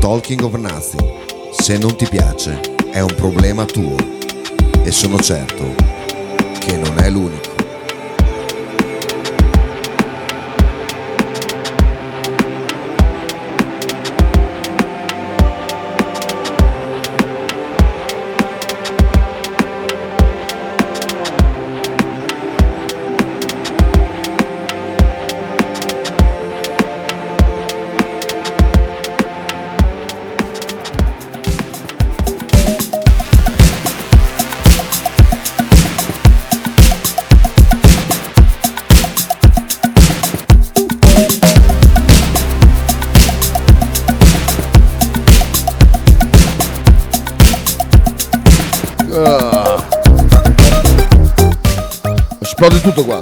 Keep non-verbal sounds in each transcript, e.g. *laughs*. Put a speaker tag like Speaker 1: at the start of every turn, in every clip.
Speaker 1: Talking of Nothing, se non ti piace, è un problema tuo e sono certo che non è l'unico.
Speaker 2: Ah. Esplode tutto qua.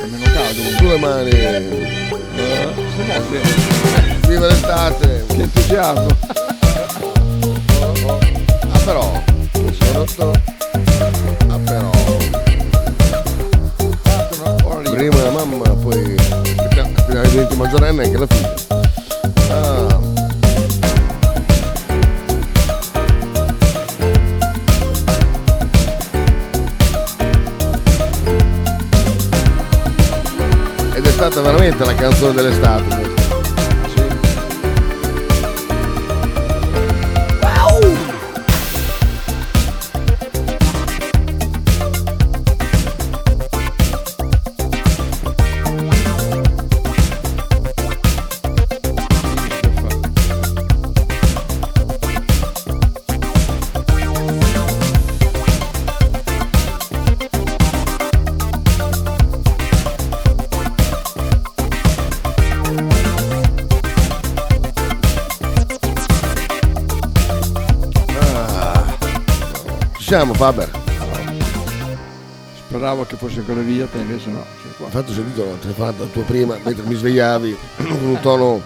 Speaker 3: Almeno caldo. Eh,
Speaker 2: Sulle mani. Viva l'estate.
Speaker 3: Che entusiasmo.
Speaker 2: Ah però. Mi sono rotto. Ah però. Prima la mamma, poi. Prima che diventi maggiorenne anche la figlia. Ah. Ed è stata veramente la canzone dell'estate. questa. Ah. Ci siamo Faber.
Speaker 3: Speravo che fosse ancora via, te invece no. Sei qua.
Speaker 2: Infatti ho sentito la telefonata tua prima mentre mi svegliavi con un tono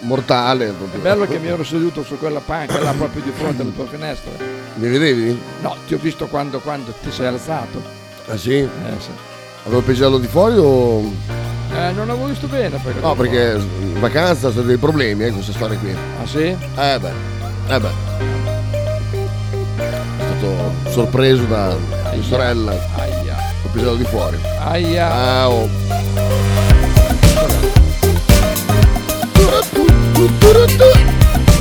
Speaker 2: mortale.
Speaker 3: È bello che mi ero seduto su quella panca là proprio di fronte alla tua finestra.
Speaker 2: Mi vedevi?
Speaker 3: No, ti ho visto quando, quando ti sei alzato.
Speaker 2: Ah sì?
Speaker 3: Eh, sì.
Speaker 2: Avevo il pisello di fuori o...
Speaker 3: Eh, non l'avevo visto bene perché.
Speaker 2: No, perché in vacanza sono dei problemi eh, con queste storie qui.
Speaker 3: Ah sì?
Speaker 2: Eh beh, eh beh. Sono stato sorpreso da mia sorella col
Speaker 3: Aia.
Speaker 2: pisello di fuori.
Speaker 3: Aia.
Speaker 2: Ah, oh.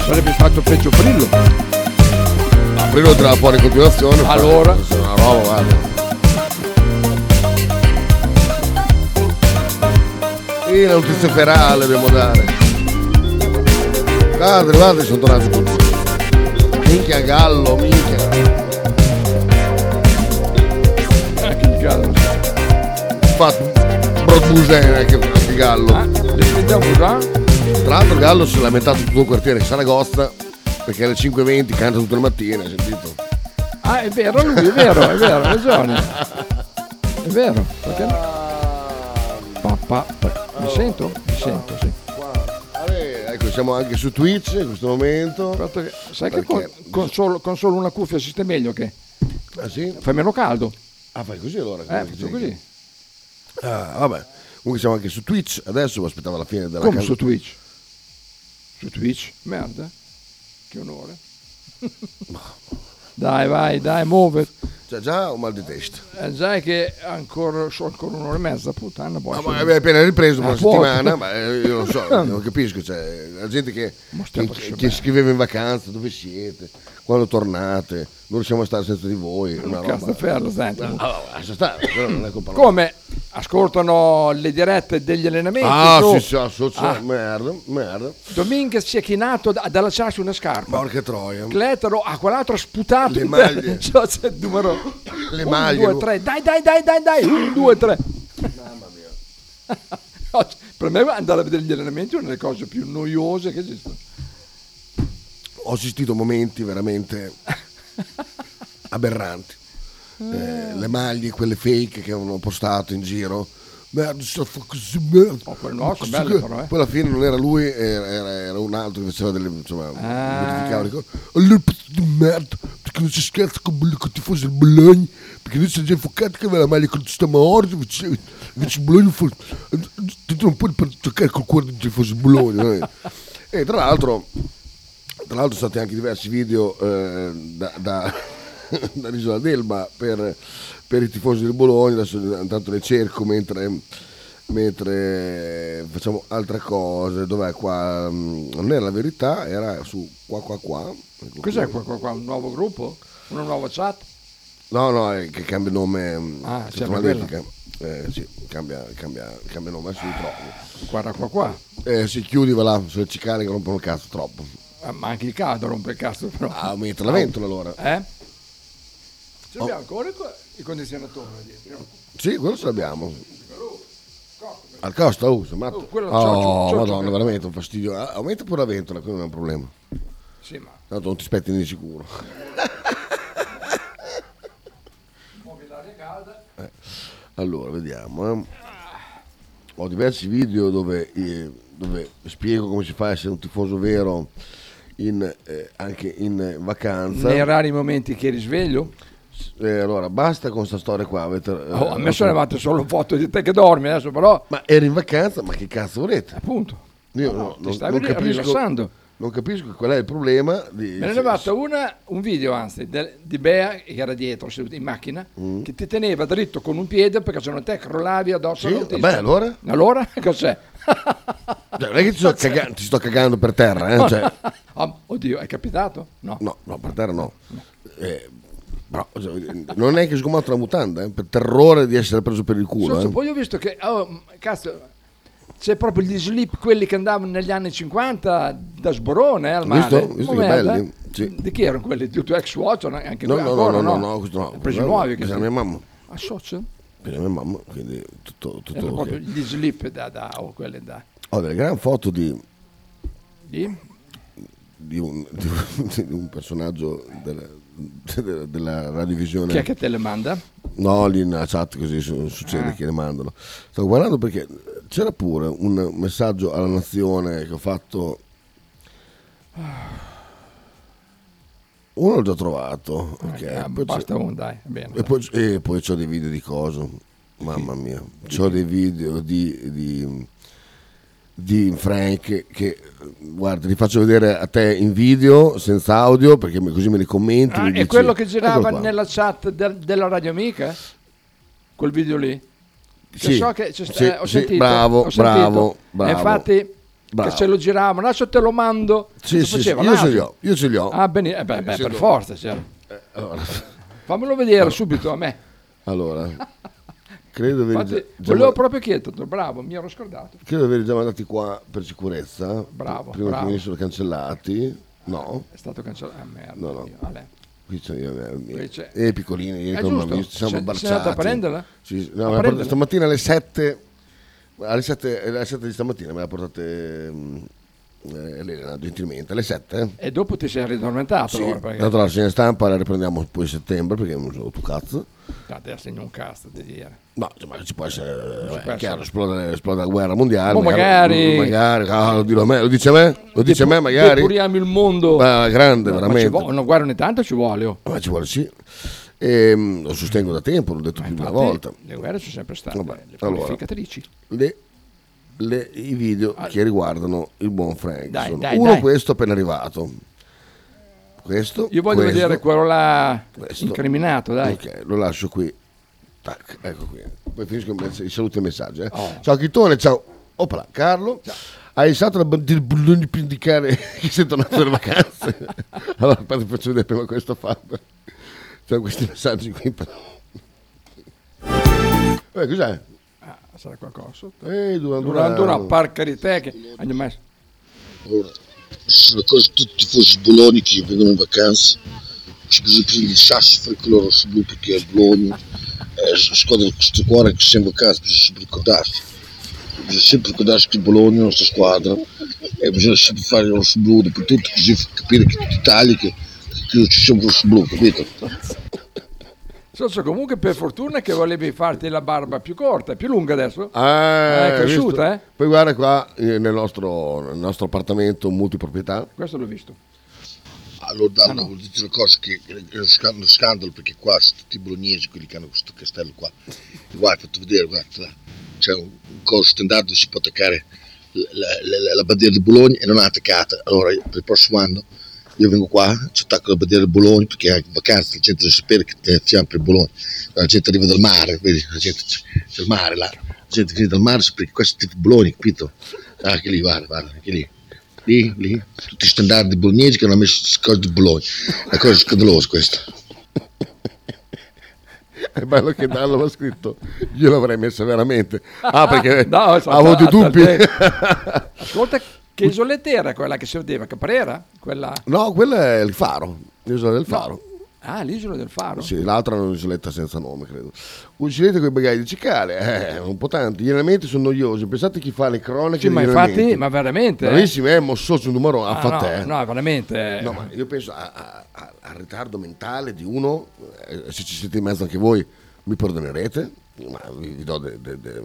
Speaker 3: Sarebbe stato peggio brillo.
Speaker 2: Ma prima lo tirava fuori in continuazione. poi-
Speaker 3: Allora?
Speaker 2: Sono una roba, guarda. Sì, la notizia ferale dobbiamo dare. Guarda, guarda, sono tornato con Minchia gallo, minchia.
Speaker 3: Eh, che gallo.
Speaker 2: Fatto Brobusene che che gallo.
Speaker 3: Ah, li vediamo già.
Speaker 2: Tra l'altro il Gallo si è lamentato tutto il quartiere di Saragosta perché alle 5.20 canta tutte le mattine, hai sentito?
Speaker 3: Ah, è vero lui, è vero, è vero, hai ragione. È vero, perché no? Papà, mi sento? Mi sento, sì.
Speaker 2: Vabbè, ecco, siamo anche su Twitch in questo momento.
Speaker 3: Guarda che- sai che con,
Speaker 2: Perché?
Speaker 3: con solo, con solo una cuffia si sta meglio che
Speaker 2: Ah sì?
Speaker 3: fai meno caldo.
Speaker 2: Ah, fai così allora.
Speaker 3: Eh, faccio così.
Speaker 2: Ah, vabbè. Comunque siamo anche su Twitch adesso, ma aspettavo la fine della
Speaker 3: Come
Speaker 2: casa-
Speaker 3: su Twitch? Su Twitch? Merda. Che onore. dai, vai, dai, muove.
Speaker 2: Cioè, già un mal di testa.
Speaker 3: Eh, già è che ancora, so ancora un'ora e mezza, puttana. Boh,
Speaker 2: Ah,
Speaker 3: sono-
Speaker 2: ma abbiamo appena ripreso per
Speaker 3: Ah,
Speaker 2: una
Speaker 3: fuoco.
Speaker 2: settimana, ma eh, io
Speaker 3: *laughs*
Speaker 2: non so, non capisco, cioè, la gente che,
Speaker 3: Ma stiamo
Speaker 2: che,
Speaker 3: facendo
Speaker 2: che scriveva in vacanza, dove siete, quando tornate, non riusciamo a stare senza di voi, una
Speaker 3: Cazzo
Speaker 2: roba.
Speaker 3: di ferro, senti.
Speaker 2: Ah, vabbè, lascia stare, però non è colpa nostra.
Speaker 3: Come ascoltano le dirette degli allenamenti?
Speaker 2: Ah,
Speaker 3: su-
Speaker 2: sì, sì, ah, so- so-
Speaker 3: Ah.
Speaker 2: merda, merda.
Speaker 3: Dominguez si è chinato da- ad allacciarsi una scarpa.
Speaker 2: Porca troia.
Speaker 3: Cletero ha quell'altro ha sputato.
Speaker 2: Le
Speaker 3: in
Speaker 2: maglie.
Speaker 3: *laughs* terra. Cioè, c'è il numero.
Speaker 2: Le
Speaker 3: Un,
Speaker 2: maglie.
Speaker 3: Due, tre. Dai, dai, dai, dai, dai. Un, due, tre. *laughs* Mamma mia. per me andare a vedere gli allenamenti è una delle cose più noiose che esistono.
Speaker 2: Ho assistito a momenti
Speaker 3: *laughs*
Speaker 2: veramente aberranti.
Speaker 3: Ah.
Speaker 2: Eh, le maglie, quelle fake che avevano postato in giro. Merda, sta fa così merda.
Speaker 3: Oh, quelle no, sono belle però, eh.
Speaker 2: Poi alla fine non era lui, era, era- era un altro che faceva delle. insomma,
Speaker 3: Ah.
Speaker 2: modificava le cose. Allora, pezzi di merda, perché non si scherza con il tifosi del Bologna, perché noi siamo già infoccati che aveva la maglia con il sistema Orso, invece invece il Bologna fa. Dentro un po' per giocare col cuore del tifosi del Bologna. eh. E tra l'altro, tra l'altro, sono stati anche diversi video eh, da, da, *laughs* da Isola d'Elba per, per i tifosi del Bologna. Adesso intanto ne cerco mentre, mentre facciamo altre cose. Dov'è qua? Mm, Non era la verità, era su qua qua qua. Ecco
Speaker 3: Cos'è
Speaker 2: qui.
Speaker 3: qua, qua, qua? Un nuovo gruppo? Una nuova chat?
Speaker 2: No, no, è che cambia nome. mm,
Speaker 3: Ah,
Speaker 2: sotto
Speaker 3: sempre
Speaker 2: Malefica. Eh, sì, cambia, cambia, cambia nome, adesso li trovo.
Speaker 3: Guarda qua qua.
Speaker 2: Eh, si chiudi, va là, sulle cicale che rompono il cazzo, troppo.
Speaker 3: Ah, ma anche il caldo rompe il cazzo però.
Speaker 2: Ah, aumenta la ventola allora.
Speaker 3: Eh?
Speaker 2: Oh.
Speaker 3: Ci abbiamo ancora il co- il condizionatore dietro.
Speaker 2: Sì, quello ce l'abbiamo. Al costo, oh, sono matto.
Speaker 3: Oh, quello c'ho-
Speaker 2: Oh,
Speaker 3: c'ho- c'ho-
Speaker 2: madonna,
Speaker 3: c'ho-
Speaker 2: veramente un fastidio. Ah, Aumenta pure la ventola, quello non è un problema.
Speaker 3: Sì, ma
Speaker 2: Tanto non ti spetti
Speaker 3: *laughs*
Speaker 2: di sicuro.
Speaker 3: muovi l'aria calda.
Speaker 2: Eh, Allora, vediamo. eh. Ho diversi video dove, eh, dove spiego come si fa a essere un tifoso vero in, eh, anche in vacanza.
Speaker 3: Nei rari momenti che risveglio.
Speaker 2: Eh, allora, basta con sta storia qua. Avete, eh,
Speaker 3: Oh, a me sono arrivate solo foto di te che dormi adesso, però
Speaker 2: Ma ero in vacanza, ma che cazzo volete?
Speaker 3: appunto.
Speaker 2: Io
Speaker 3: No,
Speaker 2: no,
Speaker 3: no, ti
Speaker 2: non,
Speaker 3: stavi
Speaker 2: non
Speaker 3: ri- rilassando.
Speaker 2: capisco, non capisco qual è il problema. Di,
Speaker 3: Me ne è arrivata una, un video anzi del- di Bea che era dietro seduta in macchina
Speaker 2: Mm.
Speaker 3: che ti teneva dritto con un piede perché se no te crollavi addosso
Speaker 2: Sì,
Speaker 3: all'autista.
Speaker 2: vabbè, allora?
Speaker 3: Allora *laughs* cos'è?
Speaker 2: Cioè, non è che ti sto, caga- ti sto cagando per terra,
Speaker 3: *laughs*
Speaker 2: eh? cioè,
Speaker 3: Oh, oddio, è capitato? No.
Speaker 2: no, no, per terra no. Eh, però, cioè, non è che sgomatto la mutanda, eh, per terrore di essere preso per il culo.
Speaker 3: Socio,
Speaker 2: eh.
Speaker 3: poi ho visto che oh, m- cazzo c'è proprio gli slip quelli che andavano negli anni 50 da sborone eh, al mare.
Speaker 2: Visto? Visto
Speaker 3: Oh,
Speaker 2: che
Speaker 3: merda.
Speaker 2: belli? Sì.
Speaker 3: Di chi erano quelli? Di tuo ex suocero? Anche
Speaker 2: No,
Speaker 3: lui
Speaker 2: no, no,
Speaker 3: ancora,
Speaker 2: no, no, no, questo no.
Speaker 3: Ne ho Presi
Speaker 2: Quello-
Speaker 3: nuovi che
Speaker 2: questa
Speaker 3: si-
Speaker 2: è mia mamma.
Speaker 3: a socio?
Speaker 2: Questa è mia mamma, quindi tutto, tutto
Speaker 3: Erano
Speaker 2: ok.
Speaker 3: proprio gli slip da, da o quelle da
Speaker 2: Ho delle gran foto di,
Speaker 3: di
Speaker 2: di un, di un- di un personaggio della, della, della radiovisione.
Speaker 3: chi è che te le manda?
Speaker 2: No, lì nella chat così su-
Speaker 3: Eh.
Speaker 2: succede che le mandano. Stavo guardando perché c'era pure un messaggio alla nazione che ho fatto. Uno l'ho già trovato. ok.
Speaker 3: Ah,
Speaker 2: Poi c'è-
Speaker 3: basta uno, dai, bene.
Speaker 2: e poi, e poi c'ho dei video di coso. Mamma mia, c'ho dei video di, di, di Frank che guarda, li faccio vedere a te in video senza audio perché mi- così me li commenti.
Speaker 3: Ah,
Speaker 2: mi
Speaker 3: è
Speaker 2: dici-
Speaker 3: quello che
Speaker 2: Eccolo
Speaker 3: girava
Speaker 2: qua.
Speaker 3: nella chat del- della radio amica? Quel video lì? Che
Speaker 2: Sì,
Speaker 3: so che c'è sta-
Speaker 2: sì,
Speaker 3: eh, ho
Speaker 2: sì,
Speaker 3: sentito,
Speaker 2: bravo,
Speaker 3: ho sentito.
Speaker 2: bravo,
Speaker 3: E
Speaker 2: bravo.
Speaker 3: infatti
Speaker 2: Bravo.
Speaker 3: che se lo giravano, adesso te lo mando.
Speaker 2: Sì,
Speaker 3: Lo
Speaker 2: sì, sì,
Speaker 3: faceva,
Speaker 2: io ce li
Speaker 3: l'audio.
Speaker 2: ho, io ce li ho.
Speaker 3: Ah, bene, eh, beh, beh,
Speaker 2: Sì,
Speaker 3: per
Speaker 2: lo-
Speaker 3: forza, cioè.
Speaker 2: Allora,
Speaker 3: Fammelo vedere subito a me.
Speaker 2: *laughs* allora, credo di aver
Speaker 3: Infatti,
Speaker 2: già- già,
Speaker 3: volevo proprio chiederti, bravo, mi ero scordato.
Speaker 2: credo di averli già mandati qua per sicurezza.
Speaker 3: Bravo,
Speaker 2: Prima
Speaker 3: bravo.
Speaker 2: che venissero cancellati. No,
Speaker 3: È stato cancellato. Ah, merda.
Speaker 2: No, no.
Speaker 3: Dio, vabbè.
Speaker 2: qui c'è
Speaker 3: Qui c'è-
Speaker 2: E piccolini,
Speaker 3: È
Speaker 2: ieri con
Speaker 3: giusto.
Speaker 2: bambini, ci siamo
Speaker 3: Sei- sei andato
Speaker 2: abbracciati.
Speaker 3: a prenderla? A
Speaker 2: Sì, no, me la
Speaker 3: prenderla?
Speaker 2: porta- stamattina alle 7 alle 7, alle 7 di stamattina me la portate mm, eh, Elena gentilmente alle 7 eh.
Speaker 3: E dopo ti sei ridormentato allora, perché
Speaker 2: Tanto la segna stampa la riprendiamo poi a settembre perché non so tu cazzo.
Speaker 3: adesso in un cazzo di dire.
Speaker 2: No, insomma, ci può essere, eh,
Speaker 3: può
Speaker 2: è
Speaker 3: essere.
Speaker 2: chiaro, esplode, esplode la guerra mondiale.
Speaker 3: Ma Boh, magari-
Speaker 2: magari, ah, lo, dillo a me, lo dice a me? Lo dice a me magari?
Speaker 3: Depuriamo il mondo.
Speaker 2: Ma grande,
Speaker 3: No, ma ci
Speaker 2: veramente.
Speaker 3: vuole- no, guarda, ogni tanto ci vuole. oh.
Speaker 2: Ma ci vuole sì. Ehm, lo sostengo da tempo, l'ho
Speaker 3: Eh,
Speaker 2: detto più di una volta.
Speaker 3: Le guerre sono sempre state
Speaker 2: Vabbè,
Speaker 3: le
Speaker 2: allora.
Speaker 3: purificatrici.
Speaker 2: Le- le- I video che riguardano il buon Frank.
Speaker 3: Ah. Dai,
Speaker 2: sono-
Speaker 3: dai,
Speaker 2: uno
Speaker 3: dai.
Speaker 2: questo appena arrivato. Questo.
Speaker 3: Io voglio
Speaker 2: questo,
Speaker 3: vedere quello là
Speaker 2: questo.
Speaker 3: incriminato, dai.
Speaker 2: Ok, lo lascio qui. Tac, ecco qui. Poi finisco i mess- i saluti e i messaggi. eh.
Speaker 3: Oh.
Speaker 2: Ciao Chitone, ciao. Opala, Carlo. Hai usato la bandiera bulloni per indicare *laughs* che sei tornato dalle vacanze. allora, poi ti faccio vedere prima questo fatto. C'è questi messaggi qui. Eh, cos'è?
Speaker 3: Ah, sarà qualcosa.
Speaker 2: Eh, Duran Duran.
Speaker 3: Durante una parca di te che hanno messo.
Speaker 4: Allora, sono quasi tutti i tifosi di Bologna che vengono in vacanza, ci così il sassafro e quello rosso blu perché è Bologna, è la squadra di questo cuore che siamo a casa, bisogna sempre ricordarsi, bisogna sempre ricordarsi che Bologna è la nostra squadra e bisogna é, sempre fare il rosso blu dappertutto così fa capire che tutta Italia che, che ci siamo rosso blu, capito?
Speaker 3: Socio, comunque per fortuna che volevi farti la barba più corta, più lunga adesso. Eh,
Speaker 2: Ah,
Speaker 3: È cresciuta,
Speaker 2: hai
Speaker 3: eh?
Speaker 2: visto? Poi guarda qua eh, nel nostro, nel nostro appartamento multiproprietà.
Speaker 3: Questo l'ho visto. Ah,
Speaker 4: Allora Davide, vuol dire una cosa che è uno sca- uno scandalo perché qua sono tutti i bolognesi quelli che hanno questo castello qua. Guarda, fatto vedere, guarda, là. c'è un, un coso standard dove si può attaccare la, la- la- la bandiera di Bologna e non è attaccata. Allora io, per il prossimo anno io vengo qua, ci attacco la bandiera di Bologna perché anche in vacanza la gente deve sapere che è sempre Bologna. La gente arriva dal mare, vedi, la gente c'è il mare là. La gente che viene dal mare sa perché questo è tipo Bologna, capito? Ah, anche lì, guarda, guarda, anche lì lì, lì, tutti i standard bolognesi che hanno messo queste cose di Bologna. È una cosa scandalosa questa.
Speaker 2: È bello che Dallo l'ha scritto. Io l'avrei messa veramente. Ah, perché
Speaker 3: *laughs* No, è
Speaker 2: avevo dei
Speaker 3: saltata,
Speaker 2: dubbi.
Speaker 3: te. Ascolta, che isoletta era quella che si vedeva? Caprera? Quella...
Speaker 2: *laughs* no, quello è il faro. L'isola del faro.
Speaker 3: Ah, l'isola del faro.
Speaker 2: Sì, l'altra è un'isoletta senza nome, credo. Un'isoletta con i bagagli di cicale, eh, un po' tanti. Gli allenamenti sono noiosi. Pensate chi fa le cronache.
Speaker 3: Sì, ma
Speaker 2: degli
Speaker 3: infatti,
Speaker 2: allenamenti.
Speaker 3: ma veramente... eh?
Speaker 2: Bravissimi, eh, Mossoso numero uno, ha
Speaker 3: Ah,
Speaker 2: fatto
Speaker 3: no,
Speaker 2: te. eh.
Speaker 3: no, veramente...
Speaker 2: No, ma io penso a- a- a- al ritardo mentale di uno, eh, se ci siete in mezzo anche voi mi perdonerete, ma vi, vi do de- de- de-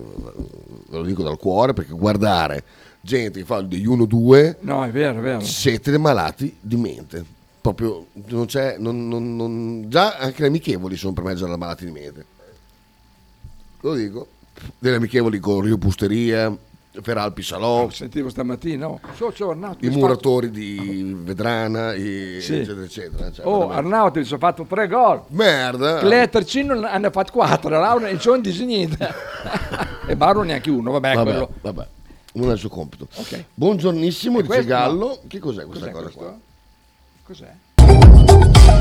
Speaker 2: ve lo dico dal cuore perché guardare gente che fa degli 1-2
Speaker 3: No, è vero, è vero.
Speaker 2: siete dei malati di mente. Proprio non c'è, non- non- non- già anche le amichevoli sono per me già da malati di mente. Lo dico, delle amichevoli con Rio Pusteria, Feralpi Salò,
Speaker 3: Ah, Sentivo stamattina, oh, socio Arnauto,
Speaker 2: i
Speaker 3: mi
Speaker 2: muratori di Vedrana, e
Speaker 3: Sì.
Speaker 2: eccetera, eccetera.
Speaker 3: fa-
Speaker 2: Cioè,
Speaker 3: Oh,
Speaker 2: veramente.
Speaker 3: Arnauto mi sono fatto tre gol.
Speaker 2: Merda!
Speaker 3: Lei e Tercino ne hanno fatto quattro, Laura e Cion dice
Speaker 2: *laughs*
Speaker 3: niente. e Baro neanche uno, vabbè,
Speaker 2: vabbè,
Speaker 3: quello.
Speaker 2: vabbè, non è il suo compito.
Speaker 3: Ok.
Speaker 2: Buongiornissimo, dice
Speaker 3: questo-
Speaker 2: Gallo. Che cos'è questa
Speaker 3: Cos'è
Speaker 2: cosa
Speaker 3: questo?
Speaker 2: qua?
Speaker 3: Cos'è?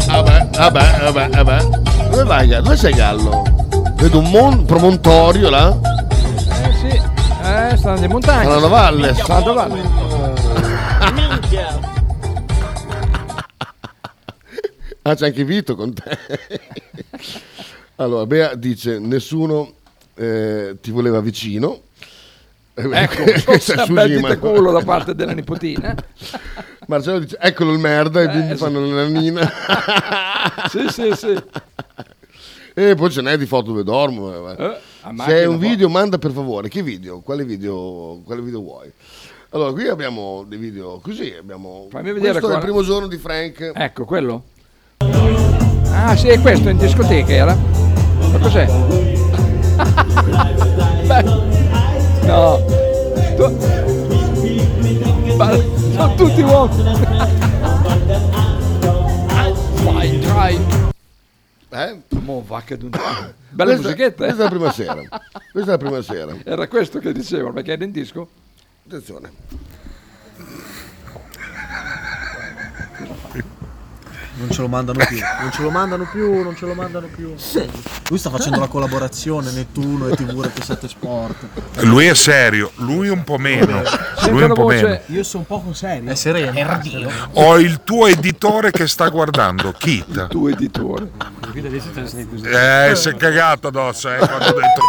Speaker 2: Vabbè, vabbè, vabbè, vabbè. Dove vai, Gallo? Dove sei, Gallo? Vedo un mon- promontorio là,
Speaker 3: Eh sì, eh, stanno in montagna.
Speaker 2: alla una valle.
Speaker 3: Santo Valle.
Speaker 2: *laughs* Ah, c'è anche Vito con te. *laughs* allora, Bea dice, nessuno eh, ti voleva vicino.
Speaker 3: Ecco,
Speaker 2: *laughs* Questa è
Speaker 3: sono
Speaker 2: Sujima.
Speaker 3: bel culo da parte della nipotina.
Speaker 2: Marcello dice, eccolo il merda, e quindi
Speaker 3: es-
Speaker 2: fanno la nina.
Speaker 3: Eh, *laughs* Sì, sì, sì.
Speaker 2: E poi ce n'è di foto dove dormo. eh, va.
Speaker 3: Eh, a
Speaker 2: Se
Speaker 3: macchina,
Speaker 2: è un
Speaker 3: poi.
Speaker 2: video, manda per favore. Che video? Quale video, quale video vuoi? Allora, qui abbiamo dei video così. Abbiamo...
Speaker 3: Fammi vedere
Speaker 2: Questo è il
Speaker 3: qua.
Speaker 2: primo giorno di Frank.
Speaker 3: Ecco, quello. Ah, sì, questo in discoteca era. Ma cos'è? Beh, no. Tu- Ma sono tutti uomini. Vai, dai.
Speaker 2: Eh?
Speaker 3: Mo va che d'un- Bella
Speaker 2: Questa-
Speaker 3: musichetta,
Speaker 2: Questa è
Speaker 3: eh.
Speaker 2: la prima sera. Questa è la prima sera.
Speaker 3: Era questo che dicevano, perché era in disco.
Speaker 2: Attenzione.
Speaker 5: Non ce lo mandano più, *laughs* non ce lo mandano più, non ce lo mandano più. Lui sta facendo la collaborazione Nettuno e TV Rete 7 Sport.
Speaker 6: Lui è serio, lui un po' meno. Lui
Speaker 3: Sembra
Speaker 6: un
Speaker 3: una
Speaker 6: po' meno.
Speaker 3: voce.
Speaker 5: Io sono poco serio. È sereno.
Speaker 6: Ho il tuo editore che sta guardando, Kit.
Speaker 3: Tu editore.
Speaker 6: Eh, si è cagata addosso, eh, quando ho detto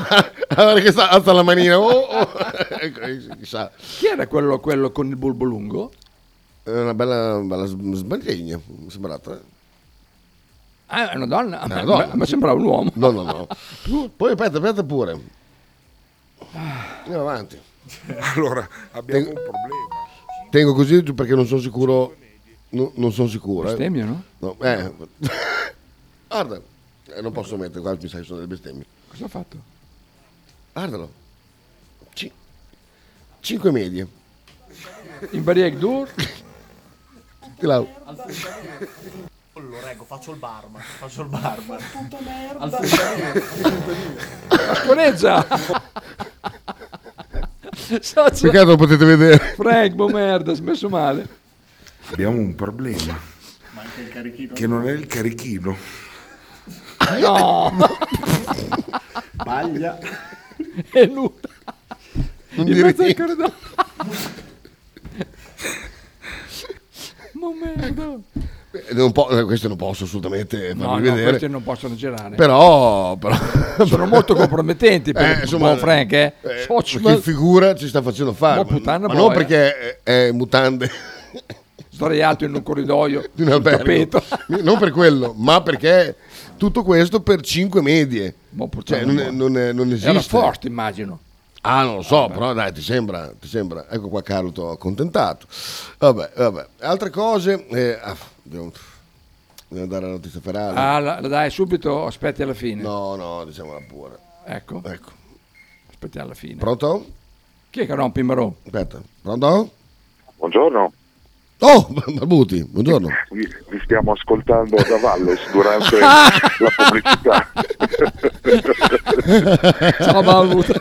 Speaker 2: *laughs*
Speaker 6: Kit.
Speaker 2: Allora che sta, alza la manina. Oh, oh. *laughs* Ecco, chissà.
Speaker 3: Chi era quello, quello con il bulbo lungo?
Speaker 2: È una bella, bella sb- sbagligna, mi è sembrata. eh.
Speaker 3: Ah, è una donna?
Speaker 2: una donna.
Speaker 3: Ma, ma sembrava un uomo.
Speaker 2: No, no, no. Poi aspetta, aspetta pure. Andiamo avanti.
Speaker 6: Allora, abbiamo un problema.
Speaker 2: Tengo così giù perché non sono sicuro. eh. no- non sono sicuro. eh. *laughs*
Speaker 3: Stemmiano?
Speaker 2: No, eh. Guarda, eh, non posso mettere, guarda, mi sa che sono delle bestemmie.
Speaker 3: Cosa ha fatto?
Speaker 2: Guardalo. 5 medie.
Speaker 3: In Bariec Dur?
Speaker 2: Clau.
Speaker 5: Lo reggo, faccio il barman. Faccio il barman.
Speaker 3: Coneggia! Saccio.
Speaker 2: Peccato lo potete vedere.
Speaker 3: Frank, bo merda, smesso male.
Speaker 6: Abbiamo un problema. Che non è il carichino.
Speaker 3: No!
Speaker 7: Paglia.
Speaker 3: È nuda.
Speaker 2: Non
Speaker 3: In
Speaker 2: dire
Speaker 3: mezzo al
Speaker 2: niente.
Speaker 3: corridoio. Ma merda.
Speaker 2: Eh, non po- eh, queste non posso assolutamente farvi
Speaker 3: No, no,
Speaker 2: vedere.
Speaker 3: questi non possono girare.
Speaker 2: Però, però... *laughs*
Speaker 3: Sono molto compromettenti
Speaker 2: Eh,
Speaker 3: per
Speaker 2: insomma,
Speaker 3: insomma, Frank, eh.
Speaker 2: eh, che
Speaker 3: Social,
Speaker 2: figura ci sta facendo fare?
Speaker 3: Ma puttana
Speaker 2: ma
Speaker 3: boia.
Speaker 2: non perché è, è mutande *laughs*
Speaker 3: sdraiato in un corridoio
Speaker 2: di un albergo.
Speaker 3: tappeto.
Speaker 2: non per quello, ma perché tutto questo per 5 medie.
Speaker 3: Ma puttana
Speaker 2: Cioè, non,
Speaker 3: boia.
Speaker 2: non- non esiste.
Speaker 3: Era forte, immagino.
Speaker 2: Ah, non lo so, però dai, ti sembra, ti sembra. Ecco qua Carlo, ti ho accontentato. Vabbè, vabbè. Altre cose... eh, ah, devo, devo andare alla notizia ferale.
Speaker 3: Ah, la, la dai subito, o aspetti alla fine.
Speaker 2: No, no, diciamola pure.
Speaker 3: Ecco,
Speaker 2: Ecco.
Speaker 3: aspetti alla fine.
Speaker 2: Pronto?
Speaker 3: Chi è che rompe in marò?
Speaker 2: Aspetta. Pronto?
Speaker 8: Buongiorno,
Speaker 2: Oh, *laughs*
Speaker 3: *laughs*
Speaker 2: Barbuti, buongiorno.
Speaker 8: vi, vi stiamo ascoltando da Valles durante la pubblicità.
Speaker 3: Ciao Balbut.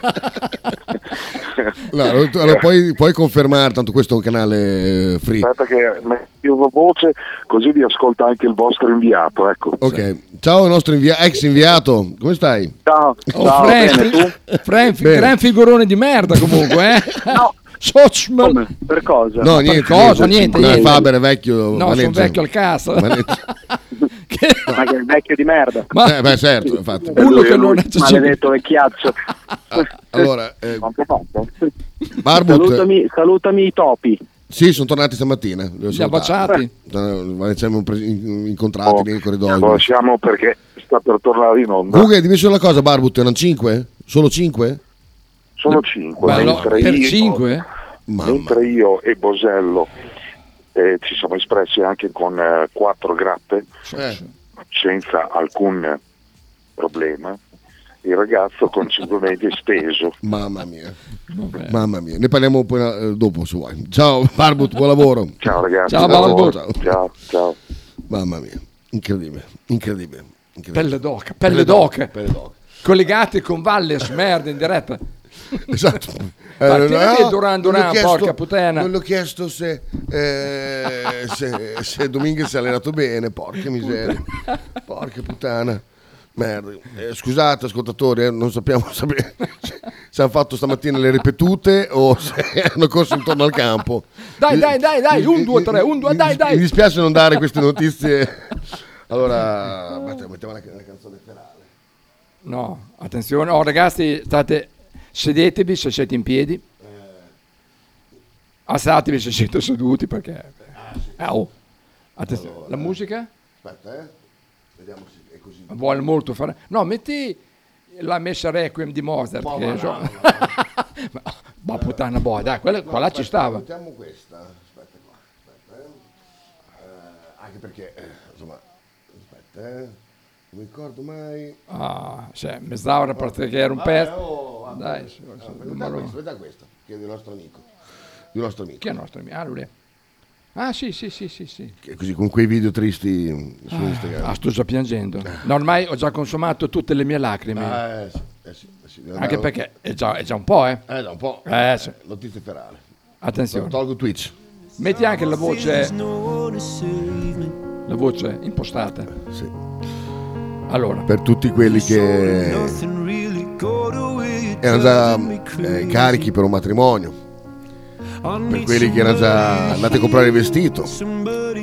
Speaker 2: No, allora, puoi, puoi confermare, tanto questo è un canale eh, free.
Speaker 8: Aspetta che metto la voce così vi ascolta anche il vostro inviato. Ecco.
Speaker 2: Ok, ciao nostro invia- ex inviato, come stai?
Speaker 8: Ciao,
Speaker 3: Oh,
Speaker 8: ciao,
Speaker 3: Frank,
Speaker 8: bene tu?
Speaker 3: Frank,
Speaker 2: Bene.
Speaker 3: gran figurone di
Speaker 7: *laughs*
Speaker 3: merda comunque, eh.
Speaker 8: No.
Speaker 3: Sochman.
Speaker 8: Come? Per cosa?
Speaker 2: No, niente.
Speaker 3: cosa? Niente,
Speaker 2: No,
Speaker 3: niente.
Speaker 2: Faber è vecchio.
Speaker 3: No, sono
Speaker 2: Valenza.
Speaker 3: vecchio al cazzo. *laughs*
Speaker 2: *laughs* Valenza.
Speaker 3: Che-
Speaker 7: Ma che vecchio di merda.
Speaker 3: Ma
Speaker 2: Eh, beh, certo, infatti.
Speaker 3: Uno
Speaker 8: Lui è
Speaker 3: che non
Speaker 8: lui,
Speaker 3: è accessibile.
Speaker 8: Maledetto vecchiazzo.
Speaker 2: *laughs* Allora, eh,
Speaker 8: Quanto ho fatto?
Speaker 2: Barbut,
Speaker 7: Salutami, salutami i topi.
Speaker 2: sì, sono tornati stamattina. li ho
Speaker 3: li ha
Speaker 2: salutati.
Speaker 3: baciati.
Speaker 2: Eh, Valenza, Ci siamo pres- in-
Speaker 8: Oh,
Speaker 2: incontrati nei corridoi.
Speaker 8: Lo lasciamo perché sta per tornare in onda.
Speaker 2: Comunque, dimmi solo una cosa, Barbut, erano 5? Solo 5?
Speaker 8: Sono cinque.
Speaker 3: Ma no,
Speaker 8: mentre
Speaker 3: per
Speaker 8: io-
Speaker 3: 5?
Speaker 2: Mamma.
Speaker 8: mentre io e Bosello eh, ci siamo espressi anche con eh, quattro grappe
Speaker 2: Eh.
Speaker 8: senza alcun problema, il ragazzo con 5 metri steso.
Speaker 2: Mamma mia, mamma mia, ne parliamo poi, eh, dopo se vuoi. Ciao Barbut, buon lavoro.
Speaker 8: Ciao ragazzi.
Speaker 3: Ciao, Balbo.
Speaker 8: Ciao, ciao.
Speaker 2: Mamma mia, incredibile, incredibile. incredibile.
Speaker 3: Pelle d'oca, pelle d'oca.
Speaker 2: Pelle d'oca.
Speaker 3: Collegati con Valles, merda, in diretta.
Speaker 2: Esatto.
Speaker 3: Ma
Speaker 2: Eh,
Speaker 3: ti vedi
Speaker 2: no,
Speaker 3: Duran
Speaker 2: non
Speaker 3: Duran,
Speaker 2: l'ho chiesto-
Speaker 3: porca puttana.
Speaker 2: Non l'ho chiesto se, eh, se, se Dominguez si è allenato bene, porca miseria. Porca puttana. Merda. Eh, scusate ascoltatori, eh, non sappiamo sapere se, se hanno fatto stamattina le ripetute o se hanno corso intorno al campo.
Speaker 3: Dai,
Speaker 2: Mi-
Speaker 3: dai, dai, dai, un, due, tre, un, due,
Speaker 2: mi-
Speaker 3: dai,
Speaker 2: mi-
Speaker 3: dai.
Speaker 2: Mi dispiace non dare queste notizie. Allora, aspetta, mettiamo la, la canzone ferale.
Speaker 3: No, attenzione, oh ragazzi, state, sedetevi se siete in piedi,
Speaker 2: Eh.
Speaker 3: alzatevi se siete seduti perché...
Speaker 2: Ah,
Speaker 3: Eh, oh. Attenzione, la musica
Speaker 2: Aspetta, eh. Vediamo se è così.
Speaker 3: vuole molto fare... No, metti la messa Requiem di Mozart, che so- *laughs* Ma- ma puttana boia, Oh, dai, quella, qua là ci stava.
Speaker 2: Mettiamo questa. Aspetta qua, aspetta. eh. Eh, anche perché, eh, insomma, aspetta, eh. Non mi ricordo mai.
Speaker 3: Ah, cioè, mezz'ora per te che era un
Speaker 2: Vabbè,
Speaker 3: pezzo.
Speaker 2: oh, vabbè.
Speaker 3: Dai, sì,
Speaker 2: Ah,
Speaker 3: sì,
Speaker 2: Aspetta
Speaker 3: numero-
Speaker 2: questa, aspetta questa, che è del nostro amico. Di un nostro amico.
Speaker 3: Chi è il nostro amico? Ah, lui è- Ah, sì, sì, sì, sì, sì.
Speaker 2: Che- Così con quei video tristi mm, su Instagram.
Speaker 3: Ah, sto già piangendo.
Speaker 2: Eh,
Speaker 3: No, ormai ho già consumato tutte le mie lacrime.
Speaker 2: Ah, eh, sì, eh, sì, eh, sì, devo
Speaker 3: Anche
Speaker 2: andare-
Speaker 3: perché è già, è già un po', eh.
Speaker 2: Eh, da un po'.
Speaker 3: Eh, sì.
Speaker 2: Notizie ferale.
Speaker 3: Attenzione.
Speaker 2: Tolgo Twitch.
Speaker 3: Metti anche la voce. La voce impostata.
Speaker 2: Sì.
Speaker 3: Allora,
Speaker 2: Per tutti quelli che erano già eh, carichi per un matrimonio, per quelli che erano già andati a comprare il vestito,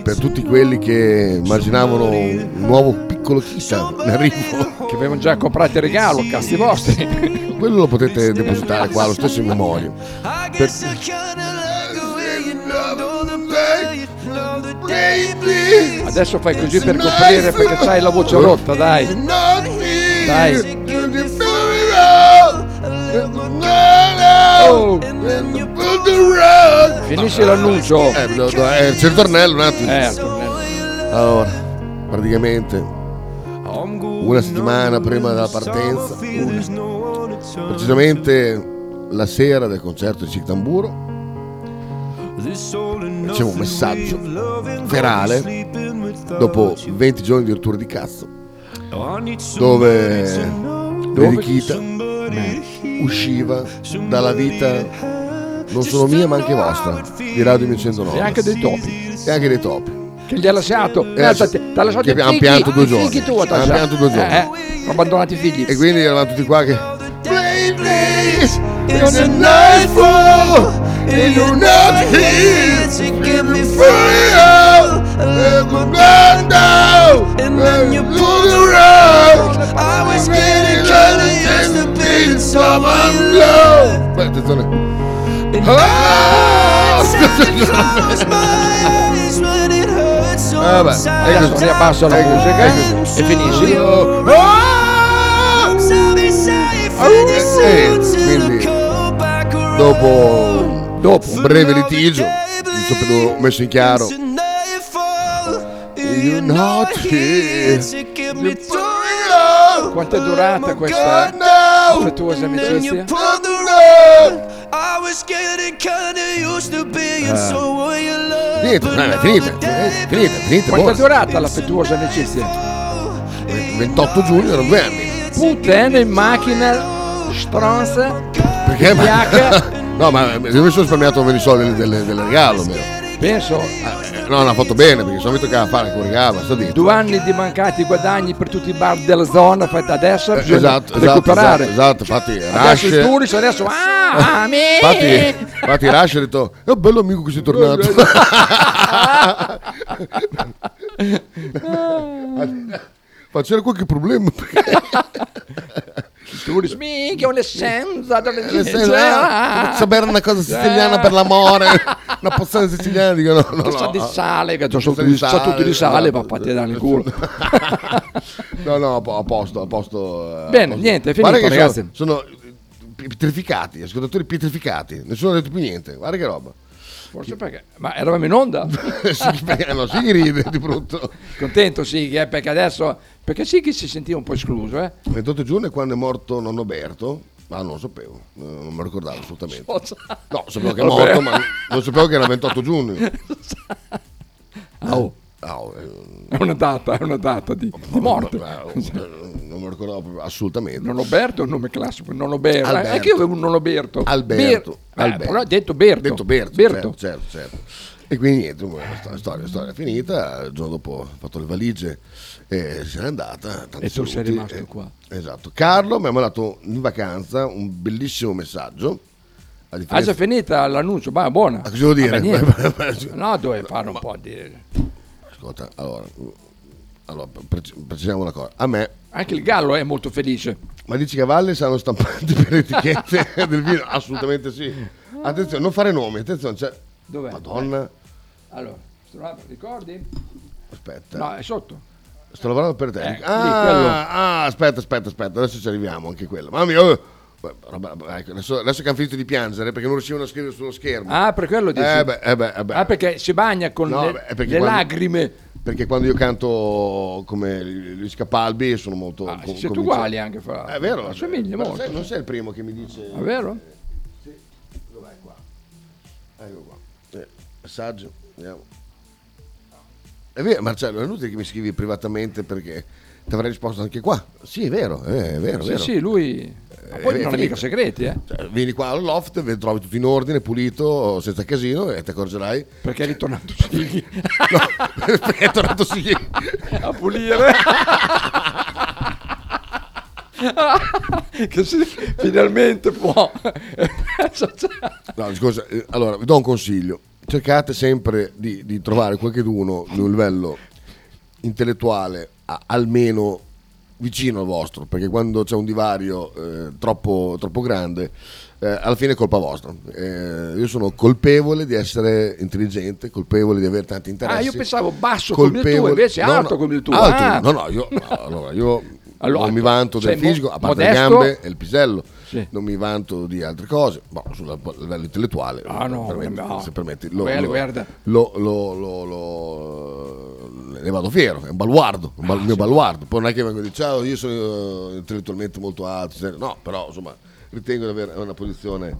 Speaker 2: per tutti quelli che immaginavano un nuovo piccolo chita in arrivo,
Speaker 3: che avevano già comprato il regalo, cazzi vostri.
Speaker 2: quello lo potete depositare qua, lo stesso in memoria. Per-
Speaker 3: Adesso fai così per coprire perché c'hai la voce rotta, dai. Dai. Oh, finisci l'annuncio.
Speaker 2: Eh, no, no, eh, c'è il tornello un attimo.
Speaker 3: Eh, al tornello.
Speaker 2: Allora, praticamente una settimana prima della partenza, precisamente la sera del concerto di Cictamburo, ricevo un messaggio ferale dopo 20 giorni di rottura di cazzo, dove Lady Kita usciva dalla vita non solo mia ma anche vostra di Radio 1109
Speaker 3: E anche dei topi.
Speaker 2: e anche dei topi.
Speaker 3: Che gli ha lasciato.
Speaker 2: Eh,
Speaker 3: Alzati, t'ha lasciato
Speaker 2: che
Speaker 3: i
Speaker 2: abbiamo
Speaker 3: figli,
Speaker 2: pianto due
Speaker 3: i
Speaker 2: giorni.
Speaker 3: figli tu, t'ha
Speaker 2: Abbiamo
Speaker 3: lasciato.
Speaker 2: pianto due giorni.
Speaker 3: Eh, eh, ho abbandonato i figli.
Speaker 2: E quindi eravamo tutti qua che. Beh, attenzione. Ah!
Speaker 9: *laughs* Ah!
Speaker 3: Ah,
Speaker 2: Vabbè, Ecco. è
Speaker 3: Adesso
Speaker 2: così.
Speaker 3: riabbassa la
Speaker 2: È così,
Speaker 3: musica eh,
Speaker 2: è così.
Speaker 3: e finisci.
Speaker 2: Oh, ah! Eh, quindi, dopo, dopo un breve litigio, non so perché l'ho messo in chiaro. You not here. You free
Speaker 3: Quanto è durata questa
Speaker 2: now.
Speaker 3: affettuosa amicizia? Ah.
Speaker 2: Niente, no, è finita, è finita, è finita.
Speaker 3: Quanto è
Speaker 2: boh.
Speaker 3: durata l'affettuosa amicizia?
Speaker 2: 28 giugno erano due anni.
Speaker 3: Puttana in macchina, stronza,
Speaker 2: Perché?
Speaker 3: Bianca.
Speaker 2: *laughs* No, ma mi sono risparmiato per i soldi del, del regalo. almeno.
Speaker 3: penso,
Speaker 2: Eh, No, l'ha fatto bene perché sono venuto a fare con regalo, sto dicendo.
Speaker 3: due anni di mancati guadagni per tutti i bar della zona, fatta adesso bisogna
Speaker 2: Esatto, esatto, esatto,
Speaker 3: recuperare.
Speaker 2: esatto, infatti
Speaker 3: Adesso il
Speaker 2: Rush,
Speaker 3: Turis, adesso ah, me.
Speaker 2: infatti, infatti Rush ha detto, è un bello amico che
Speaker 3: *laughs*
Speaker 2: sei tornato. Ma c'era qualche problema?
Speaker 3: Turis, minchia, un'essenza Ah.
Speaker 2: Nel
Speaker 3: Cioè.
Speaker 2: senso, eh,
Speaker 3: dell'essenza.
Speaker 2: sapere una cosa
Speaker 3: Cioè.
Speaker 2: siciliana per l'amore, una pozione siciliana, dico no, no,
Speaker 3: Che sa di
Speaker 2: no.
Speaker 3: sale, che sono
Speaker 2: Sa
Speaker 3: tutti
Speaker 2: di
Speaker 3: di sa
Speaker 2: sale,
Speaker 3: tutti di sale,
Speaker 2: esatto.
Speaker 3: ma fatti dare il culo.
Speaker 2: *laughs* No, no, a po- a posto, a posto. eh,
Speaker 3: Bene,
Speaker 2: a posto.
Speaker 3: niente, è
Speaker 2: Guarda
Speaker 3: finito,
Speaker 2: che
Speaker 3: ragazzi.
Speaker 2: Sono, sono pietrificati, ascoltatori pietrificati, nessuno ha detto più niente, guarda che roba.
Speaker 3: Forse perché, ma eravamo in onda.
Speaker 2: *laughs* si, perché no, si ride di brutto.
Speaker 3: Contento sì, che è perché adesso perché sì che si sentiva un po' escluso, eh.
Speaker 2: 28 giugno è quando è morto nonno Berto, ma non lo sapevo, eh, non me lo ricordavo assolutamente. No, sapevo che è
Speaker 3: Cioè, Vabbè.
Speaker 2: morto, ma non sapevo che era Eh,
Speaker 3: *laughs*
Speaker 2: 28 giugno.
Speaker 3: Ah, oh,
Speaker 2: Ah, oh, eh,
Speaker 3: è una data, è una data di, di morte.
Speaker 2: ma- ma- non me lo ricordavo proprio, assolutamente.
Speaker 3: Nonno Berto è un nome classico, nonno Berto.
Speaker 2: Alberto.
Speaker 3: Eh, Anche io avevo un nonno Berto.
Speaker 2: Alberto,
Speaker 3: Ber- eh,
Speaker 2: Alberto.
Speaker 3: però ho detto Berto.
Speaker 2: Detto Berto, Certo, certo, certo. E quindi niente, la sto- storia, storia finita, il giorno dopo ho fatto le valigie e se n'è andata. tanti
Speaker 3: E tu sei
Speaker 2: saluti,
Speaker 3: rimasto
Speaker 2: eh,
Speaker 3: qua.
Speaker 2: Esatto. Carlo mi ha mandato in vacanza un bellissimo messaggio. A
Speaker 3: Ah, già
Speaker 2: differenza...
Speaker 3: finita l'annuncio, ma buona.
Speaker 2: Ah, cosa devo dire?
Speaker 3: Vabbè, niente.
Speaker 2: *laughs*
Speaker 3: no, dovevi fare un po' di...
Speaker 2: Ascolta, allora, allora preci- precisiamo una cosa. A me,
Speaker 3: Anche il Ah, gallo è molto felice.
Speaker 2: ma dici cavalli saranno stampanti per le
Speaker 3: *laughs*
Speaker 2: etichette del vino? Assolutamente sì. Attenzione, non fare nomi, attenzione, c'è...
Speaker 3: Dov'è?
Speaker 2: Madonna,
Speaker 3: Allora, trovate- ricordi?
Speaker 2: aspetta.
Speaker 3: No, è sotto.
Speaker 2: Sto lavorando per te.
Speaker 3: Eh, sì, quello.
Speaker 2: ah, ah, aspetta, aspetta, aspetta, adesso ci arriviamo anche quello. Mamma mia, oh. Beh, roba- beh, ecco, adesso, adesso che hanno finito di piangere perché non riuscivano a scrivere sullo schermo.
Speaker 3: Ah, per quello dici.
Speaker 2: eh beh, eh beh, eh beh.
Speaker 3: Ah, perché si bagna con
Speaker 2: No,
Speaker 3: le,
Speaker 2: beh, perché
Speaker 3: le
Speaker 2: quando-
Speaker 3: lagrime.
Speaker 2: Perché quando io canto come Luis Capalbi sono molto...
Speaker 3: Ah,
Speaker 2: co-
Speaker 3: siete
Speaker 2: convinto-
Speaker 3: uguali anche fra.
Speaker 2: È vero?
Speaker 3: Assomiglia
Speaker 2: Guarda,
Speaker 3: molto.
Speaker 2: sai- non sei il primo che mi dice...
Speaker 3: È vero?
Speaker 2: Dov'è qua? Ecco qua. Eh, messaggio, vediamo. È vero, Marcello, è inutile che mi scrivi privatamente perché ti avrei risposto anche qua. Sì, è vero, eh, è vero, è
Speaker 3: Sì,
Speaker 2: vero.
Speaker 3: sì, lui. Ma
Speaker 2: è
Speaker 3: poi non ha
Speaker 2: finito.
Speaker 3: mica segreti, eh.
Speaker 2: Cioè, vieni qua al loft, ve- trovi tutto in ordine, pulito, senza casino e ti accorgerai.
Speaker 3: Perché è
Speaker 2: *laughs*
Speaker 3: ritornato Sighi
Speaker 2: No, perché è tornato sì.
Speaker 3: a pulire. che si, finalmente può.
Speaker 2: No, scusa, eh, allora vi do un consiglio. Cercate sempre di, di trovare qualcuno di un livello intellettuale a- almeno vicino al vostro, perché quando c'è un divario eh, troppo, troppo grande, eh, alla fine è colpa vostra. Eh, io sono colpevole di essere intelligente, colpevole di avere tanti interessi.
Speaker 3: Ah, io pensavo basso come il tuo, invece
Speaker 2: no,
Speaker 3: alto
Speaker 2: no,
Speaker 3: come il tuo.
Speaker 2: alto,
Speaker 3: Ah.
Speaker 2: no, no, io, no, allora, io
Speaker 3: Allora,
Speaker 2: non mi vanto del
Speaker 3: sei mo-
Speaker 2: fisico, a parte le
Speaker 3: modesto?
Speaker 2: gambe e il pisello,
Speaker 3: Sì.
Speaker 2: non mi vanto di altre cose, boh, sul livello intellettuale,
Speaker 3: Ah, no,
Speaker 2: permetti-
Speaker 3: no.
Speaker 2: se permetti, lo,
Speaker 3: Guarda,
Speaker 2: lo,
Speaker 3: guarda.
Speaker 2: lo- lo- lo- lo- ne vado fiero, è un baluardo, un bal-
Speaker 3: Ah,
Speaker 2: il mio baluardo. Poi non è che vengo e dico, ciao, io sono eh, intellettualmente molto alto, cioè, no, però insomma ritengo di avere una posizione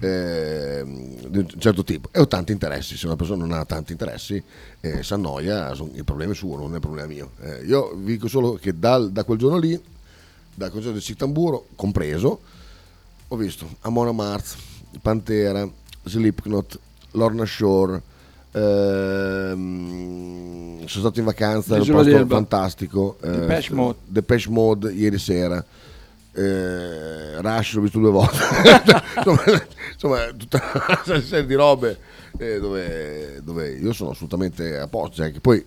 Speaker 2: eh, di un certo tipo e ho tanti interessi, se una persona non ha tanti interessi eh, si annoia, son- il problema è suo, non è il problema mio. Eh, io vi dico solo che dal- da quel giorno lì, dal concerto di Citamburo compreso, ho visto Amona Mars, Pantera, Slipknot, Lorna Shore. ehm, sono stato in vacanza in un
Speaker 3: L'isola
Speaker 2: posto
Speaker 3: d'Elba.
Speaker 2: fantastico eh,
Speaker 3: Depeche Mode.
Speaker 2: Depeche Mode ieri sera eh, Rush l'ho visto
Speaker 3: *laughs*
Speaker 2: due volte insomma, insomma, tutta una serie di robe eh, dove, dove io sono assolutamente a posto cioè, che poi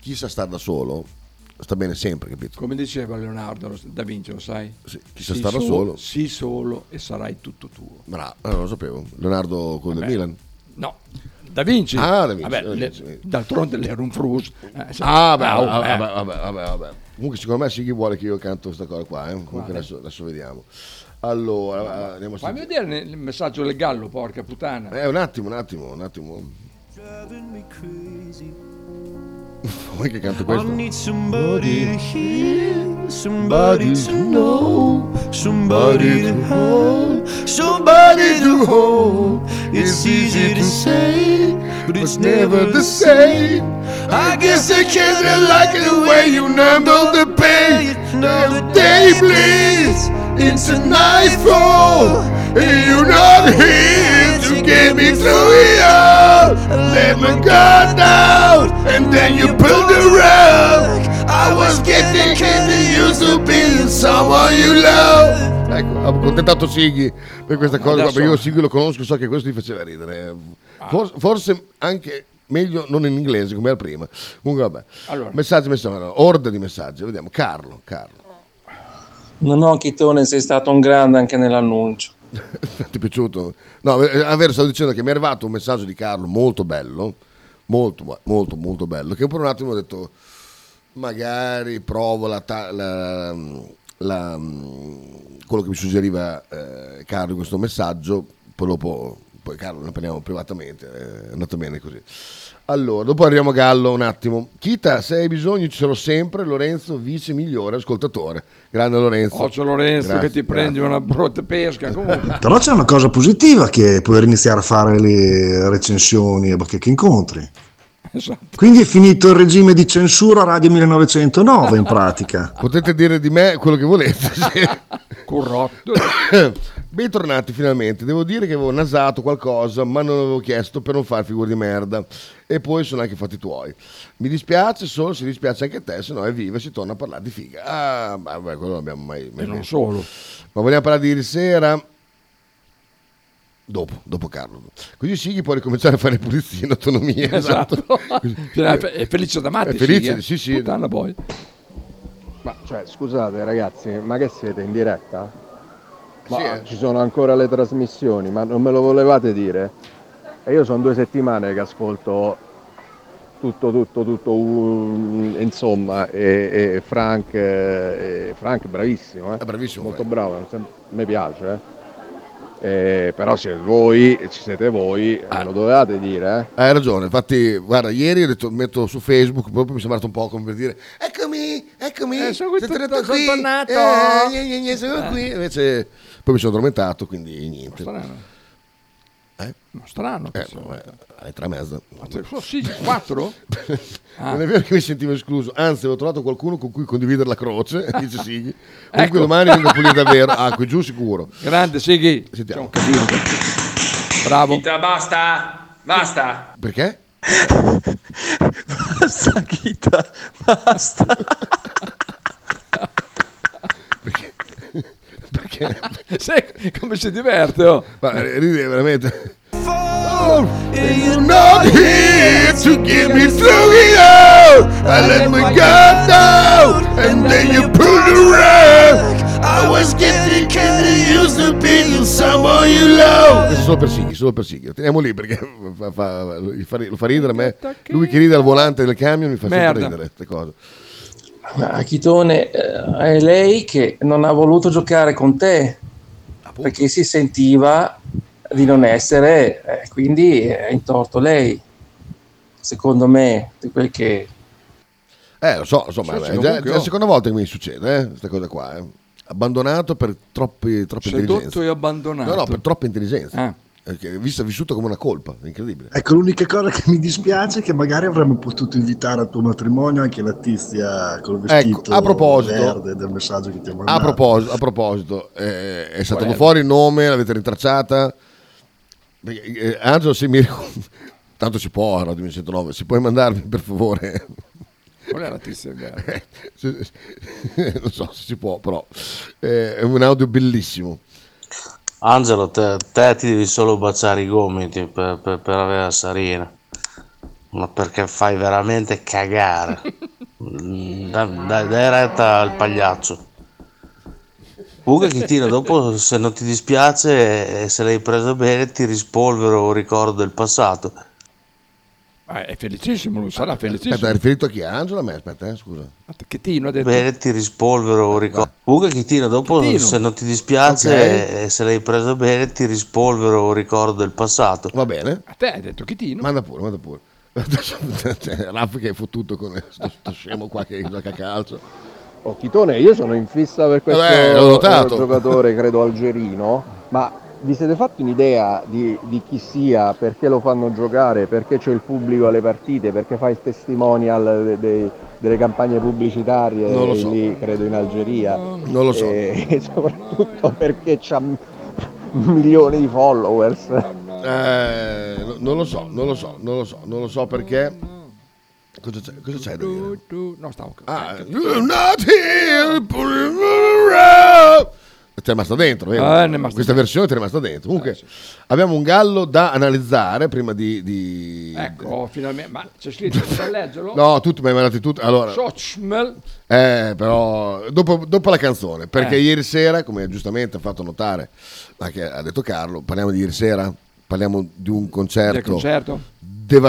Speaker 2: chi sa star da solo sta bene sempre capito
Speaker 3: Come diceva Leonardo lo- da Vinci, lo sai?
Speaker 2: Sì, chi sa stare da solo.
Speaker 3: Sì, solo e sarai tutto tuo.
Speaker 2: bravo ah, non lo sapevo Leonardo con del
Speaker 3: Vabbè.
Speaker 2: Milan
Speaker 3: No, Da Vinci.
Speaker 2: Ah, Da Vinci,
Speaker 3: Vabbè,
Speaker 2: Da Vinci.
Speaker 3: le- d'altronde l'era un fruso. Eh, sì.
Speaker 2: Ah, beh,
Speaker 3: Ah, oh,
Speaker 2: vabbè,
Speaker 3: eh.
Speaker 2: vabbè, vabbè, vabbè, vabbè. Comunque, secondo me, Sighi vuole che io canto questa cosa qua. eh. Comunque, adesso, adesso vediamo. Allora, andiamo a
Speaker 3: Fammi
Speaker 2: sentire.
Speaker 3: vedere il messaggio del gallo, porca puttana.
Speaker 2: Eh, un attimo, un attimo, un attimo. Vuoi che canto questo? Ecco, ho contentato Sighi per questa cosa, qua,
Speaker 3: adesso- Ah.
Speaker 2: perché io Sighi lo conosco, so che questo gli faceva ridere. For- forse anche meglio non in inglese come era prima. Comunque vabbè.
Speaker 3: Allora.
Speaker 2: Messaggi, messaggi, allora, orde di messaggi, vediamo. Carlo, Carlo.
Speaker 10: No, no, Chitone, sei stato un grande anche nell'annuncio.
Speaker 2: *laughs* Ti è piaciuto? No, eh, è vero, stavo dicendo che mi è arrivato un messaggio di Carlo molto bello, molto, ma- molto, molto bello, che per un attimo ho detto, magari provo la, ta- la- la- quello che mi suggeriva eh, Carlo in questo messaggio, poi dopo, poi Carlo ne parliamo privatamente, eh, è andato bene così. Allora, dopo arriviamo a Gallo un attimo. Chita, se hai bisogno ci sarò sempre, Lorenzo, vice migliore ascoltatore. Grande Lorenzo.
Speaker 3: Occhio Lorenzo
Speaker 2: Grazie,
Speaker 3: che ti prendi una brutta pesca. Comunque, *laughs*
Speaker 11: Però c'è una cosa positiva che puoi iniziare a fare le recensioni e bacchette incontri.
Speaker 3: esatto.
Speaker 11: Quindi è finito il regime di censura Radio 1909 in pratica.
Speaker 2: Potete dire di me quello che volete.
Speaker 3: *laughs*
Speaker 2: sì.
Speaker 3: Corrotto.
Speaker 2: *coughs* Bentornati finalmente. Devo dire che avevo nasato qualcosa, ma non avevo chiesto per non far figure di merda. E poi sono anche fatti tuoi. Mi dispiace solo se dispiace anche a te, se no è viva si torna a parlare di figa. Ah, ma vabbè, quello non abbiamo mai, mai
Speaker 3: E non
Speaker 2: detto.
Speaker 3: solo.
Speaker 2: Ma vogliamo parlare di ieri sera? Dopo, dopo Carlo. Così Sighi può ricominciare a fare pulizia
Speaker 3: *laughs*
Speaker 2: in autonomia.
Speaker 3: Esatto. Cioè, è felice da matti.
Speaker 2: È felice,
Speaker 3: eh.
Speaker 2: sì, sì.
Speaker 3: Puttana poi.
Speaker 12: Ma cioè, scusate ragazzi, ma che siete in diretta? Ma
Speaker 2: Sì, eh.
Speaker 12: ci sono ancora le trasmissioni, ma non me lo volevate dire? E io sono due settimane che ascolto tutto, tutto, tutto, um, insomma, e, e Frank, eh, e Frank bravissimo, eh?
Speaker 2: È bravissimo.
Speaker 12: molto
Speaker 2: Frank.
Speaker 12: bravo, non sem- mi piace. eh. Eh, però siete voi, ci siete voi, me lo dovevate dire, eh?
Speaker 2: Ah. Hai ragione, infatti, guarda, ieri ho detto, metto su Facebook, proprio mi è sembrato un po' come per dire eccomi, eccomi,
Speaker 3: Eh, sono qui,
Speaker 2: tornato
Speaker 3: sono tornato."
Speaker 2: eh, gne, gne, *laughs* gne, sono qui. Invece poi mi sono addormentato, quindi niente.
Speaker 3: Strano.
Speaker 2: Eh?
Speaker 3: Ma strano.
Speaker 2: Eh, vabbè, alle tre e mezza. Oh,
Speaker 3: Sono sì, quattro?
Speaker 2: *laughs* Non
Speaker 3: Ah.
Speaker 2: è vero che mi sentivo escluso, anzi avevo trovato qualcuno con cui condividere la croce, *laughs* dice
Speaker 3: *laughs*
Speaker 2: Sighi. Comunque
Speaker 3: Ecco.
Speaker 2: domani vengo a pulire davvero, ah, qui giù sicuro.
Speaker 3: Grande Sighi. C'è
Speaker 2: Sentiamo.
Speaker 3: un casino. Bravo.
Speaker 10: basta, basta.
Speaker 2: Perché?
Speaker 10: Basta, Chita, basta.
Speaker 2: *laughs* Perché?
Speaker 3: *laughs* Sai come si diverte? oh?
Speaker 2: Ma ride veramente. You're not here to get me through it all. I let my guard down, and then you pulled the rug. I was getting kinda used to being someone you love. Solo per Sighi, solo per Sighi. Lo Teniamo lì perché fa- fa- lo, fa, lo fa ridere a me. Lui che ride al volante del camion mi fa sempre
Speaker 3: Merda.
Speaker 2: ridere queste cose.
Speaker 10: Ma Chitone, eh, è lei che non ha voluto giocare con te perché si sentiva di non essere, eh, quindi è in torto lei, secondo me, di quel che
Speaker 2: Eh, lo so, insomma,
Speaker 3: Sì, sì,
Speaker 2: è, già,
Speaker 3: Cioè, comunque
Speaker 10: oh,
Speaker 2: è la
Speaker 3: ho.
Speaker 2: seconda volta che mi succede, eh, questa cosa qua. eh. Abbandonato per troppe, troppe intelligenze.
Speaker 13: Sedotto e abbandonato.
Speaker 2: No, no, per troppa intelligenza. Perché Visto, vissuto come una colpa, incredibile.
Speaker 14: Ecco, l'unica cosa che mi dispiace è che magari avremmo potuto invitare al tuo matrimonio anche la tizia col vestito
Speaker 2: Ecco, a proposito-
Speaker 14: verde del messaggio che ti ho mandato.
Speaker 2: A proposito, a proposito, eh, è stato
Speaker 14: Qual è?
Speaker 2: fuori il nome, l'avete rintracciata. Perché, eh, Angelo, se mi ricordo- *laughs* tanto si può, Radio 109, si puoi mandarmi per favore? *laughs*
Speaker 13: Qual è la tizia verde?
Speaker 2: Se- se- non so se si può, però eh, è un audio bellissimo.
Speaker 15: Angelo, te, te ti devi solo baciare i gomiti per, per- per avere la sarina, ma perché fai
Speaker 2: *laughs*
Speaker 15: veramente cagare. Mm, Dai, dai, dai retta al pagliaccio. Comunque Chitino, dopo se non ti dispiace e se l'hai preso bene ti rispolvero un ricordo del passato.
Speaker 2: Ah, è
Speaker 15: felicissimo,
Speaker 2: lui
Speaker 15: sarà felicissimo.
Speaker 2: Aspetta, è riferito a chi? Angela? Me, aspetta, eh, scusa.
Speaker 15: Che Tino ha detto. Bene, ti rispolvero un ricordo. Comunque Chitino, dopo
Speaker 2: Chitino.
Speaker 15: se non ti dispiace
Speaker 2: Ok.
Speaker 15: e se l'hai preso bene ti rispolvero un ricordo del passato.
Speaker 2: Va bene.
Speaker 15: A te hai detto Chitino.
Speaker 2: Manda pure, manda pure. *laughs* Cioè, Raff che è fottuto con questo scemo qua che gioca a calcio.
Speaker 1: Oh, Chitone, io sono in fissa per questo
Speaker 2: Vabbè, l'ho notato.
Speaker 1: eh, giocatore, credo algerino, ma vi siete fatti un'idea di, di chi sia, perché lo fanno giocare, perché c'è il pubblico alle partite, perché fa il testimonial de- de- delle campagne pubblicitarie
Speaker 2: Non lo so.
Speaker 1: lì, credo in Algeria.
Speaker 2: Non lo so.
Speaker 1: E, *laughs* e soprattutto perché c'ha m- milioni di followers.
Speaker 2: Eh, no- non lo so, non lo so, non lo so, non lo so perché. Cosa c'è, cosa c'è da dire?
Speaker 3: No, stavo.
Speaker 2: Ah, you're not here, put it around. Ti è rimasta dentro, vero?
Speaker 3: Ah, ne è Eh, rimasta
Speaker 2: Questa versione ti è rimasta dentro. Comunque, abbiamo un gallo da analizzare prima di. di-
Speaker 3: Ecco, finalmente. Ma c'è
Speaker 2: *laughs*
Speaker 3: scritto, posso leggerlo?
Speaker 2: No, tutti mi hai mandato tutto. Allora,
Speaker 3: Sochmel.
Speaker 2: Eh, però dopo, dopo la canzone, perché
Speaker 3: Eh.
Speaker 2: ieri sera, come giustamente ha fatto notare, ma che ha detto Carlo, parliamo di ieri sera, parliamo di un
Speaker 3: Del
Speaker 10: Ecco,
Speaker 2: concerto,
Speaker 10: certo.
Speaker 3: concerto.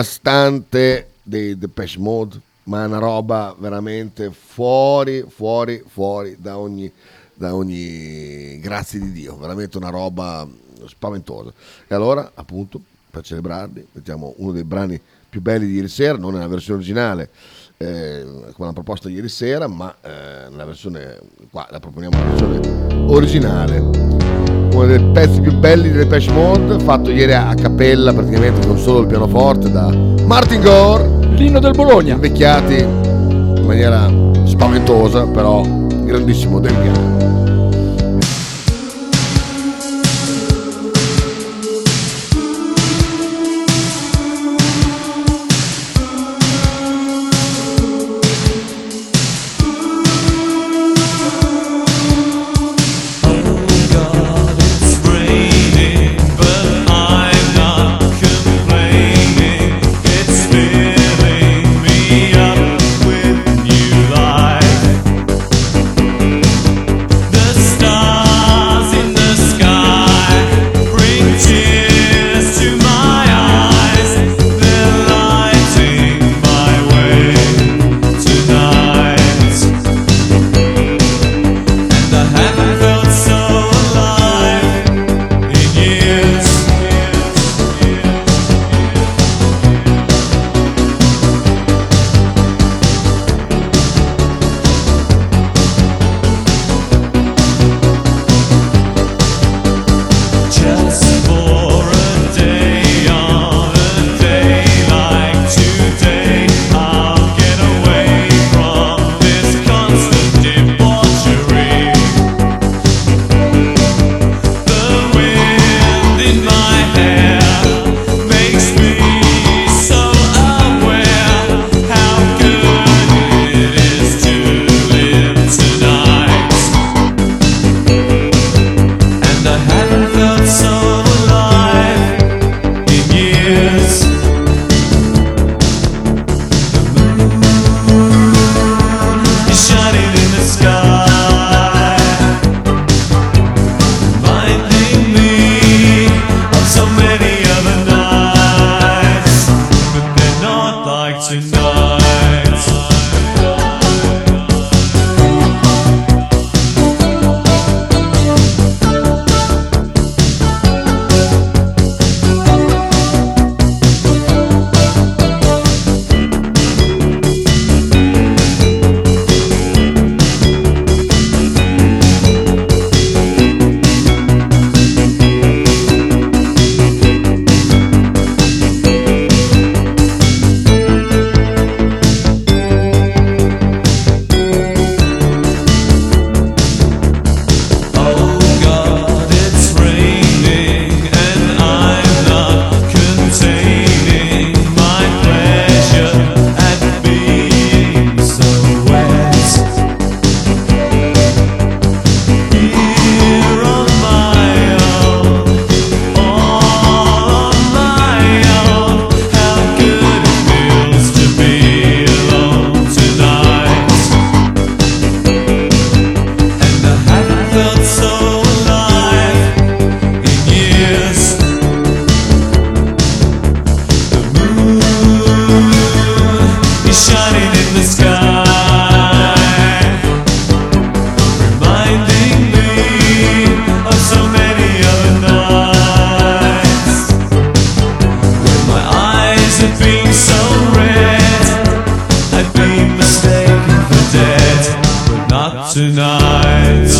Speaker 2: devastante dei Depeche Mode, ma una roba veramente fuori, fuori, fuori da ogni, da ogni grazie di Dio, veramente una roba spaventosa. E allora, appunto, per celebrarli, mettiamo uno dei brani più belli di ieri sera, non nella versione originale, eh, come l'ha proposta ieri sera, ma eh, nella versione qua la proponiamo nella versione originale. Uno dei pezzi più belli delle Depeche Mode, fatto ieri a cappella praticamente con solo il pianoforte da Martin Gore, l'inno del Bologna, invecchiati in maniera spaventosa, però grandissimo del piano.
Speaker 16: Up with new life. The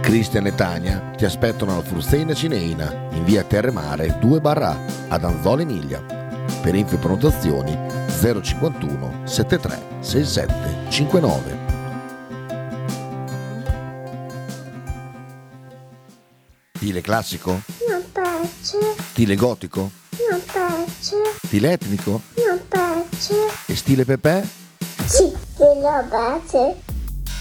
Speaker 1: Cristian e Tania ti aspettano alla Frusteina Cineina in via Terremare 2 barra ad Anzola Emilia. Per info e prenotazioni 051 73 67 59. Stile classico?
Speaker 17: Non piace,
Speaker 1: Stile gotico?
Speaker 17: non piace,
Speaker 1: Stile etnico?
Speaker 17: non piace.
Speaker 1: E stile Pepe?
Speaker 17: Sì, me lo piace.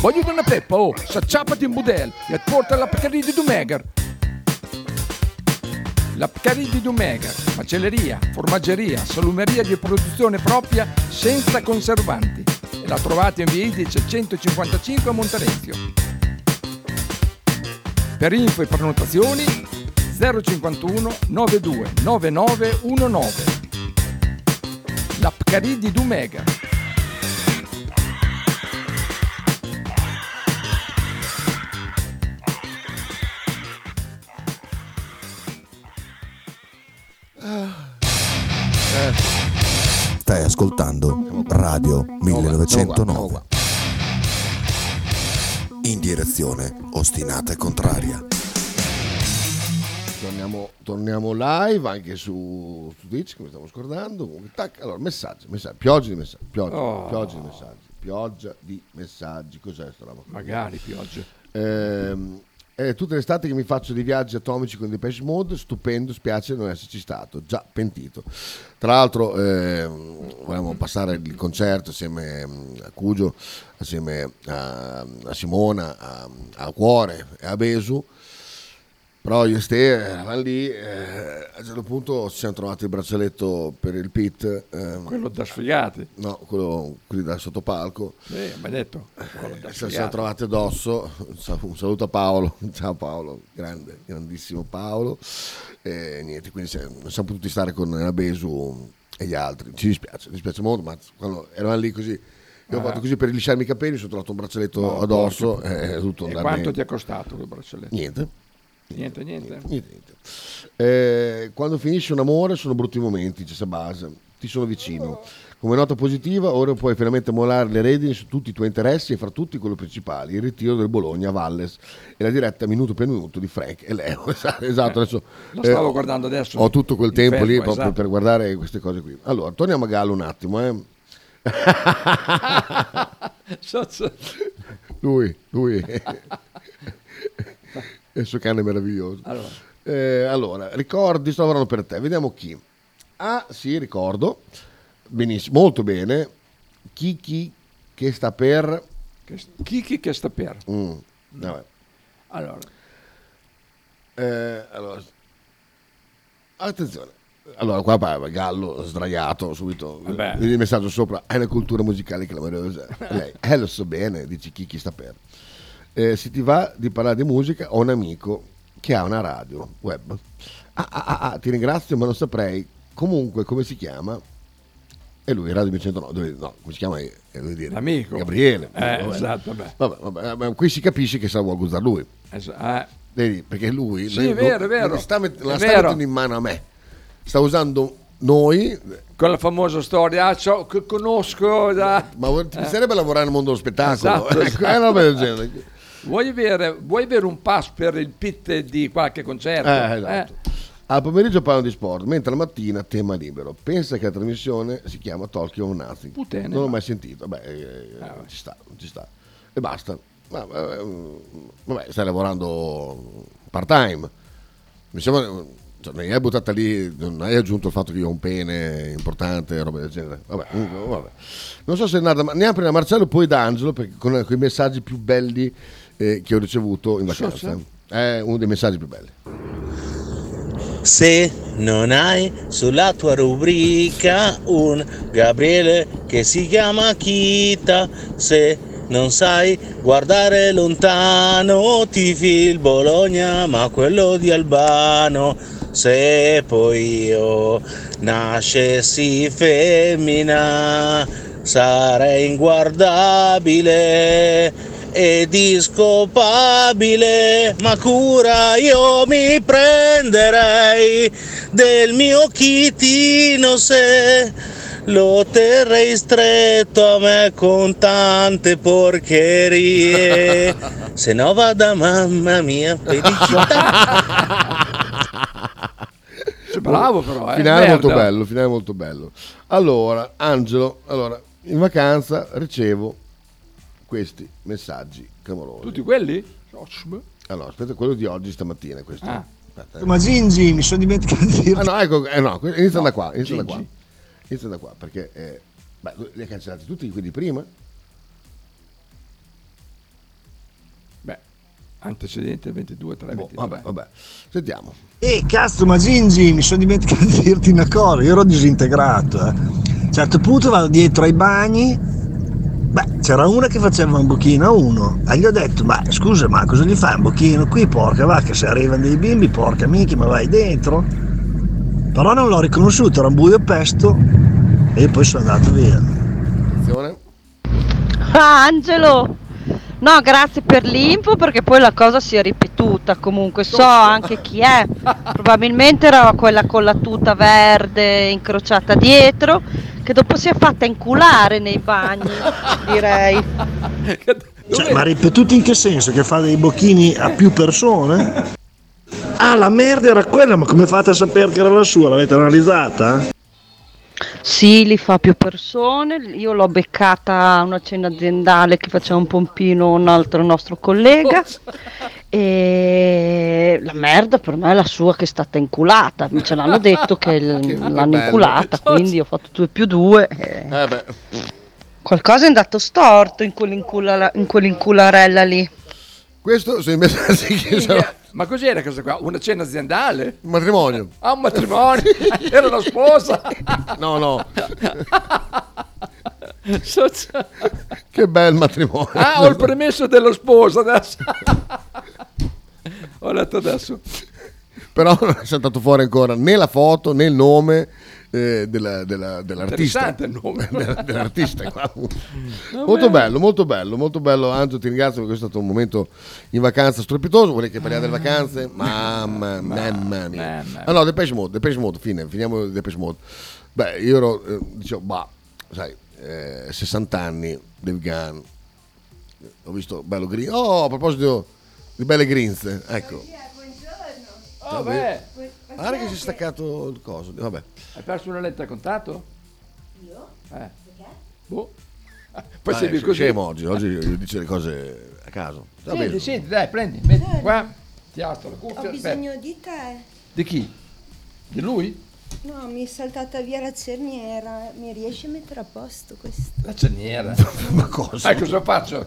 Speaker 3: Voglio una peppa, oh, s'acciappati in budel e porta la Pcaridi di Dumegar. La Pcaridi di Dumegar, macelleria, formaggeria, salumeria di produzione propria senza conservanti. E la trovate in via Idice 155 a Monterezio. Per info e prenotazioni 051 92 9919. La Pcaridi di Dumegar.
Speaker 9: Eh,
Speaker 1: Stai ascoltando Radio 1909. In direzione ostinata e contraria.
Speaker 2: Torniamo, torniamo live anche su, su Twitch che mi stavo scordando. Comunque, tac, allora, messaggi, messaggi, pioggia di messaggi, pioggia,
Speaker 3: Oh.
Speaker 2: pioggia di messaggi, pioggia di messaggi. Cos'è sta roba? qua?
Speaker 3: Magari pioggia.
Speaker 2: Ehm, è tutte le estate che mi faccio dei viaggi atomici con Depeche Mode, stupendo, spiace non esserci stato, già pentito. Tra l'altro ehm, volevamo passare il concerto assieme mm, a Cugio, assieme a, a Simona, a, a Cuore e a Besu, però io e Ste eravamo lì, eh, a un certo punto ci siamo trovati il braccialetto per il pit. ehm,
Speaker 3: Quello da sfigati.
Speaker 2: No, quello, quelli da sottopalco.
Speaker 3: Sì, Eh, mi hai detto. Quello da
Speaker 2: Eh, Se lo siamo
Speaker 3: sfigati.
Speaker 2: trovati addosso, un sa- un saluto a Paolo, *laughs* ciao Paolo, grande, grandissimo Paolo. E niente, quindi se- non siamo potuti stare con la Besu e gli altri, ci dispiace, mi dispiace molto, ma quando eravamo lì così, io ho
Speaker 3: Ah.
Speaker 2: fatto così per lisciarmi i capelli, mi sono trovato un braccialetto
Speaker 3: No,
Speaker 2: addosso
Speaker 3: porca-
Speaker 2: e è tutto
Speaker 3: E
Speaker 2: andato
Speaker 3: quanto
Speaker 2: bene.
Speaker 3: ti è costato quel braccialetto?
Speaker 2: Niente.
Speaker 3: Niente, niente.
Speaker 2: Eh, quando finisce un amore sono brutti momenti, c'è base, ti sono vicino. Come nota positiva, ora puoi finalmente molare le redini su tutti i tuoi interessi e fra tutti quello principale, il ritiro del Bologna a Valles e la diretta minuto per minuto di Frank e Leo. *laughs* Esatto, esatto, adesso
Speaker 3: Eh, Lo stavo
Speaker 2: eh,
Speaker 3: guardando adesso.
Speaker 2: Ho tutto quel
Speaker 3: In
Speaker 2: tempo lì
Speaker 3: fermo,
Speaker 2: proprio
Speaker 3: esatto.
Speaker 2: per guardare queste cose qui. Allora, torniamo a Gallo un attimo, eh. lui, lui. *laughs* Il suo cane è meraviglioso.
Speaker 3: Allora.
Speaker 2: Eh, allora, ricordi sto lavorando per te, vediamo chi. Ah, sì, ricordo. Benissimo, molto bene. Chi chi che sta per
Speaker 3: Che- Chi, chi che sta per?
Speaker 2: Mm, vabbè.
Speaker 3: Allora,
Speaker 2: Eh, allora, attenzione. Allora, qua parla Gallo sdraiato subito.
Speaker 18: Vabbè.
Speaker 2: Il messaggio sopra: Hai una cultura musicale clamorosa.
Speaker 3: *laughs*
Speaker 2: E Lei, eh, lo so bene, dici chi chi sta per. Eh, se ti va di parlare di musica, ho un amico che ha una radio web. Ah, ah, ah, ah, ti ringrazio, ma non saprei comunque come si chiama. E lui, Radio 109, dove- no, come si chiama? Eh, voglio dire,
Speaker 3: L'amico.
Speaker 2: Gabriele.
Speaker 3: Eh, esatto, vabbè.
Speaker 2: Vabbè, vabbè, eh, ma qui si capisce che sa guardare lui. Vedi, perché lui
Speaker 3: eh. Sì, è vero, è vero.
Speaker 2: non sta, met- la
Speaker 3: È
Speaker 2: sta
Speaker 3: vero.
Speaker 2: mettendo in mano a me. Sta usando noi.
Speaker 3: Quella famosa storia, ah, ciao, che conosco da... eh.
Speaker 2: Ma vuol- ti piacerebbe lavorare nel mondo dello spettacolo?
Speaker 3: Esatto,
Speaker 2: *laughs* Ecco,
Speaker 3: esatto.
Speaker 2: è una roba del genere.
Speaker 3: Vuoi avere, vuoi avere un pass per il pit di qualche concerto?
Speaker 2: Eh, esatto. Al pomeriggio parlano di sport, mentre la mattina tema libero. Pensa che la trasmissione si chiama Talking of Nothing.
Speaker 3: Puttane,
Speaker 2: non l'ho
Speaker 3: ma-
Speaker 2: mai sentito. Beh, eh, ci sta, ci sta. E basta. Ma, eh, mm, vabbè, stai lavorando part time. Mi sembra. Cioè, non hai buttata lì, non hai aggiunto il fatto che io ho un pene importante, roba del genere. Vabbè, comunque, vabbè. Non so se è andata, ma neanche prima Marcello, poi D'Angelo, perché con, con i messaggi più belli eh, che ho ricevuto in
Speaker 16: So,
Speaker 2: vacanza. È uno dei messaggi più belli.
Speaker 19: Se non hai sulla tua rubrica un Gabriele che si chiama Kita, se non sai guardare lontano, tifi il Bologna, ma quello di Albano. Se poi io nascessi femmina, sarei inguardabile e discopabile, ma cura io mi prenderei del mio chitino se lo terrei stretto a me con tante porcherie, se no vada mamma mia felicità.
Speaker 2: Cioè,
Speaker 3: Bravo però, eh.
Speaker 2: Finale
Speaker 3: Merda.
Speaker 2: molto bello, finale molto bello. Allora, Angelo, allora, in vacanza ricevo questi messaggi clamorosi.
Speaker 3: Tutti quelli?
Speaker 2: Allora, aspetta, quello di oggi stamattina questo.
Speaker 3: Ah.
Speaker 2: Aspetta, eh.
Speaker 14: Ma Gingi, mi sono dimenticato di dirti.
Speaker 2: Ah no, ecco, eh, no, que- inizia da qua, inizia da
Speaker 14: Gigi.
Speaker 2: qua. Inizia da qua, perché eh, beh, li ha cancellati tutti quelli prima?
Speaker 3: Beh, antecedente 22, 3,
Speaker 2: Boh, vabbè, vabbè. Sentiamo.
Speaker 14: Eh, cazzo, ma Gingi, mi sono dimenticato di dirti una cosa, io ero disintegrato. eh. A un certo punto vado dietro ai bagni, beh, c'era una che faceva un bocchino a uno, e gli ho detto, ma scusa, ma cosa gli fai un bocchino qui, porca vacca, se arrivano dei bimbi, porca minchia, ma vai dentro? Però non l'ho riconosciuto, era un buio pesto, e poi sono andato via.
Speaker 2: Attenzione.
Speaker 20: *laughs* Ah, Angelo! No, grazie per l'info perché poi la cosa si è ripetuta comunque, so anche chi è, probabilmente era quella con la tuta verde incrociata dietro che dopo si è fatta inculare nei bagni, direi.
Speaker 14: Cioè, ma ripetuti in che senso? Che fa dei bocchini a più persone? Ah, la merda era quella, ma come fate a sapere che era la sua? L'avete analizzata?
Speaker 20: Sì, li fa più persone. Io l'ho beccata a una cena aziendale che faceva un pompino un altro nostro collega. E la merda per me è la sua che è stata inculata. Mi ce l'hanno detto che l- l'hanno
Speaker 21: bello.
Speaker 20: inculata, quindi ho fatto 2 più 2.
Speaker 2: Eh beh.
Speaker 20: Qualcosa è andato storto in, quell'inculala- in quell'incularella lì.
Speaker 2: Questo sono i *laughs* messaggi che sono...
Speaker 3: eh. Ma cos'era questa qua? Una cena aziendale?
Speaker 2: Un matrimonio.
Speaker 3: Ah, un
Speaker 2: *laughs*
Speaker 3: matrimonio? Era la sposa? *laughs*
Speaker 2: No, no. Che bel matrimonio.
Speaker 3: Ah, ho il permesso della sposa adesso. *laughs* ho letto adesso.
Speaker 2: *laughs* Però non è saltato fuori ancora né la foto né il nome eh, della- della- dell'artista.
Speaker 3: Interessante il
Speaker 2: *laughs*
Speaker 3: nome.
Speaker 2: Della- dell'artista *laughs* qua.
Speaker 3: bene.
Speaker 2: molto bello, molto bello, molto bello. Angelo, ti ringrazio perché questo è stato un momento in vacanza strepitoso. Volevi che parliamo delle vacanze? Mamma, Mm. mamma mia. Ah no, Depeche Mode, Depeche Mode, fine, finiamo Depeche Mode. Beh, io ero, eh, dicevo, bah, sai, eh, 60 anni, Dave Gunn, ho visto Bello Green. Oh, a proposito di belle grinze, ecco.
Speaker 3: Oh, beh,
Speaker 2: Guarda che si è staccato il coso. Vabbè.
Speaker 3: hai perso una lettera a contatto? Io? Eh. Boh. Poi
Speaker 2: Dai,
Speaker 3: sei
Speaker 2: sei
Speaker 3: così.
Speaker 2: scemo oggi, oggi io dice le cose a caso. Va
Speaker 3: Senti,
Speaker 2: bene.
Speaker 3: senti, dai, prendi, metti qua. Ti alzo la cuffia.
Speaker 6: Cioè,
Speaker 21: Ho
Speaker 3: aspetta.
Speaker 21: bisogno di te.
Speaker 3: Di chi? Di lui?
Speaker 21: No, mi è saltata via la cerniera. Mi riesci a mettere a posto questo?
Speaker 3: La cerniera.
Speaker 2: *laughs* Ma cosa?
Speaker 3: Sai cosa faccio?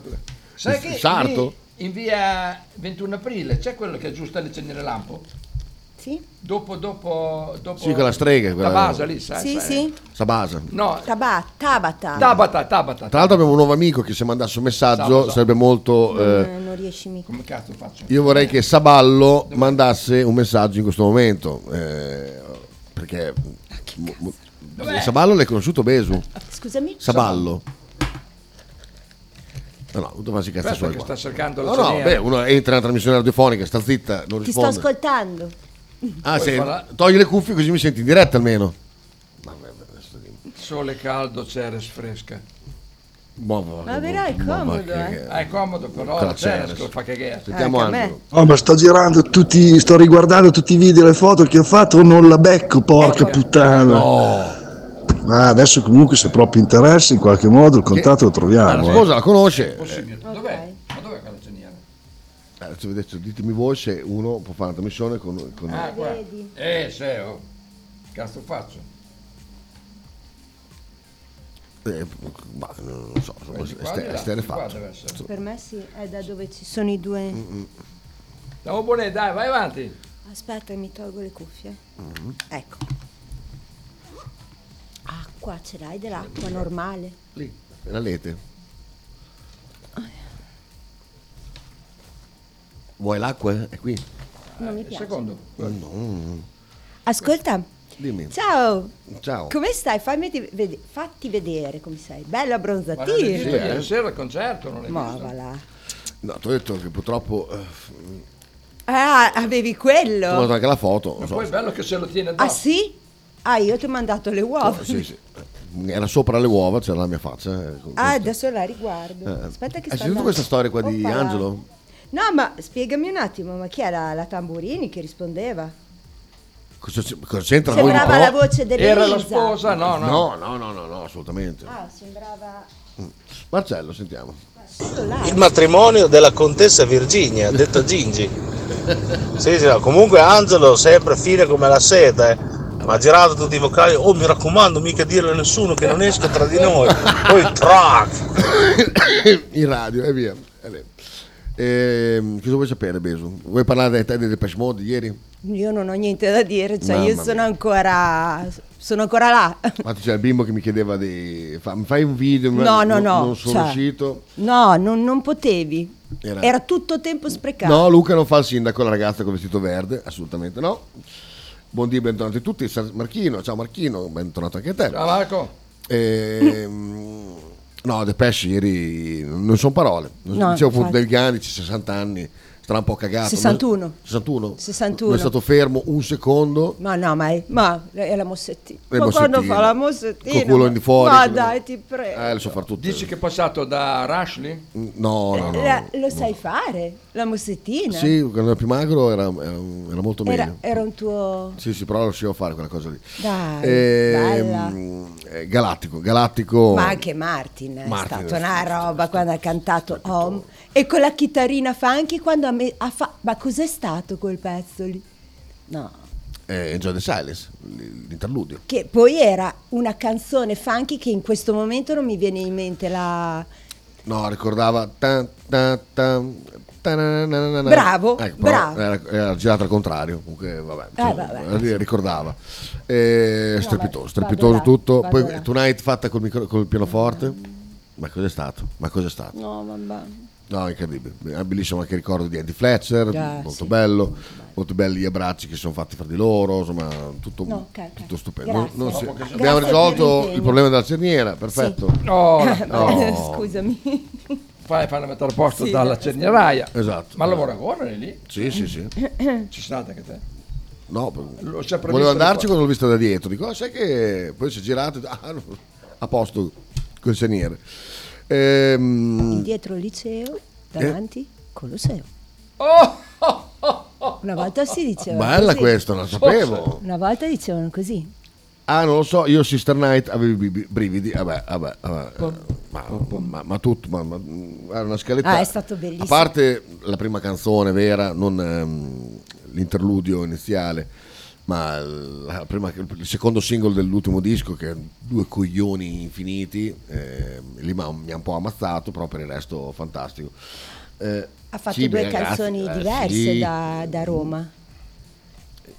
Speaker 3: Sai che
Speaker 2: Sarto?
Speaker 3: lì in via 21 aprile c'è quello che aggiusta le cerniere lampo?
Speaker 21: Sì.
Speaker 3: Dopo, dopo, dopo...
Speaker 2: Sì, quella strega. Quella...
Speaker 3: La base lì, sai?
Speaker 21: Sì,
Speaker 3: sai?
Speaker 21: sì.
Speaker 2: Sabasa.
Speaker 3: No,
Speaker 21: Taba- Tabata.
Speaker 3: Tabata, Tabata.
Speaker 2: Tra l'altro abbiamo un nuovo amico che se mandasse un messaggio
Speaker 3: Sabasa.
Speaker 2: sarebbe
Speaker 3: Mm.
Speaker 2: molto... eh,
Speaker 21: Non, non riesci mica.
Speaker 3: Come cazzo faccio?
Speaker 2: io vorrei che Saballo mandasse un messaggio in questo momento. eh, perché...
Speaker 21: Ah,
Speaker 2: mo-
Speaker 21: Dov'è?
Speaker 2: Saballo l'hai conosciuto Besu?
Speaker 21: Scusami?
Speaker 2: Saballo. No, no, tu fai i cazzi
Speaker 3: Aspetta
Speaker 2: suoi
Speaker 3: che
Speaker 2: qua.
Speaker 3: sta cercando la
Speaker 2: No, no,
Speaker 3: cerniera.
Speaker 2: beh, uno entra nella trasmissione radiofonica, sta zitta, non
Speaker 21: Ti sto
Speaker 2: risponde.
Speaker 21: ascoltando.
Speaker 2: Ah,
Speaker 3: Puoi
Speaker 2: sì,
Speaker 3: parlare?
Speaker 2: togli le cuffie così mi senti in diretta almeno.
Speaker 3: Sole caldo, Ceres fresca.
Speaker 2: Ma,
Speaker 21: Ma verrà, è comodo, eh.
Speaker 3: Ah, è comodo però,
Speaker 2: Con la
Speaker 3: la Ceres
Speaker 2: Ceres.
Speaker 3: cosa fa che ghia.
Speaker 2: Sentiamo Anche a Angelo.
Speaker 14: Oh, ma sto girando tutti, sto riguardando tutti i video e le foto che ho fatto, non la becco,
Speaker 3: Ecco.
Speaker 14: porca puttana. Ma adesso comunque se proprio interessa in qualche modo il contatto lo
Speaker 2: Ah, la
Speaker 14: troviamo. eh.
Speaker 2: sposa la conosce.
Speaker 3: Possibile. Oh, Dov'è? Ma dov'è che la cerniera?
Speaker 2: Eh, adesso vedete, ditemi voi se uno può fare una trasmissione con... con-
Speaker 3: Ah, qua. Eh, se, oh. Cazzo faccio?
Speaker 2: eh, ma, non lo so, insomma,
Speaker 3: Vedi
Speaker 2: è
Speaker 3: qua,
Speaker 2: ste-
Speaker 3: Eh, di
Speaker 2: è
Speaker 3: là,
Speaker 2: sterefatto.
Speaker 3: di qua deve essere.
Speaker 21: Per me sì, è da dove ci sono i due.
Speaker 2: Mm,
Speaker 3: Stiamo buoni, dai, vai avanti.
Speaker 21: Aspetta, mi tolgo le cuffie.
Speaker 2: mm,
Speaker 21: Ecco. Acqua, ce l'hai dell'acqua normale.
Speaker 2: Lì, la lete. Vuoi l'acqua? È qui.
Speaker 21: Non mi piace.
Speaker 3: Eh, Secondo.
Speaker 2: No.
Speaker 21: Ascolta.
Speaker 2: Dimmi.
Speaker 21: Ciao.
Speaker 2: Ciao.
Speaker 21: Come stai? Fammi ti- vede- fatti vedere come sei. Bella
Speaker 3: Ma non l'hai
Speaker 21: bronzatina.
Speaker 3: visto
Speaker 2: eh.
Speaker 3: ieri sera al concerto, non l'hai
Speaker 21: Ma
Speaker 3: visto?
Speaker 21: va là.
Speaker 2: No, ti ho detto che purtroppo... Eh,
Speaker 21: Ah, avevi
Speaker 2: ti ho mandato
Speaker 21: quello?
Speaker 2: anche la foto.
Speaker 3: Ma
Speaker 2: non so.
Speaker 3: poi è bello che se lo tiene
Speaker 21: Ah
Speaker 3: addosso.
Speaker 21: sì? Ah, io ti ho mandato le uova.
Speaker 2: Oh, Sì, sì. Era sopra le uova, c'era la mia faccia. eh, con-
Speaker 21: *laughs* Ah, adesso la riguardo.
Speaker 2: Eh,
Speaker 21: Aspetta che
Speaker 2: Hai
Speaker 21: sta
Speaker 2: sentito
Speaker 21: andando.
Speaker 2: questa storia qua di
Speaker 21: Oppala.
Speaker 2: Angelo?
Speaker 21: No, ma spiegami un attimo, ma chi era la Tamburini che rispondeva?
Speaker 2: Cosa, c- cosa c'entra voi di
Speaker 21: Sembrava
Speaker 2: pro-
Speaker 21: la voce
Speaker 3: Era la
Speaker 21: dell'Elisa.
Speaker 3: sposa? No, no.
Speaker 2: No, no, no, no, no, assolutamente.
Speaker 21: Ah, sembrava
Speaker 2: Marcello, sentiamo.
Speaker 21: solo là.
Speaker 15: Il matrimonio della contessa Virginia, detta Gingi. Sì, sì, no, comunque Angelo sempre fine come la seta, eh. Ma ha girato tutti i vocali, oh mi raccomando, mica dirlo a nessuno che non esco tra
Speaker 2: *laughs*
Speaker 15: di noi. Poi track!
Speaker 2: *coughs* In radio, e via. E bene. Ehm, cosa vuoi sapere, Besu? Vuoi parlare di te del Depeche Mode di ieri?
Speaker 21: *coughs* Io non ho niente da dire, cioè
Speaker 2: Mamma
Speaker 21: io
Speaker 2: mia.
Speaker 21: sono ancora sono ancora là. *laughs*
Speaker 2: Infatti c'era il bimbo che mi chiedeva di... fa- mi fai un video? ma
Speaker 21: No, no,
Speaker 2: non-
Speaker 21: no,
Speaker 2: Non sono
Speaker 21: cioè,
Speaker 2: uscito.
Speaker 21: No, non, non potevi.
Speaker 2: Era-
Speaker 21: Era... tutto tempo sprecato.
Speaker 2: No, Luca non fa il sindaco, la ragazza col vestito verde, assolutamente no. Buondì, bentornati a tutti. San Marchino, ciao Marchino, bentornato anche a te.
Speaker 3: Ciao Marco.
Speaker 2: Ehm, no, Depeche ieri non sono parole. Non
Speaker 21: No,
Speaker 2: Dicevo appunto
Speaker 21: infatti.
Speaker 2: del Ganici, 60 anni, sarà un po' cagato.
Speaker 21: 61.
Speaker 2: 61.
Speaker 21: 61.
Speaker 2: Non è stato fermo un secondo.
Speaker 21: Ma no, ma è, ma è la mossettina.
Speaker 2: Le
Speaker 21: ma quando
Speaker 2: mossettine.
Speaker 21: fa la mossettina?
Speaker 2: Col culo
Speaker 21: ma-
Speaker 2: di fuori, cioè,
Speaker 21: Ma
Speaker 2: col-
Speaker 21: dai, ti prego.
Speaker 2: Eh, lo so fare tutto.
Speaker 3: Dici che è passato da Rushley?
Speaker 2: Mm. No, no, no.
Speaker 21: Eh, La- lo sai fare? La mossettina?
Speaker 2: Sì, quando ero più magro era, era- era molto
Speaker 21: Era,
Speaker 2: meglio.
Speaker 21: era un tuo...
Speaker 2: Sì, sì, però riuscivo a fare quella cosa lì.
Speaker 21: Dai, bella.
Speaker 2: Ehm, eh, Galattico, Galattico.
Speaker 21: Ma anche Martin è
Speaker 2: oh. Martin,
Speaker 21: stata una roba quando ha cantato Home e con la chitarrina funky quando ha, me- ha fa- Ma cos'è stato quel pezzo lì? No.
Speaker 2: eh, Enjoy the Silence, l- l'interludio.
Speaker 21: Che poi era una canzone funky che in questo momento non mi viene in mente la...
Speaker 2: No, ricordava. tan, tan, tan, tananana.
Speaker 21: Bravo,
Speaker 2: però
Speaker 21: bravo.
Speaker 2: Era, era girato al contrario. Comunque, vabbè,
Speaker 21: Eh, vabbè.
Speaker 2: eh, ricordava. Eh, strepitoso,
Speaker 21: vado
Speaker 2: strepitoso
Speaker 21: là,
Speaker 2: tutto.
Speaker 21: vado
Speaker 2: Poi
Speaker 21: là.
Speaker 2: Tonight fatta col, micro- col pianoforte. Ma cos'è stato? Ma cos'è stato?
Speaker 21: No, mamma.
Speaker 2: No, incredibile. È bellissimo anche il ricordo di Andy Fletcher,
Speaker 21: Ah,
Speaker 2: molto
Speaker 21: sì.
Speaker 2: bello. Molto belli gli abbracci che sono fatti fra di loro, insomma, tutto,
Speaker 21: No, ok, ok.
Speaker 2: tutto stupendo.
Speaker 21: Grazie.
Speaker 2: Non- non si-
Speaker 3: Grazie
Speaker 2: abbiamo
Speaker 21: per
Speaker 2: risolvato
Speaker 21: l'impegno.
Speaker 2: il problema della cerniera, perfetto.
Speaker 3: Oh,
Speaker 21: *laughs*
Speaker 2: No.
Speaker 21: Scusami.
Speaker 3: fai fanno mettere a posto
Speaker 21: Sì,
Speaker 3: dalla
Speaker 21: dai,
Speaker 3: cernieraia.
Speaker 2: Esatto.
Speaker 3: Ma lavora ancora lei lì?
Speaker 2: Sì, sì, sì.
Speaker 3: Ci sei andata anche te?
Speaker 2: No,
Speaker 3: L'ho sempre
Speaker 2: volevo
Speaker 3: visto di qua.
Speaker 2: andarci quando l'ho vista da dietro. Dico, ah, sai che poi si è girato ah, no, a posto col seniere. Ehm,
Speaker 21: Dietro il liceo, davanti Colosseo. Una volta si diceva
Speaker 2: bella
Speaker 21: così.
Speaker 2: questa, non la sapevo.
Speaker 21: Una volta dicevano così.
Speaker 2: Ah, non lo so, io Sister Night avevo i bibi- brividi. Vabbè, vabbè, vabbè. Ma, ma- ma tutto, ma, ma- era una scaletta.
Speaker 21: Ah, è stato bellissimo.
Speaker 2: A parte la prima canzone vera, non ehm, l'interludio iniziale, ma la prima- il secondo singolo dell'ultimo disco, che è Due coglioni infiniti, ehm, lì m'ha- mi ha un po' ammazzato, però per il resto fantastico. Eh,
Speaker 21: Ha fatto
Speaker 2: sì,
Speaker 21: due
Speaker 2: beh, Eh, ragazzi,
Speaker 21: canzoni
Speaker 2: eh,
Speaker 21: diverse
Speaker 2: sì.
Speaker 21: da, da Roma.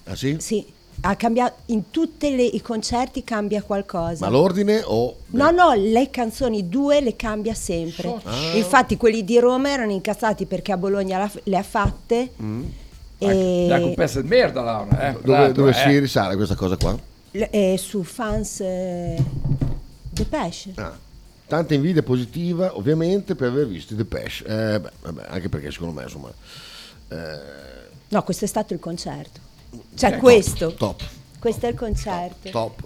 Speaker 2: Ah sì?
Speaker 21: Sì, ha cambiato, in tutti i concerti cambia qualcosa.
Speaker 2: Ma l'ordine o...
Speaker 21: No, no, le canzoni due le cambia sempre.
Speaker 2: Ah.
Speaker 21: Infatti quelli di Roma erano incazzati perché a Bologna la- le ha fatte. E
Speaker 3: Dai, con pezzo di merda, Laura. Eh,
Speaker 2: Dove,
Speaker 3: peraltro,
Speaker 2: dove
Speaker 3: eh.
Speaker 2: si risale questa cosa qua?
Speaker 21: le- eh, su fans eh, Depeche.
Speaker 2: Ah. Tanta invidia positiva, ovviamente, per aver visto i Depeche. Eh, beh, vabbè, anche perché secondo me, insomma... eh,
Speaker 21: No, questo è stato il concerto. Cioè
Speaker 2: top,
Speaker 21: questo.
Speaker 2: Eh, Top,
Speaker 21: Questo è il concerto.
Speaker 2: top.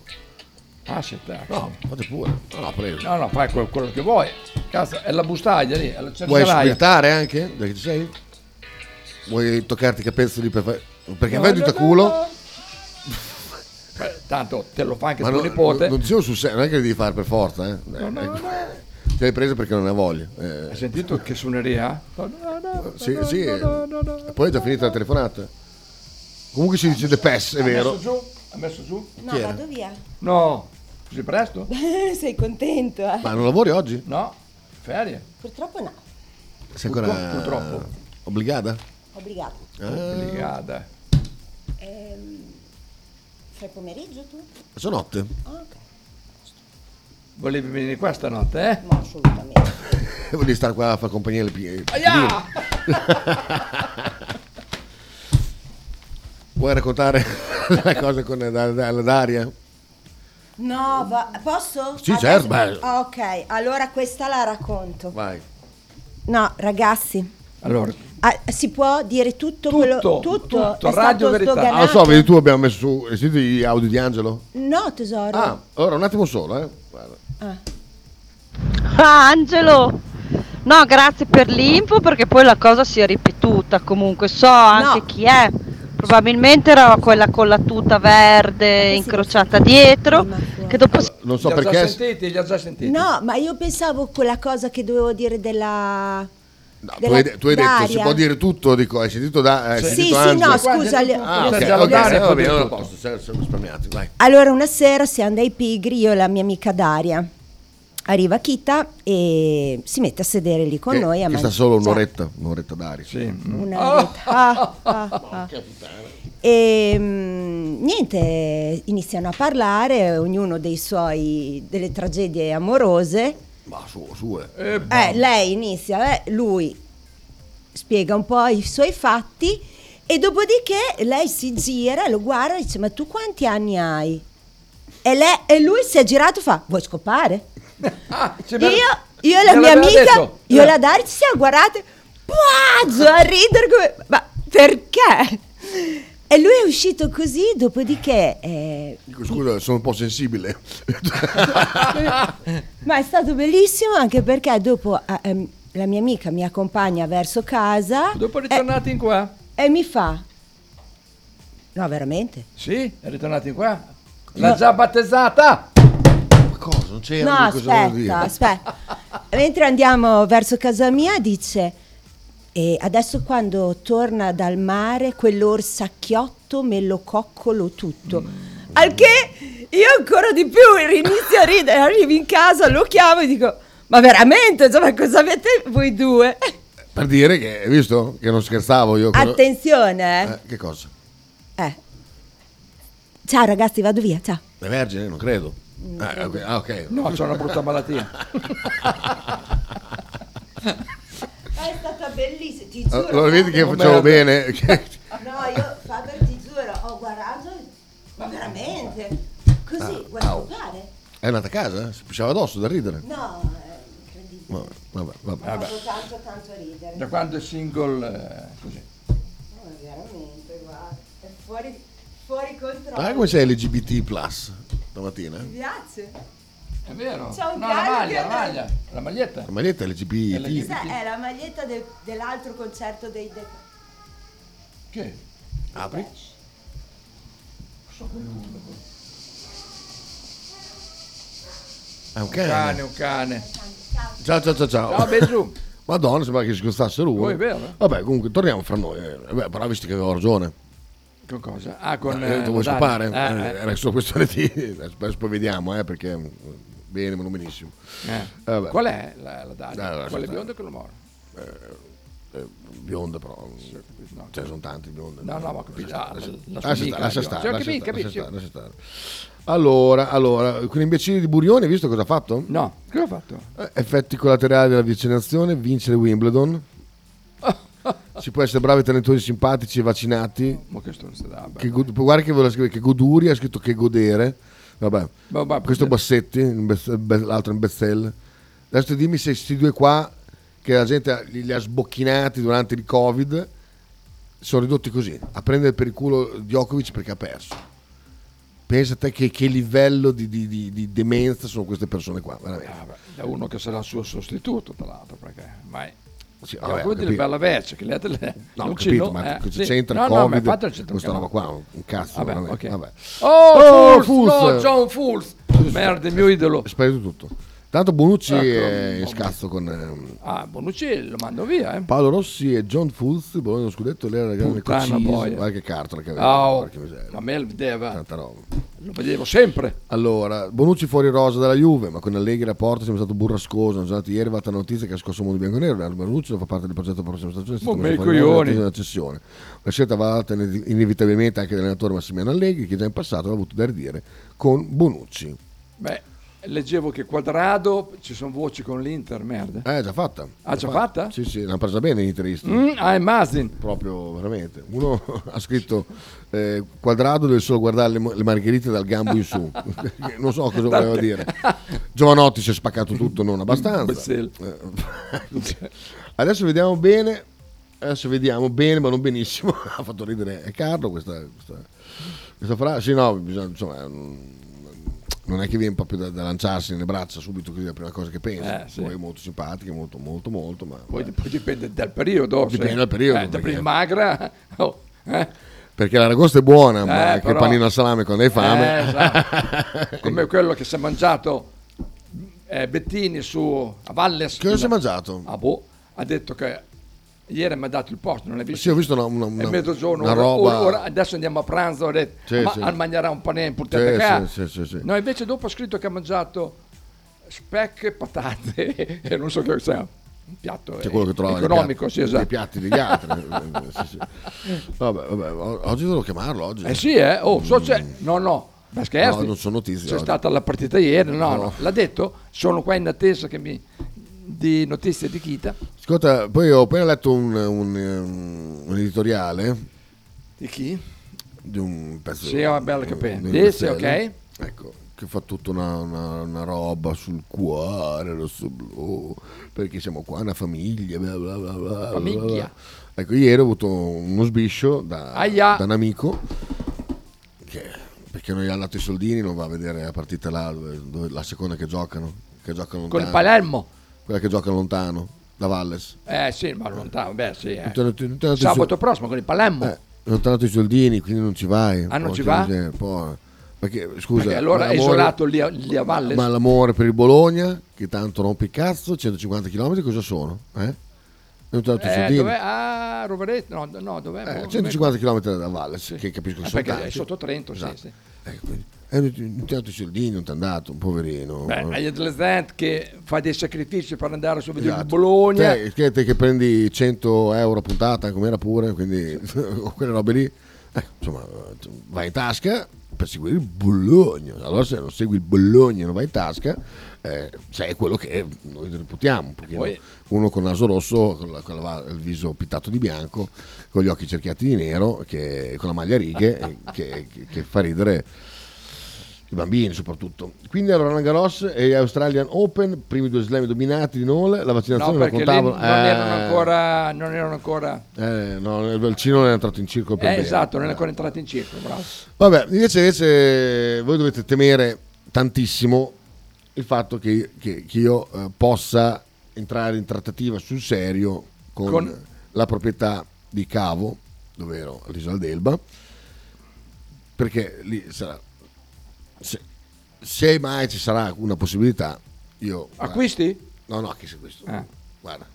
Speaker 3: Ah, sì, dai.
Speaker 2: No, fate pure. No, no, prego.
Speaker 3: No, no, fai quel- quello che vuoi. Cazzo, è la bustaglia lì, è la
Speaker 2: Vuoi
Speaker 3: cercheraia.
Speaker 2: squirtare anche? Dai, che ci sei? Vuoi toccarti i capezzoli per fare... Perché
Speaker 3: No,
Speaker 2: vai
Speaker 3: no,
Speaker 2: dito a
Speaker 3: no,
Speaker 2: culo...
Speaker 3: Beh, tanto te lo fa anche
Speaker 2: Ma
Speaker 3: tuo
Speaker 2: non,
Speaker 3: nipote.
Speaker 2: non, non sono sul serio, non è che le devi fare per forza, eh.
Speaker 3: No, no, no.
Speaker 2: Te l'hai presa perché non ne voglio. Eh,
Speaker 3: Hai sentito che suoneria? ha?
Speaker 2: Sì, sì. e Poi è già finita la telefonata. Comunque si dice The Pass, è
Speaker 3: Ha
Speaker 2: vero.
Speaker 3: messo giù? Ha messo giù?
Speaker 21: No,
Speaker 2: Chi era?
Speaker 21: vado via.
Speaker 3: No, così presto?
Speaker 21: *laughs* Sei contento? eh?
Speaker 2: Ma non lavori oggi?
Speaker 3: No, ferie.
Speaker 21: Purtroppo no,
Speaker 2: Sei ancora
Speaker 3: Purtroppo,
Speaker 2: obbligata?
Speaker 21: obbligato.
Speaker 2: Ah.
Speaker 3: Obbligata.
Speaker 21: Ehm, fai pomeriggio tu?
Speaker 2: Sono notte.
Speaker 21: Ah, ok.
Speaker 3: Volevi venire qua stanotte, eh?
Speaker 21: No, assolutamente.
Speaker 2: Volevi stare qua a fare compagnia alle pie-
Speaker 21: Ah,
Speaker 3: Aia!
Speaker 21: *laughs*
Speaker 2: Vuoi raccontare *laughs* la cosa con da- da- la Daria?
Speaker 21: No, va- posso?
Speaker 2: Sì, certo, beh.
Speaker 21: Ok, allora questa la racconto.
Speaker 2: Vai.
Speaker 21: No, ragazzi,
Speaker 3: Allora,
Speaker 21: ah, si può dire tutto, quello
Speaker 2: Tutto,
Speaker 21: tutto,
Speaker 2: tutto,
Speaker 21: è
Speaker 2: radio
Speaker 21: stato
Speaker 2: verità.
Speaker 21: sdoganato.
Speaker 2: Ah, lo so, vedi tu abbiamo messo su. Hai sentito gli audio di Angelo?
Speaker 21: No, tesoro.
Speaker 2: Ah, allora un attimo solo, eh. Guarda.
Speaker 20: Ah, Angelo! No, grazie per l'info perché poi la cosa si è ripetuta comunque, so anche chi è. Probabilmente era quella con la tuta verde incrociata dietro, che dopo si-
Speaker 2: Non so
Speaker 3: Li ha già
Speaker 2: perché-
Speaker 3: sentiti, li ha già sentiti.
Speaker 21: No, ma io pensavo quella cosa che dovevo dire della...
Speaker 2: Tu
Speaker 21: della
Speaker 2: hai, tu hai detto, si
Speaker 21: Daria.
Speaker 2: può dire tutto, dico, hai sentito da... Hai
Speaker 21: Sì,
Speaker 2: sentito
Speaker 21: sì,
Speaker 2: Angelo?
Speaker 21: no, scusa, le-
Speaker 2: Ah,
Speaker 21: le-
Speaker 2: ok, ok,
Speaker 21: le- le-
Speaker 2: allora,
Speaker 21: le-
Speaker 2: va bene,
Speaker 21: le-
Speaker 2: allora a posto, siamo siamo risparmiati, vai.
Speaker 21: Allora, una sera siamo dai pigri, io e la mia amica Daria. Arriva Kita e si mette a sedere lì con
Speaker 2: Che-
Speaker 21: noi
Speaker 2: che
Speaker 21: a
Speaker 2: sta
Speaker 21: mangiare.
Speaker 2: solo un'oretta, un'oretta d'aria. mm.
Speaker 21: Un'oretta. Ah, ah, ah. E mm, niente, iniziano a parlare, ognuno dei suoi, delle tragedie amorose.
Speaker 2: Ma su, su, eh.
Speaker 3: Eh,
Speaker 21: Eh, lei inizia, eh, lui spiega un po' i suoi fatti e dopodiché lei si gira, lo guarda e dice ma tu quanti anni hai? E, lei- e lui si è girato e fa vuoi scopare?
Speaker 3: Ah,
Speaker 21: io, io e la
Speaker 20: me
Speaker 21: mia
Speaker 20: l'aveva
Speaker 21: amica,
Speaker 20: detto.
Speaker 21: io e la Dari ci siamo guardate pazzo a ridere come... Ma perché? E lui è uscito così, dopodiché... eh,
Speaker 2: Dico, scusa, sono un po' sensibile. *laughs*
Speaker 21: Ma è stato bellissimo anche perché dopo ah, ehm, la mia amica mi accompagna verso casa
Speaker 3: Dopo ritornati in qua?
Speaker 21: e mi fa... No, veramente?
Speaker 3: Sì, è ritornati in qua? L'ha già battezzata!
Speaker 2: Ma cosa? Non
Speaker 3: Eh,
Speaker 2: c'era
Speaker 21: No, aspetta, aspetta. Mentre andiamo verso casa mia dice, e adesso quando torna dal mare quell'orsacchiotto me lo coccolo
Speaker 3: Mm.
Speaker 21: tutto. Al che io ancora di più inizio a ridere, arrivo in casa, lo chiamo e dico, ma veramente, insomma, cosa avete voi due?
Speaker 2: Per dire che, hai visto? Che non scherzavo io. cosa-
Speaker 21: Attenzione, eh.
Speaker 2: Ecco, Eh, che cosa?
Speaker 21: Eh. Ciao ragazzi, vado via, ciao.
Speaker 2: È vergine? Non credo. Ah, ok, ah, ok.
Speaker 3: No, c'è una brutta malattia.
Speaker 21: È stata bellissima, ti
Speaker 2: Allora vedi che facevo bene.
Speaker 21: No, io Faber ti giuro, ho guardato, ma veramente? Così,
Speaker 2: Ah,
Speaker 21: guarda
Speaker 2: au.
Speaker 21: pare?
Speaker 2: È andata a casa? eh? Si pisciava addosso da ridere.
Speaker 21: No, è incredibile.
Speaker 2: Ma- Vabbè, vabbè.
Speaker 21: Ho fatto tanto tanto ridere.
Speaker 3: Da quando è single eh, così.
Speaker 21: No, ma veramente, guarda, è fuori, fuori controllo.
Speaker 2: Guarda come sei LGBT plus stamattina.
Speaker 21: Mi
Speaker 2: eh?
Speaker 21: piace?
Speaker 3: È vero?
Speaker 21: C'è un
Speaker 3: no, la
Speaker 21: cane
Speaker 3: maglia, la
Speaker 21: che-
Speaker 3: maglia, la maglietta.
Speaker 2: La maglietta è LGBT.
Speaker 21: Questa è la maglietta del- dell'altro concerto dei De-
Speaker 3: Che?
Speaker 2: Apri. È un
Speaker 3: Un cane,
Speaker 2: cane.
Speaker 3: un cane.
Speaker 2: Ciao ciao ciao ciao.
Speaker 3: Ciao, Benzu.
Speaker 2: *laughs* Madonna, sembra che si scostassero uno.
Speaker 3: Poi è vero, eh?
Speaker 2: Vabbè, comunque torniamo fra noi. eh. Vabbè, però visto che avevo ragione.
Speaker 3: Con cosa? Ah, con...
Speaker 2: Eh, ho detto, vuoi
Speaker 3: Dario.
Speaker 2: scopare?
Speaker 3: Eh,
Speaker 2: Eh,
Speaker 3: eh.
Speaker 2: Era solo questione di. *laughs* Adesso poi vediamo, eh, perché. mm, Bene, ma non benissimo.
Speaker 3: Eh.
Speaker 2: Vabbè.
Speaker 3: Qual è la, la Daria?
Speaker 2: Dai, allora,
Speaker 3: Quella
Speaker 2: aspetta.
Speaker 3: bionda e quello moro?
Speaker 2: Eh, eh, bionda però no, ce ne sono tanti bionde
Speaker 3: No, no, ma ho capito,
Speaker 2: lascia
Speaker 3: la-
Speaker 2: stare,
Speaker 3: la
Speaker 2: Ah, lascia
Speaker 3: sua amica,
Speaker 2: stare, lascia
Speaker 3: la bionda. Cioè,
Speaker 2: stare, lascia stare,
Speaker 3: capisci,
Speaker 2: lascia stare,
Speaker 3: capisci.
Speaker 2: lascia stare. allora allora quell'imbecille di Burioni hai visto cosa ha fatto?
Speaker 3: no cosa ha fatto?
Speaker 2: Eh, effetti collaterali della vaccinazione vincere
Speaker 3: *laughs*
Speaker 2: Wimbledon si può essere bravi talentuosi simpatici e vaccinati
Speaker 3: ma che storia sta
Speaker 2: che god- guarda che volevo scrivere che Goduri ha scritto che godere vabbè
Speaker 3: Ma- ma-
Speaker 2: questo Bassetti un bez- be- l'altro è un Bezzell adesso dimmi se questi due qua che la gente ha- li li ha sbocchinati durante il covid sono ridotti così a prendere per il culo Djokovic perché ha perso pensa a te che, che livello di, di- di- di demenza sono queste persone qua veramente
Speaker 3: Ah, da uno che sarà il suo sostituto tra l'altro perché mai
Speaker 2: Sì,
Speaker 3: È
Speaker 2: vabbè,
Speaker 3: una
Speaker 2: ho
Speaker 3: cosa di
Speaker 2: capito.
Speaker 3: bella vecchia che le altre
Speaker 2: No,
Speaker 3: non
Speaker 2: ho
Speaker 3: ci-
Speaker 2: capito,
Speaker 3: no,
Speaker 2: ma
Speaker 3: eh,
Speaker 2: cosa
Speaker 3: sì.
Speaker 2: c'entra
Speaker 3: No, no, ma
Speaker 2: Covid?
Speaker 3: infatti non c'entra
Speaker 2: questa
Speaker 3: un
Speaker 2: roba qua, un cazzo.
Speaker 3: Vabbè,
Speaker 2: veramente,
Speaker 3: ok.
Speaker 2: vabbè.
Speaker 3: Oh,
Speaker 2: Oh,
Speaker 3: Fulz, no,
Speaker 2: Fulz!
Speaker 3: John Fulz. Merda, il mio idolo.
Speaker 2: È sparito tutto. Tanto Bonucci
Speaker 3: Ecco,
Speaker 2: è in
Speaker 3: vabbè.
Speaker 2: scazzo con ehm,
Speaker 3: Ah, Bonucci lo mando via, eh.
Speaker 2: Paolo Rossi e John Fulz, il Bologna dello scudetto, lei era la grande
Speaker 3: Puttana
Speaker 2: coccisa,
Speaker 3: boia.
Speaker 2: guarda che cartola che aveva.
Speaker 3: Oh,
Speaker 2: porca miseria.
Speaker 3: ma me lo vedeva.
Speaker 2: Tanta roba.
Speaker 3: Lo vedevo sempre.
Speaker 2: Allora, Bonucci fuori rosa dalla Juve, ma con Allegri a porta sembra stato burrascoso. Non giornata ieri è arrivata la notizia che ha scosso il mondo bianco nero. Bonucci non fa parte del progetto per la prossima stagione. è stato
Speaker 3: Ma
Speaker 2: messo
Speaker 3: Boh, me i
Speaker 2: fuori rosa
Speaker 3: coglioni.
Speaker 2: nella tesi di una cessione. La scelta valata inev- inevitabilmente anche dall'allenatore Massimiliano Allegri, che già in passato aveva avuto da ridire con Bonucci.
Speaker 3: Beh, leggevo che Quadrado ci sono voci con l'Inter, merda.
Speaker 2: Eh, già fatta.
Speaker 3: Ah, già fatta?
Speaker 2: Sì, sì, l'hanno presa bene in interista.
Speaker 3: Mm, ah, Masin.
Speaker 2: Proprio, veramente. Uno *laughs* ha scritto eh, Quadrado deve solo guardare le, mo- le margherite dal gambo in su. *laughs* non so cosa voleva
Speaker 3: Dal-
Speaker 2: dire.
Speaker 3: *laughs*
Speaker 2: Giovanotti si è spaccato tutto, non abbastanza.
Speaker 3: Bezzel.
Speaker 2: Eh, *laughs* Adesso vediamo bene. Adesso vediamo bene, ma non benissimo. *laughs* ha fatto ridere Carlo questa, questa, questa frase. Sì, no, bisogna, insomma, mm, non è che viene proprio da, da lanciarsi nelle braccia subito, così è la prima cosa che pensa.
Speaker 3: Eh, sì.
Speaker 2: Poi è molto simpatica, molto, molto, molto. Ma
Speaker 3: Poi, poi dipende dal periodo. se-
Speaker 2: Dipende dal periodo,
Speaker 3: Eh, da
Speaker 2: perché-
Speaker 3: prima magra. *laughs* oh, eh.
Speaker 2: Perché l'aragosta è buona, ma
Speaker 3: Eh,
Speaker 2: che
Speaker 3: però-
Speaker 2: panino al salame quando hai fame.
Speaker 3: Eh,
Speaker 2: *laughs*
Speaker 3: esatto. Come quello che si è mangiato eh, Bettini su a Valles.
Speaker 2: Che cosa si è mangiato?
Speaker 3: Ah, boh, ha detto che ieri mi ha dato il posto, non l'hai visto?
Speaker 2: *laughs* Sì, ho visto una, una,
Speaker 3: è
Speaker 2: una-
Speaker 3: mezzogiorno,
Speaker 2: una
Speaker 3: ora-
Speaker 2: roba.
Speaker 3: ora- ora- adesso andiamo a pranzo, ha detto,
Speaker 2: Sì,
Speaker 3: ma
Speaker 2: sì.
Speaker 3: al mangiare un panè in
Speaker 2: Sì,
Speaker 3: portata qua.
Speaker 2: sì, sì, sì, sì.
Speaker 3: ah, No, invece dopo ha scritto che ha mangiato speck e patate *laughs* e non so che cos'è. Un piatto eh,
Speaker 2: C'è quello che trova nei
Speaker 3: economico,
Speaker 2: piatti-
Speaker 3: sì, esatto.
Speaker 2: nei piatti degli altri. Eh, sì, sì. Vabbè, vabbè, o- oggi devo chiamarlo oggi. Mm.
Speaker 3: Eh sì, eh. Oh, so c'è- No, no. Ma scherzi?
Speaker 2: No, non sono notizie
Speaker 3: C'è
Speaker 2: oggi.
Speaker 3: stata la partita ieri, no, no,
Speaker 2: No.
Speaker 3: L'ha detto? Sono qua in attesa che mi... di notizie di Kita.
Speaker 2: Ascolta, poi ho appena letto un, un, um, un editoriale
Speaker 3: Di chi?
Speaker 2: di un pezzo
Speaker 3: Sì, va bene,
Speaker 2: di-
Speaker 3: capito.
Speaker 2: di
Speaker 3: Sì, sì,
Speaker 2: Castelli,
Speaker 3: ok.
Speaker 2: Ecco, che fa tutta una, una- una roba sul cuore, rosso blu, perché siamo qua una famiglia, bla bla bla bla, bla.
Speaker 3: Famiglia.
Speaker 2: Ecco, ieri ho avuto uno sbiscio da,
Speaker 3: Aia.
Speaker 2: da un amico che perché non gli hanno dato i soldini, non va a vedere la partita là, dove- dove- la seconda che giocano, che giocano
Speaker 3: Con il
Speaker 2: lontano.
Speaker 3: Palermo.
Speaker 2: Quella che gioca lontano, da Valles.
Speaker 3: Eh sì, ma lontano, beh sì. eh.
Speaker 2: Intanto- intanto-
Speaker 3: Sabato prossimo con il Palermo.
Speaker 2: Eh, non ti hanno dato i soldini, quindi non ci vai.
Speaker 3: Ah, non
Speaker 2: Porca
Speaker 3: ci va?
Speaker 2: miseria, porca. Perché, scusa,
Speaker 3: Perché allora
Speaker 2: ma
Speaker 3: è
Speaker 2: l'amore-
Speaker 3: isolato lì a, lì a Valles.
Speaker 2: Ma l'amore per il Bologna, che tanto rompe il cazzo, 150 km, cosa sono? Eh? Non ti hanno dato i
Speaker 3: eh,
Speaker 2: soldini.
Speaker 3: dov'è? Ah, Rovereto, no, no, dov'è?
Speaker 2: Eh,
Speaker 3: Boh,
Speaker 2: 150 km da Valles, che capisco
Speaker 3: dov'è? Eh,
Speaker 2: che sono
Speaker 3: perché è
Speaker 2: tanti.
Speaker 3: sotto Trento, sì,
Speaker 2: Esatto.
Speaker 3: sì.
Speaker 2: Eh, non ti- non ti hanno dato i soldini, non ti hanno dato, un poverino.
Speaker 3: Beh, agli adolescenti che fa dei sacrifici per andare su a vedere il
Speaker 2: Esatto.
Speaker 3: Bologna.
Speaker 2: Te, che, te che prendi 100 euro a puntata, com'era pure, quindi *laughs* o quelle robe lì, eh, insomma, vai in tasca per seguire il Bologna. Allora se non segui il Bologna e non vai in tasca, eh, sei quello che noi reputiamo. un pochino.
Speaker 3: Poi-
Speaker 2: Uno con il naso rosso, con, la- con la- il viso pittato di bianco, con gli occhi cerchiati di nero, che, con la maglia a righe, *laughs* eh, che, che- che fa ridere i bambini soprattutto. Quindi allora Roland Garros e Australian Open, primi due slam dominati di Nole, la
Speaker 3: No,
Speaker 2: vaccinazione la
Speaker 3: perché lì
Speaker 2: contavano.
Speaker 3: non
Speaker 2: eh,
Speaker 3: erano ancora... Non erano ancora
Speaker 2: eh, no, il Cino non è entrato in circolo per
Speaker 3: eh,
Speaker 2: bene.
Speaker 3: esatto, non è ancora entrato in circolo, bravo.
Speaker 2: Vabbè, invece, invece voi dovete temere tantissimo il fatto che, che- che io eh, possa entrare in trattativa sul serio con,
Speaker 3: Con-
Speaker 2: la proprietà di Cavo, dove ero all'isola d'Elba, perché lì sarà... Se, se mai ci sarà una possibilità, io...
Speaker 3: Acquisti?
Speaker 2: No, no, chi se questo?
Speaker 3: Ah.
Speaker 2: Guarda.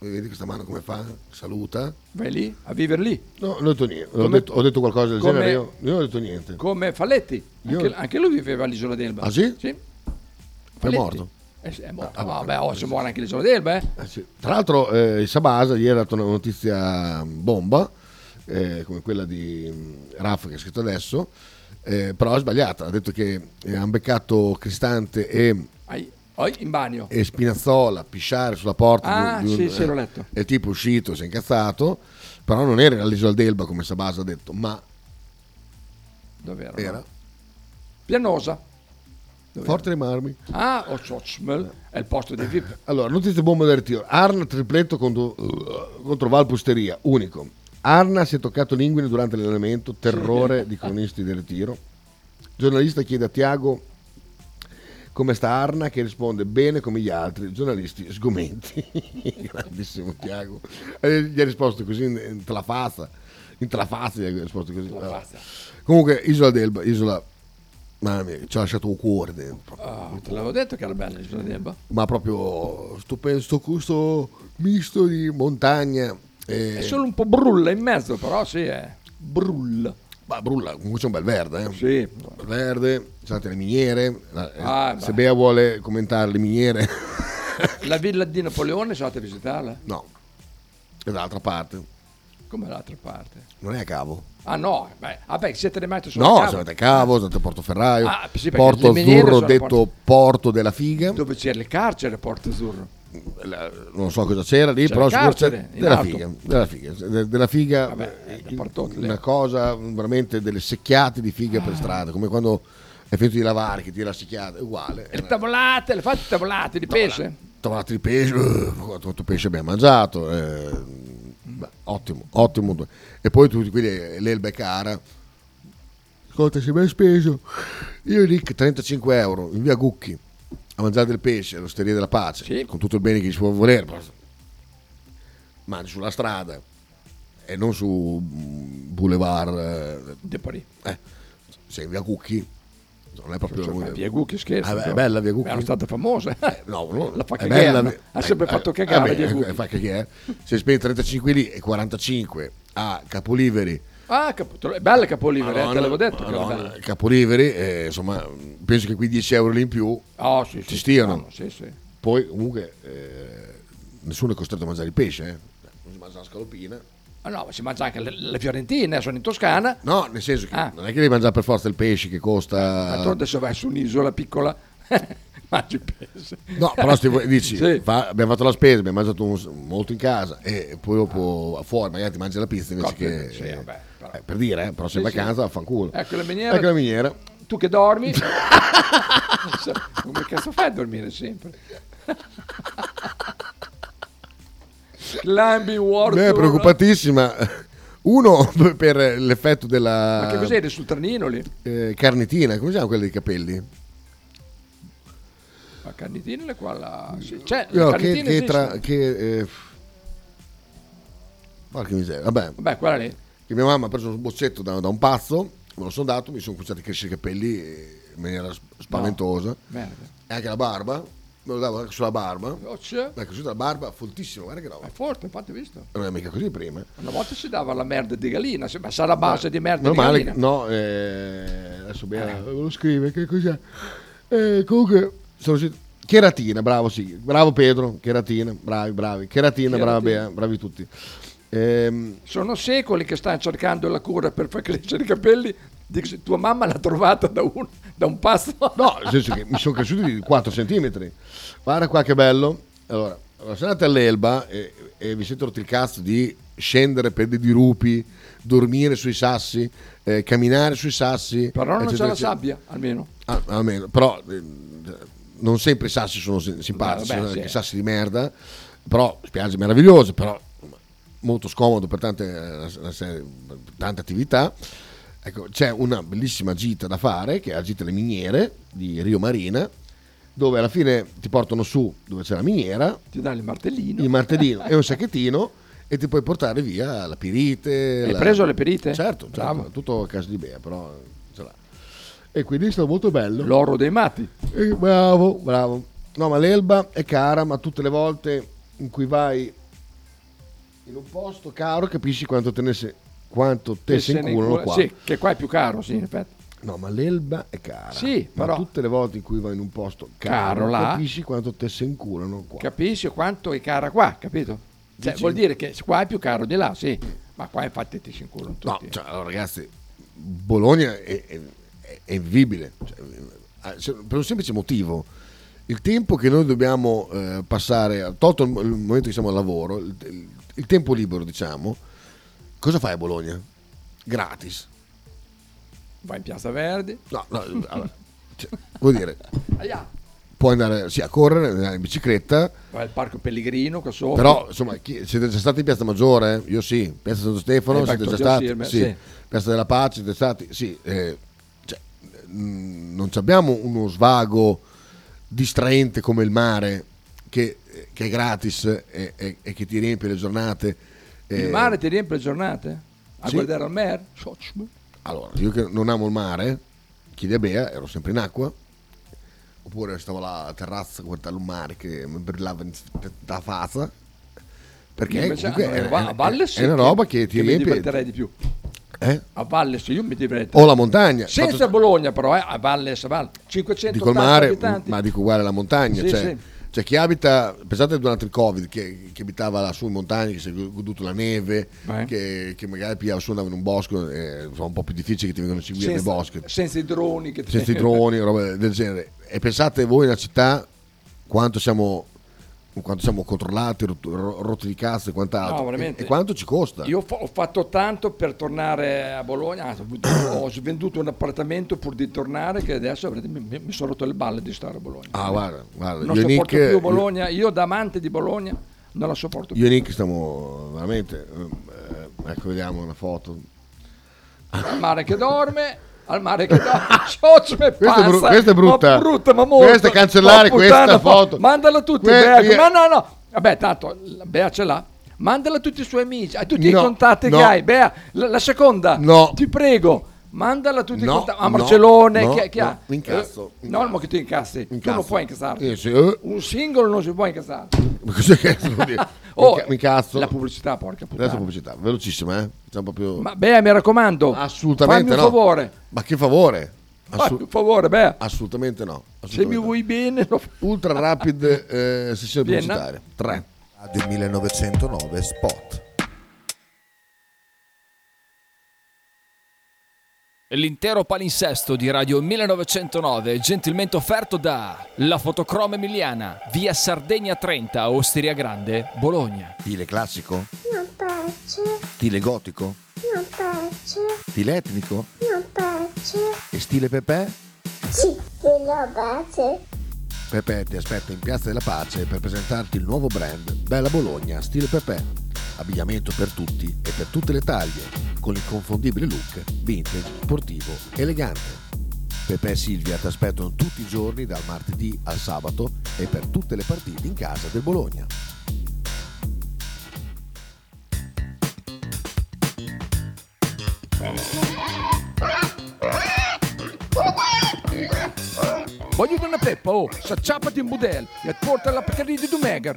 Speaker 2: Vedi questa mano come fa? Saluta.
Speaker 3: Vai lì, a vivere lì.
Speaker 2: No, non ho detto niente. Ho
Speaker 3: Come-
Speaker 2: detto, ho detto qualcosa del
Speaker 3: come-
Speaker 2: genere, io, io non ho detto niente.
Speaker 3: Come Falletti,
Speaker 2: Io-
Speaker 3: anche, anche lui viveva all'isola d'Elba.
Speaker 2: Ah, sì?
Speaker 3: Sì.
Speaker 2: È
Speaker 3: Falletti.
Speaker 2: morto.
Speaker 3: Eh sì, è mo- ah, vabbè, oh, si muore anche l'isola d'Elba, eh?
Speaker 2: Tra l'altro, eh, Sabasa ieri ha dato una notizia bomba, eh, come quella di mh, Raff che ha scritto adesso, eh, però è sbagliata. Ha detto che eh, hanno beccato Cristante e,
Speaker 3: Ai- oi, in bagno.
Speaker 2: e Spinazzola pisciare sulla porta.
Speaker 3: Ah,
Speaker 2: di- di un-
Speaker 3: sì, sì, l'ho letto.
Speaker 2: E il tipo è uscito, si è incazzato, però non era all'isola d'Elba come Sabasa ha detto, ma
Speaker 3: Dove era?
Speaker 2: era
Speaker 3: Pianosa.
Speaker 2: Forte dei Marmi.
Speaker 3: Ah, Ochochmel è il posto di VIP.
Speaker 2: *laughs* Allora, notizie bomba del ritiro. Arna tripletto contro, eh, contro Valpusteria, unico. Arna si è toccato linguine durante l'allenamento, terrore di cronisti del ritiro. Giornalista chiede a Tiago come sta Arna, che risponde bene come gli altri, giornalisti sgomenti. *laughs* Grandissimo Tiago. Eh, Gli ha risposto così in, in trafazza. In trafazza gli ha risposto così. Comunque, Isola d'Elba, Isola... Mamma mia, ci ha lasciato un cuore dentro
Speaker 3: Ah, te l'avevo detto che era bella l'isola d'Elba.
Speaker 2: ma proprio stupendo sto gusto misto di montagna e
Speaker 3: È solo un po' brulla in mezzo, però sì, eh. è brulla.
Speaker 2: Ma brulla, comunque c'è un bel verde, eh? Un bel verde, ci sono le miniere, la- eh,
Speaker 3: Ah, beh.
Speaker 2: se Bea vuole commentare le miniere *laughs*
Speaker 3: La villa di Napoleone sono andate a visitarla?
Speaker 2: No. è dall'altra parte,
Speaker 3: Come l'altra parte?
Speaker 2: non è a cavo.
Speaker 3: Ah no, beh, vabbè, siete rimasti solo a
Speaker 2: No,
Speaker 3: Cavo.
Speaker 2: siete a cavo, siete a Portoferraio,
Speaker 3: Ah, sì, perché
Speaker 2: Porto
Speaker 3: le miniere
Speaker 2: Azzurro
Speaker 3: sono a
Speaker 2: detto
Speaker 3: Porto-
Speaker 2: Porto della Figa,
Speaker 3: Dove c'era il carcere a Porto Azzurro?
Speaker 2: non so cosa c'era lì,
Speaker 3: C'era
Speaker 2: però
Speaker 3: il
Speaker 2: sicuro c'è-
Speaker 3: carcere, in
Speaker 2: della
Speaker 3: alto.
Speaker 2: figa, della figa, de- della figa, eh, una cosa veramente delle secchiate di figa
Speaker 3: Ah.
Speaker 2: per strada, come quando è finito di lavare che tira la secchiata, è uguale.
Speaker 3: Le tavolate, le fate tavolate di pesce?
Speaker 2: Trovate di pesce, eh, quanto, quanto pesce abbiamo mangiato, eh, beh, ottimo, ottimo. E poi tutti quelli, l'Elba e Cara, ascolta se ben speso, io lì che 35 euro in via Gucchi a mangiare del pesce all'osteria della pace, con tutto il bene che ci può volere, però mangi sulla strada e non su mm, Boulevard
Speaker 3: De Paris.
Speaker 2: Eh, sei via Cucchi. Non è proprio
Speaker 3: Cioè, via Gucchi scherzo.
Speaker 2: Ah, beh, è
Speaker 3: cioè.
Speaker 2: bella via Gucchi.
Speaker 3: Era stata famosa.
Speaker 2: Eh, no, no,
Speaker 3: *laughs* La fa
Speaker 2: è
Speaker 3: cagare,
Speaker 2: bella
Speaker 3: ma
Speaker 2: via-
Speaker 3: ha sempre
Speaker 2: eh,
Speaker 3: fatto
Speaker 2: eh,
Speaker 3: cagare
Speaker 2: eh,
Speaker 3: via
Speaker 2: eh,
Speaker 3: Gucci.
Speaker 2: fa cagare. Se spendi 35 lì e 45 a Capoliveri,
Speaker 3: Ah, capo- è bella Capolivere, eh, te
Speaker 2: Madonna,
Speaker 3: l'avevo detto. che era
Speaker 2: Madonna,
Speaker 3: bella.
Speaker 2: Capoliveri, eh, insomma, penso che qui 10 euro lì in più
Speaker 3: Ah, sì,
Speaker 2: ci
Speaker 3: sì,
Speaker 2: stiano.
Speaker 3: stanno, sì, sì.
Speaker 2: Poi comunque eh, nessuno è costretto a mangiare il pesce, eh. Non si mangia la scalopina.
Speaker 3: Ah, no, ma si mangia anche le, le fiorentine, sono in Toscana.
Speaker 2: No, nel senso che
Speaker 3: Ah.
Speaker 2: non è che devi mangiare per forza il pesce che costa...
Speaker 3: D'altronde se vai su un'isola piccola *laughs* mangi il pesce.
Speaker 2: No, però se vuoi- dici,
Speaker 3: Sì.
Speaker 2: fa- abbiamo fatto la spesa, abbiamo mangiato un- molto in casa e poi dopo fuori magari ti mangi la pizza invece
Speaker 3: Coppia, *laughs*
Speaker 2: che...
Speaker 3: sì, vabbè,
Speaker 2: eh, per dire, eh, però sei in
Speaker 3: Sì, sì.
Speaker 2: vacanza, fanculo.
Speaker 3: Ecco la miniera.
Speaker 2: Ecco la miniera.
Speaker 3: Tu che dormi. *laughs* Come cazzo fai a dormire
Speaker 2: *laughs*
Speaker 3: sempre? Climbing World
Speaker 2: Beh,
Speaker 3: Tour.
Speaker 2: preoccupatissima. *laughs* Uno *laughs* per l'effetto della...
Speaker 3: Ma che cos'eri sul Ternino lì?
Speaker 2: eh, carnitina, come si chiama quella dei capelli?
Speaker 3: Eh, La carnitina è qua la... Sì, c'è,
Speaker 2: No,
Speaker 3: la
Speaker 2: che,
Speaker 3: carnitina
Speaker 2: che
Speaker 3: esiste.
Speaker 2: tra... Che, eh, porca miseria, vabbè.
Speaker 3: Vabbè, quella lì.
Speaker 2: Che mia mamma ha preso un bozzetto da, da un pazzo, me lo sono dato, mi sono cominciati a crescere i capelli eh, in maniera sp- spaventosa.
Speaker 3: Merda.
Speaker 2: E anche la barba, me lo davo anche sulla barba.
Speaker 3: Oh, c'è.
Speaker 2: Mi è cresciuta la barba fortissima, guarda che roba.
Speaker 3: È forte, infatti, hai visto?
Speaker 2: Non è mica così prima.
Speaker 3: Una volta si dava la merda di gallina, se- ma sarà base di merda
Speaker 2: Meno
Speaker 3: di
Speaker 2: male,
Speaker 3: gallina.
Speaker 2: che- no, eh, adesso Bea lo scrive, che cos'è?
Speaker 11: Eh, comunque,
Speaker 2: Sono riuscito- Cheratina, bravo, sì, bravo Pedro, cheratina, bravi, bravi. Cheratina, brava
Speaker 3: Cheratina.
Speaker 2: Bea, bravi tutti. Ehm,
Speaker 3: Sono secoli che stanno cercando la cura per far crescere i capelli. Dici, tua mamma l'ha trovata da un, da un pasto.
Speaker 2: *laughs* No, nel senso che mi sono cresciuti di 4 cm. Guarda qua che bello. Allora, allora, se andate all'Elba e, e vi siete rotti il cazzo di scendere per dei dirupi, dormire sui sassi, eh, camminare sui sassi.
Speaker 3: Però non c'è
Speaker 2: eccetera,
Speaker 3: la
Speaker 2: eccetera.
Speaker 3: sabbia, almeno.
Speaker 2: Ah, almeno, però eh, non sempre i sassi sono sim- simpatici,
Speaker 3: Vabbè,
Speaker 2: sono
Speaker 3: sì.
Speaker 2: anche sassi di merda, però spiagge meravigliose, però molto scomodo per tante, eh, una serie- per tante attività. Ecco, c'è una bellissima gita da fare, che è la gita delle miniere di Rio Marina, dove alla fine ti portano su dove c'è la miniera,
Speaker 3: ti danno il martellino,
Speaker 2: il martellino
Speaker 3: *laughs*
Speaker 2: e un sacchettino e ti puoi portare via la pirite.
Speaker 3: Hai
Speaker 2: la-
Speaker 3: preso le perite?
Speaker 2: Certo, certo,
Speaker 3: Bravo.
Speaker 2: tutto a casa di Bea, però eh, ce l'ha. E quindi è stato molto bello.
Speaker 3: L'oro dei matti.
Speaker 2: Eh, bravo, bravo. No, ma l'Elba è cara, ma tutte le volte in cui vai in un posto caro capisci quanto te ne se- quanto te
Speaker 3: Che
Speaker 2: se
Speaker 3: se ne
Speaker 2: inculano
Speaker 3: incula-
Speaker 2: qua.
Speaker 3: Sì, che qua è più caro, sì, in effetti.
Speaker 2: No, ma l'Elba è cara.
Speaker 3: Sì,
Speaker 2: ma
Speaker 3: però-
Speaker 2: tutte le volte in cui vai in un posto caro,
Speaker 3: Caro là.
Speaker 2: capisci quanto te se incurano qua.
Speaker 3: Capisci quanto è cara qua, capito? Cioè,
Speaker 2: Dici-
Speaker 3: vuol dire che qua è più caro di là, sì, ma qua infatti ti si inculano tutti. eh.
Speaker 2: No, cioè, allora, ragazzi, Bologna è, è- è- è vivibile Cioè, eh, se- per un semplice motivo. Il tempo che noi dobbiamo eh, passare, a- tolto il, il momento che siamo al lavoro, il, il- il tempo libero, diciamo, cosa fai a Bologna? Gratis.
Speaker 3: Vai in Piazza Verde.
Speaker 2: No,
Speaker 3: *laughs*
Speaker 2: no, allora, cioè, vuol dire,
Speaker 3: Aia,
Speaker 2: puoi andare sì, a correre, andare in bicicletta,
Speaker 3: vai al Parco Pellegrino qua sopra.
Speaker 2: però insomma, chi- siete già stati in Piazza Maggiore? Io sì, Piazza Santo Stefano,
Speaker 3: Eh,
Speaker 2: siete già
Speaker 3: Pacto
Speaker 2: stati?
Speaker 3: Giosirme,
Speaker 2: sì.
Speaker 3: sì.
Speaker 2: Piazza della Pace, siete stati? Sì, eh, cioè, mh, non abbiamo uno svago distraente come il mare che, che è gratis e, e- e che ti riempie le giornate. eh,
Speaker 3: Il mare ti riempie le giornate? A
Speaker 2: Sì.
Speaker 3: guardare al mare? Sochme.
Speaker 2: Allora, io che non amo il mare, chiedi a Bea, ero sempre in acqua. Oppure stavo là a terrazza a guardare il mare che mi brillava in la faccia. Perché
Speaker 3: Invece,
Speaker 2: comunque
Speaker 3: allora,
Speaker 2: è,
Speaker 3: va- a valle
Speaker 2: è-
Speaker 3: sì
Speaker 2: è una roba che ti
Speaker 3: mi
Speaker 2: riempie.
Speaker 3: divertirei di più.
Speaker 2: Eh?
Speaker 3: A valle sì, io mi divertirei.
Speaker 2: O la montagna.
Speaker 3: Senza
Speaker 2: Fatto-
Speaker 3: Bologna però, eh, a valle a valle. 500
Speaker 2: dico il mare,
Speaker 3: abitanti.
Speaker 2: ma dico uguale la montagna.
Speaker 3: Sì,
Speaker 2: cioè,
Speaker 3: sì.
Speaker 2: cioè chi abita, pensate durante il Covid, che, che abitava là su in montagna, che si è goduto la neve,
Speaker 3: Beh.
Speaker 2: che, che magari pigliava su andava in un bosco, eh, insomma, un po' più difficile che ti vengono a seguire nei
Speaker 3: senza,
Speaker 2: boschi.
Speaker 3: senza i droni che ti- *laughs*
Speaker 2: senza i droni, roba del genere. E pensate voi nella città quanto siamo, quanto siamo controllati, rot- ro- rotti di cazzo e
Speaker 3: No,
Speaker 2: quant'altro. e,
Speaker 3: veramente.
Speaker 2: e quanto ci costa?
Speaker 3: Io fa- ho fatto tanto per tornare a Bologna, anzi, ho avuto-
Speaker 2: *coughs*
Speaker 3: ho svenduto un appartamento pur di tornare che adesso avrete- mi, mi- mi sono rotto le balle di stare a Bologna.
Speaker 2: Ah, guarda, guarda,
Speaker 3: non
Speaker 2: io e
Speaker 3: sopporto
Speaker 2: Nick-
Speaker 3: più Bologna, io da amante di Bologna non la sopporto più.
Speaker 2: Io e Nick stiamo veramente. eh, ecco, vediamo una foto.
Speaker 3: Al mare che dorme, al mare che
Speaker 2: *laughs*
Speaker 3: dorme, socio me
Speaker 2: Questa è bru-
Speaker 3: pazza,
Speaker 2: questa è brutta.
Speaker 3: ma brutta, ma molto.
Speaker 2: Questa è cancellare
Speaker 3: Ma puttana,
Speaker 2: questa
Speaker 3: fa-
Speaker 2: foto.
Speaker 3: Mandala a tutti,
Speaker 2: Que-
Speaker 3: Bea,
Speaker 2: qui è-
Speaker 3: ma no, no. Vabbè, tanto la Bea ce l'ha. Mandala a tutti i suoi amici, a tutti
Speaker 2: No,
Speaker 3: i contatti
Speaker 2: no.
Speaker 3: che hai. Bea, la, la seconda,
Speaker 2: No.
Speaker 3: ti prego, mandala a tutti
Speaker 2: No,
Speaker 3: i contatti. A
Speaker 2: no,
Speaker 3: Marcellone,
Speaker 2: no,
Speaker 3: chi, chi ha?
Speaker 2: no, mi incazzo,
Speaker 3: Eh, no, ma che tu incassi, tu
Speaker 2: Incazzo.
Speaker 3: non puoi incassare.
Speaker 2: Io sì, eh.
Speaker 3: Un singolo non si può
Speaker 2: *laughs*
Speaker 3: incassare.
Speaker 2: Ma cos'è che vuol dire?
Speaker 3: *laughs* Oh,
Speaker 2: mi, ca- mi cazzo.
Speaker 3: la pubblicità, porca puttana.
Speaker 2: Adesso pubblicità, velocissima, eh? Facciamo proprio.
Speaker 3: Ma Bea, mi raccomando,
Speaker 2: assolutamente
Speaker 3: fammi un
Speaker 2: no.
Speaker 3: favore.
Speaker 2: Ma che favore?
Speaker 3: Fammi un favore, Bea.
Speaker 2: Assolutamente no.
Speaker 3: Se
Speaker 2: assolutamente
Speaker 3: mi
Speaker 2: no.
Speaker 3: vuoi bene, lo
Speaker 2: Ultra rapid eh, sessione
Speaker 3: Vienna.
Speaker 2: pubblicitaria. 3.
Speaker 1: Radio 1909 Spot.
Speaker 22: L'intero palinsesto di Radio 1909 gentilmente offerto da La Fotocroma Emiliana, via Sardegna 30, Osteria Grande, Bologna.
Speaker 1: Stile classico?
Speaker 17: non piace,
Speaker 1: Stile gotico?
Speaker 17: non piace,
Speaker 1: Stile etnico?
Speaker 17: non piace,
Speaker 1: E stile Pepe?
Speaker 17: sì, della base,
Speaker 1: Pepe ti aspetta in Piazza della Pace per presentarti il nuovo brand Bella Bologna Stile Pepe. Abbigliamento per tutti e per tutte le taglie, con l'inconfondibile look vintage, sportivo, elegante. Pepe e Silvia ti aspettano tutti i giorni dal martedì al sabato e per tutte le partite in casa del Bologna.
Speaker 3: Voglio una peppa, oh, s'acciappati in budel e porta la Pcarì di Dumegar.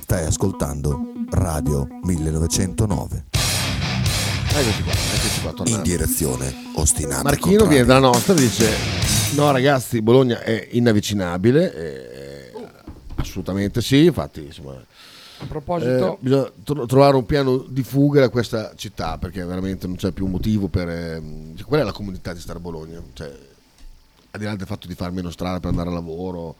Speaker 1: Stai ascoltando Radio 1909.
Speaker 2: Eccoci qua, eccoci qua, tornati.
Speaker 1: In direzione ostinata.
Speaker 2: Marchino viene dalla nostra e dice: No, ragazzi, Bologna è inavvicinabile. eh, assolutamente sì, infatti, insomma.
Speaker 3: A proposito,
Speaker 2: Eh, bisogna tro- trovare un piano di fuga da questa città perché veramente non c'è più motivo per. ehm, cioè, qual è la comunità di stare a Bologna? Cioè, al di là del fatto di far meno strada per andare al lavoro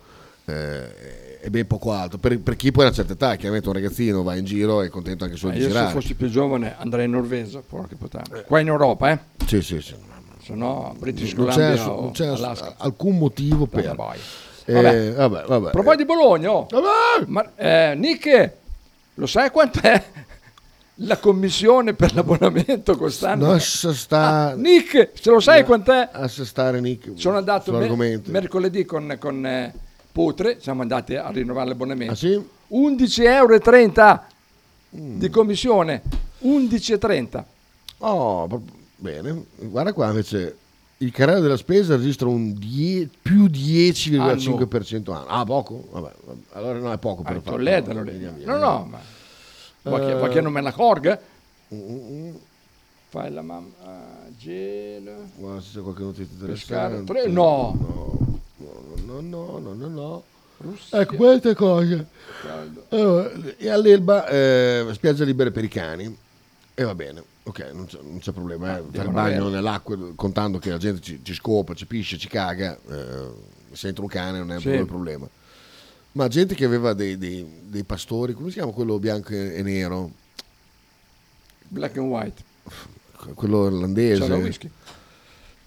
Speaker 2: eh, e ben poco altro. Per, per chi poi ha una certa età, chiaramente un ragazzino va in giro e è contento anche solo
Speaker 3: Ma
Speaker 2: di
Speaker 3: io eh, se
Speaker 2: girare.
Speaker 3: fossi più giovane andrei in Norvegia, porca puttana. Qua in Europa, eh?
Speaker 2: Sì, sì, sì.
Speaker 3: Se no, British
Speaker 2: Non c'è,
Speaker 3: Columbia
Speaker 2: assu-
Speaker 3: o
Speaker 2: non c'è assu-
Speaker 3: Alaska.
Speaker 2: alcun motivo
Speaker 3: Dai,
Speaker 2: per.
Speaker 3: vai.
Speaker 2: Eh,
Speaker 3: Vabbè.
Speaker 2: vabbè, vabbè.
Speaker 3: A eh, proposito di Bologna, oh. Ma, eh, Nick, lo sai quant'è? *laughs* la commissione per l'abbonamento quest'anno.
Speaker 2: Lascia
Speaker 3: Ah.
Speaker 2: stare.
Speaker 3: Nick, ce lo sai quant'è?
Speaker 2: Lascia stare, Nick.
Speaker 3: Sono andato me-
Speaker 2: sull'argomento.
Speaker 3: mercoledì con, con eh, Potre, siamo andati a rinnovare l'abbonamento.
Speaker 2: Ah, sì? Mm.
Speaker 3: 11,30 euro di commissione, 11,30.
Speaker 2: Oh, pro- bene. Guarda qua invece. Il carrello della spesa registra un die- più 10,5% anno. Ah, poco? Vabbè, vabbè, allora no, è poco per
Speaker 3: Ah,
Speaker 2: fare.
Speaker 3: Toledo,
Speaker 2: no,
Speaker 3: allora.
Speaker 2: vediamo,
Speaker 3: No,
Speaker 2: vediamo.
Speaker 3: no, ma vuoi che,
Speaker 2: Eh. Mm,
Speaker 3: vuoi che non me la corga? Fai la mamma ah, gelo.
Speaker 2: Guarda se c'è qualche notizia
Speaker 3: Pescare.
Speaker 2: interessante.
Speaker 3: Tre, no.
Speaker 2: No, no, no, no, no, no.
Speaker 3: Russia.
Speaker 2: Ecco, queste cose.
Speaker 3: Caldo.
Speaker 2: Allora, e all'Elba eh, spiagge libere per i cani. E va bene, ok, non c'è, non c'è
Speaker 3: Ah,
Speaker 2: problema. eh. Fare il bagno
Speaker 3: avere.
Speaker 2: nell'acqua, contando che la gente ci, ci scopa, ci pisce, ci caga. eh, se entra un cane non è un
Speaker 3: Sì.
Speaker 2: vero problema. Ma gente che aveva dei, dei- dei pastori, come si chiama quello bianco e e nero?
Speaker 3: Black and white.
Speaker 2: Quello irlandese.
Speaker 3: Sono whisky.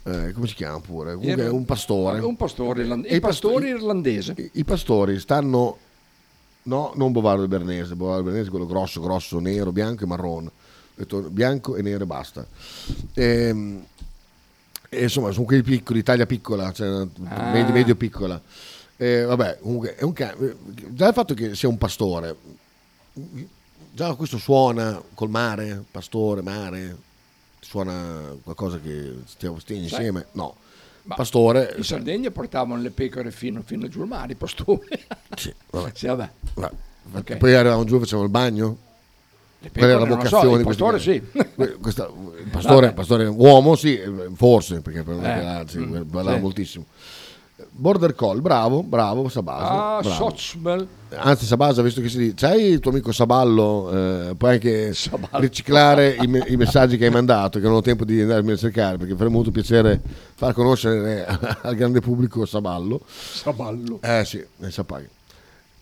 Speaker 2: Eh, come si chiama pure? Comunque
Speaker 3: Era-
Speaker 2: è un pastore.
Speaker 3: Un pastore irlandese.
Speaker 2: E
Speaker 3: Il
Speaker 2: i pasto-
Speaker 3: pastore irlandese.
Speaker 2: I- I pastori stanno, no, non Bovaro e Bernese, Bovaro e Bernese è quello grosso, grosso, nero, bianco e marrone, Ho detto bianco e nero e basta. Ehm, e insomma, sono quelli piccoli, taglia piccola, cioè,
Speaker 1: Ah.
Speaker 2: medio, medio piccola. Eh, vabbè, comunque è un cane. Già il fatto che sia un pastore, già questo suona col mare, pastore, mare, suona qualcosa che stiamo stiamo
Speaker 3: Sì.
Speaker 2: insieme? No.
Speaker 3: Ma
Speaker 2: pastore,
Speaker 3: In Sardegna portavano le pecore fino, fino giù al mare, i pastori.
Speaker 2: Sì, vabbè.
Speaker 3: *laughs* Sì, vabbè.
Speaker 2: Vabbè.
Speaker 3: Ok.
Speaker 2: Poi arrivavamo giù e facevamo il bagno. Quella era la
Speaker 3: pecore non lo so,
Speaker 2: vocazione.
Speaker 3: il
Speaker 2: di questo
Speaker 3: pastore
Speaker 2: piano.
Speaker 3: sì.
Speaker 2: Que- questa- il pastore,
Speaker 3: Vabbè.
Speaker 2: il pastore uomo sì, eh, forse, perché per- perché, anzi,
Speaker 3: mm,
Speaker 2: parlava
Speaker 3: sì.
Speaker 2: moltissimo. Border Call, bravo, bravo Sabasa.
Speaker 3: Ah,
Speaker 2: bravo.
Speaker 3: Sochmel.
Speaker 2: Anzi Sabasa, visto che si dice, c'hai il tuo amico Saballo, eh, puoi anche riciclare i, me- i messaggi che hai mandato, che non ho tempo di andarmi a cercare, perché farei molto piacere far conoscere al grande pubblico Saballo.
Speaker 3: Saballo.
Speaker 2: Eh sì, ne sa paghi.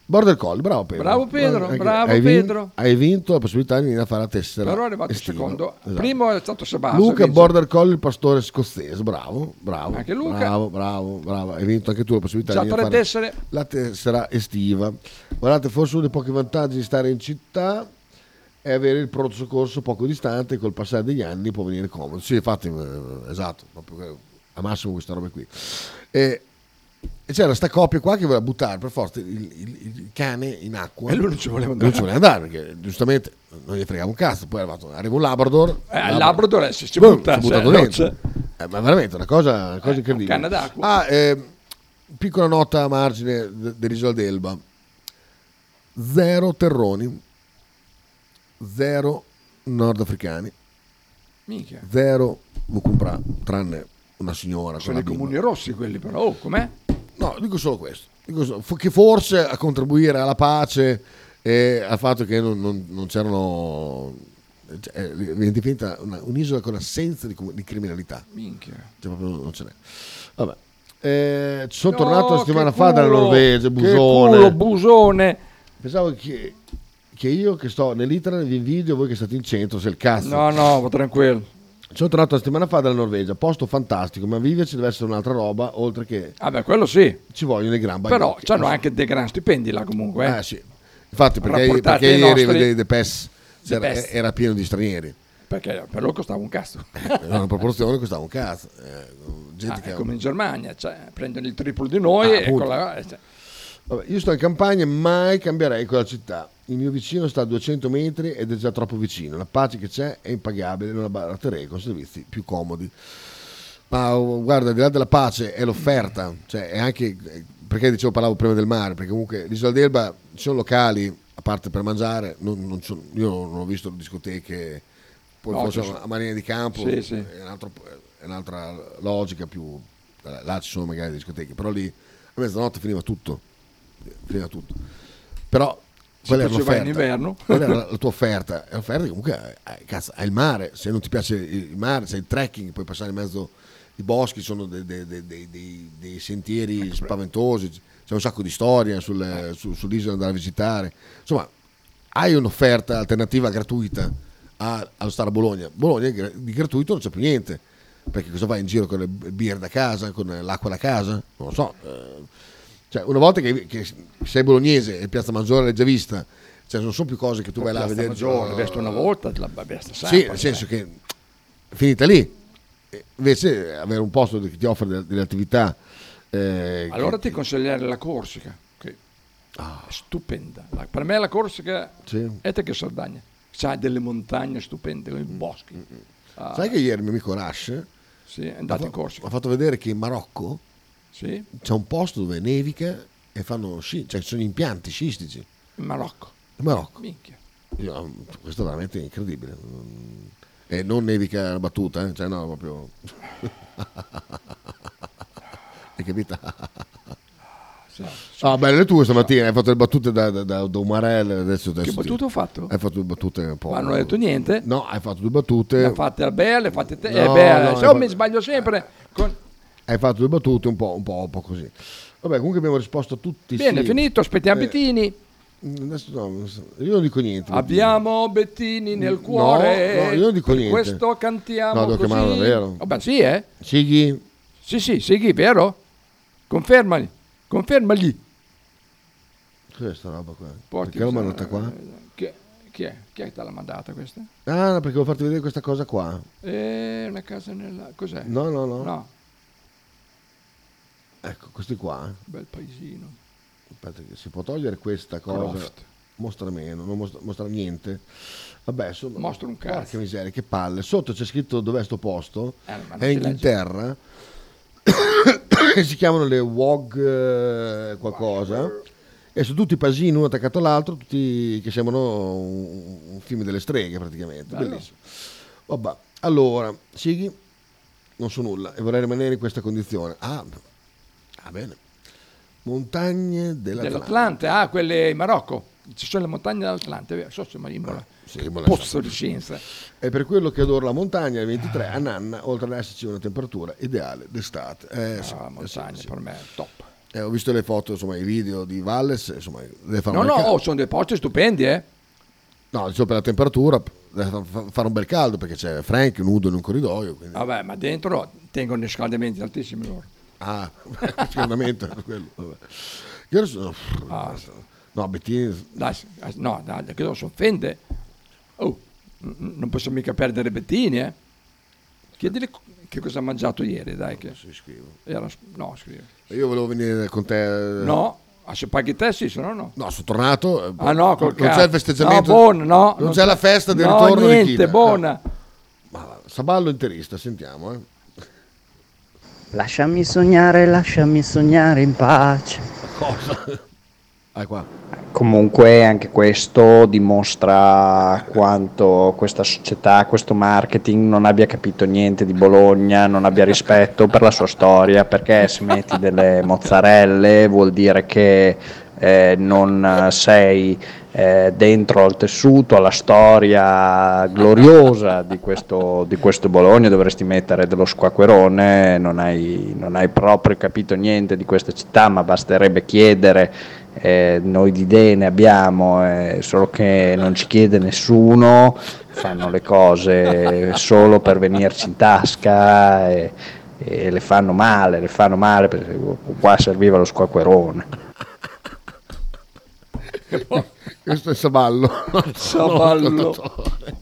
Speaker 2: Border Collie, bravo Pedro. Eh,
Speaker 3: Bravo Pedro,
Speaker 2: Anche-
Speaker 3: bravo
Speaker 2: hai vin-
Speaker 3: Pedro.
Speaker 2: hai vinto la possibilità di venire a fare la tessera.
Speaker 3: Però è arrivato il
Speaker 2: estiva.
Speaker 3: secondo.
Speaker 2: Esatto.
Speaker 3: Primo è stato Sebastian.
Speaker 2: Luca Border Collie, il pastore scozzese, bravo, bravo.
Speaker 3: Anche Luca.
Speaker 2: Bravo, bravo, bravo. Hai vinto anche tu la possibilità
Speaker 3: Già
Speaker 2: di
Speaker 3: tre
Speaker 2: venire a fare
Speaker 3: tessere.
Speaker 2: la tessera estiva. Guardate, forse uno dei pochi vantaggi di stare in città è avere il pronto soccorso poco distante, col passare degli anni può venire comodo. Sì, infatti, eh, esatto, proprio que- a massimo questa roba qui. E, e c'era sta coppia qua che voleva buttare per forza il, il- il cane in acqua.
Speaker 3: E lui non ci voleva
Speaker 2: Lui non ci
Speaker 3: andare.
Speaker 2: voleva andare, perché giustamente non gli fregava un cazzo. Poi è arrivato, arriva un Labrador.
Speaker 3: Eh, il Labrador, eh, se ci
Speaker 2: boom,
Speaker 3: butta,
Speaker 2: si è buttato
Speaker 3: cioè, non
Speaker 2: dentro. Eh, ma veramente una cosa, una cosa incredibile.
Speaker 3: canna d'acqua.
Speaker 2: Ah, ehm, piccola nota a margine de- dell'isola d'Elba. Zero terroni, zero nordafricani,
Speaker 3: Minchia.
Speaker 2: zero Vukumpra, tranne una signora. con
Speaker 3: Sono
Speaker 2: la
Speaker 3: i
Speaker 2: bimba.
Speaker 3: comuni rossi quelli però. Oh, com'è?
Speaker 2: No, dico solo questo. Dico solo- fo- che forse a contribuire alla pace e al fatto che non, non- non c'erano... cioè, eh, diventa diventa una- un'isola con assenza di, com- di criminalità.
Speaker 3: Minchia.
Speaker 2: Cioè, proprio non ce n'è. Vabbè. Eh, ci sono
Speaker 3: No,
Speaker 2: tornato la
Speaker 3: Oh, che
Speaker 2: settimana fa dalla
Speaker 3: culo,
Speaker 2: Norvegia,
Speaker 3: che
Speaker 2: Busone.
Speaker 3: culo, Busone.
Speaker 2: Pensavo che, che io che sto nell'Italia vi invidio, voi che state in centro, se il cazzo.
Speaker 3: No, no, va tranquillo.
Speaker 2: Sono tornato la settimana fa dalla Norvegia, posto fantastico, ma viverci deve essere un'altra roba, oltre che
Speaker 3: Vabbè, Ah, quello sì.
Speaker 2: ci vogliono dei gran bagnetti.
Speaker 3: Però c'hanno anche dei gran stipendi là comunque. Eh,
Speaker 2: Ah, sì. Infatti, perché,
Speaker 3: Rapportati
Speaker 2: perché
Speaker 3: ai
Speaker 2: ieri
Speaker 3: nostri-
Speaker 2: vedevi The Pass
Speaker 3: The
Speaker 2: c'era-
Speaker 3: Pass.
Speaker 2: era pieno di stranieri.
Speaker 3: Perché per loro costava un cazzo.
Speaker 2: Era
Speaker 3: *laughs*
Speaker 2: una proporzione costava un cazzo. Eh, gente
Speaker 3: Ah,
Speaker 2: che-
Speaker 3: è come in Germania, cioè, prendono il triplo di noi
Speaker 2: Ah,
Speaker 3: e
Speaker 2: appunto.
Speaker 3: con la- cioè,
Speaker 2: Vabbè, io sto in campagna e mai cambierei quella città. Il mio vicino sta a 200 metri ed è già troppo vicino. La pace che c'è è impagabile, non la baratterei con servizi più comodi. Ma oh, guarda, al di là della pace è l'offerta, cioè è anche eh, perché dicevo parlavo prima del mare, perché comunque l'isola d'Elba ci sono locali, a parte per mangiare, non- non sono- io non ho visto discoteche, poi
Speaker 1: No,
Speaker 2: forse
Speaker 1: ci sono-
Speaker 2: a Marina di Campo
Speaker 1: Sì, sì.
Speaker 2: È, un altro- eh. è un'altra logica più... Là ci sono magari discoteche, però lì a mezzanotte finiva tutto, finiva tutto. Però quella era
Speaker 3: faceva in
Speaker 2: l'offerta.
Speaker 3: inverno.
Speaker 2: Quella era la tua offerta. E l'offerta che comunque hai, cazzo, hai il mare. Se non ti piace il mare, c'è il trekking, puoi passare in mezzo ai boschi, sono de- de- de- de- dei- dei
Speaker 3: Ecco,
Speaker 2: sentieri spaventosi, c'è un sacco di storia sul- su- sull'isola da visitare. Insomma, hai un'offerta alternativa gratuita a- allo stare a Bologna. Bologna gra- di gratuito non c'è più niente. Perché cosa vai in giro con le birre da casa, con l'acqua da casa? Non lo so. eh, cioè, una volta che, che sei bolognese e Piazza Maggiore l'hai già vista, Cioè, non sono più cose che tu vai là a
Speaker 18: La
Speaker 2: vedere
Speaker 18: stagione,
Speaker 2: giorno.
Speaker 18: veste una volta, la veste
Speaker 2: Sì,
Speaker 18: sempre,
Speaker 2: nel senso che è finita lì. E Invece eh, avere un posto che ti offre delle, delle attività eh,
Speaker 3: Allora
Speaker 2: che-
Speaker 3: ti consiglierei la Corsica, che è stupenda. La- per me la Corsica
Speaker 2: Sì.
Speaker 3: è te che Sardagna. C'ha delle montagne stupende, con i
Speaker 2: Mm.
Speaker 3: boschi. Ah,
Speaker 2: Sai che ieri il mio amico Rash
Speaker 3: Sì, è andato
Speaker 2: ha fa-
Speaker 3: in Corsica.
Speaker 2: ha fatto vedere che in Marocco
Speaker 3: Sì.
Speaker 2: c'è un posto dove nevica e fanno sci, cioè ci sono impianti sciistici.
Speaker 3: In Marocco.
Speaker 2: In Marocco.
Speaker 3: Minchia.
Speaker 2: Io, um, questo è veramente incredibile. Mm. E non nevica la battuta, eh? cioè no, proprio... *laughs* Hai capito? Ah, belle tu stamattina, hai fatto le battute da, da, da, da Umarell, adesso, adesso
Speaker 3: Che
Speaker 2: ti-
Speaker 3: battute ho fatto?
Speaker 2: Hai fatto due battute un po'.
Speaker 3: Ma non ho detto niente.
Speaker 2: No, hai fatto due battute.
Speaker 3: Le ha fatte a Belle, le ha fatte te.
Speaker 2: No,
Speaker 3: eh, beh,
Speaker 2: no,
Speaker 3: se
Speaker 2: no,
Speaker 3: no
Speaker 2: Ah, ma-
Speaker 3: mi sbaglio sempre. Con-
Speaker 2: Hai fatto due battute un po', un po', un po' così. Vabbè, comunque abbiamo risposto a tutti.
Speaker 3: Bene,
Speaker 2: sì.
Speaker 3: finito, aspettiamo
Speaker 2: Eh, mm,
Speaker 3: Bettini.
Speaker 2: Adesso no, non so. io non dico niente.
Speaker 3: Abbiamo Bettini nel
Speaker 2: No,
Speaker 3: cuore.
Speaker 2: Mm, no, io non dico
Speaker 3: Per
Speaker 2: niente.
Speaker 3: Questo cantiamo
Speaker 2: No, devo
Speaker 3: così.
Speaker 2: chiamarlo, vero?
Speaker 3: Vabbè, sì, eh?
Speaker 2: Sighi?
Speaker 3: Sì, sì, Sighi, vero? Confermali. Confermali.
Speaker 2: Cos'è sta roba qua?
Speaker 3: Porti Eh,
Speaker 2: perché l'ho
Speaker 3: questa-
Speaker 2: mandata qua?
Speaker 3: Chi, chi è? Chi è che te l'ha mandata questa?
Speaker 2: Ah, no, perché volevo farti vedere questa cosa qua.
Speaker 3: Eh, una casa nella... Cos'è?
Speaker 2: No, no, no.
Speaker 3: No,
Speaker 2: Ecco, questi qua.
Speaker 3: bel paesino.
Speaker 2: Aspetta, che si può togliere questa cosa?
Speaker 3: Croft.
Speaker 2: Mostra meno, non mostra, mostra niente. Vabbè, insomma.
Speaker 3: Mostra un cazzo.
Speaker 2: Porca miseria, che palle. Sotto c'è scritto dov'è sto posto.
Speaker 3: Eh, ma non
Speaker 2: è
Speaker 3: si
Speaker 2: in Inghilterra. *coughs* e si chiamano le WOG eh, qualcosa. E sono tutti pasini uno attaccato all'altro, tutti che sembrano un, un film delle streghe praticamente.
Speaker 18: Bello.
Speaker 2: Bellissimo. Vabbè, allora, Sighi, non so nulla e vorrei rimanere in questa condizione. Ah, ah bene. Montagne dell'Atlante.
Speaker 3: Dell'Atlante, ah, quelle in Marocco. Ci sono le montagne dell'Atlante, vero? so se mi rimbora.
Speaker 2: Sì, buona
Speaker 3: Pozzo
Speaker 2: sorte.
Speaker 3: di scienza.
Speaker 2: È per quello che adoro la montagna, il 23 a Nanna, oltre ad esserci una temperatura ideale d'estate. Eh, sì,
Speaker 3: Ah, montagna per me è top.
Speaker 2: eh, ho visto le foto, insomma, i video di Valles, insomma, deve fare
Speaker 3: No,
Speaker 2: un
Speaker 3: no,
Speaker 2: bel caldo.
Speaker 3: oh, sono dei posti stupendi, eh.
Speaker 2: No, dicevo, per la temperatura deve fa- fa- fare un bel caldo perché c'è Frank nudo in un corridoio. Quindi...
Speaker 3: Vabbè, ma dentro tengono dei scaldamenti altissimi loro.
Speaker 2: Ah, *laughs* sicuramente per quello. vabbè. Che ora sono- No, Bettini...
Speaker 3: Ah, Dai, eh, no, dai, che non si offende. Oh, n- n- non posso mica perdere Bettini, eh. Chiedile co- che cosa ha mangiato ieri, dai. Che... Era- No, scrivo.
Speaker 2: Io volevo venire con te... eh,
Speaker 3: No, ah, se paghi te sì, se no no.
Speaker 2: No, sono tornato. eh,
Speaker 3: Ah no, col
Speaker 2: non c'è il
Speaker 3: cazzo.
Speaker 2: festeggiamento.
Speaker 3: No, buona, no,
Speaker 2: non, c'è la festa del
Speaker 3: no,
Speaker 2: ritorno di
Speaker 3: niente,
Speaker 2: Kina.
Speaker 3: buona.
Speaker 2: Ma Saballo interista, sentiamo. Eh.
Speaker 16: Lasciami sognare, lasciami sognare in pace.
Speaker 2: *laughs* Cosa? Ah, qua.
Speaker 23: Comunque anche questo dimostra quanto questa società, questo marketing non abbia capito niente di Bologna, non abbia rispetto per la sua storia, perché se metti delle mozzarelle vuol dire che eh, non sei eh, dentro al tessuto, alla storia gloriosa di questo, di questo Bologna, dovresti mettere dello squacquerone, non hai, non hai proprio capito niente di questa città, ma basterebbe chiedere, eh, noi di idee ne abbiamo, eh, solo che non ci chiede nessuno, fanno le cose solo per venirci in tasca. E, e le fanno male, le fanno male perché qua serviva lo squacquerone.
Speaker 2: Questo
Speaker 3: *laughs*
Speaker 2: è Saballo. *laughs*
Speaker 18: Saballo.
Speaker 2: Non l'ascoltatore.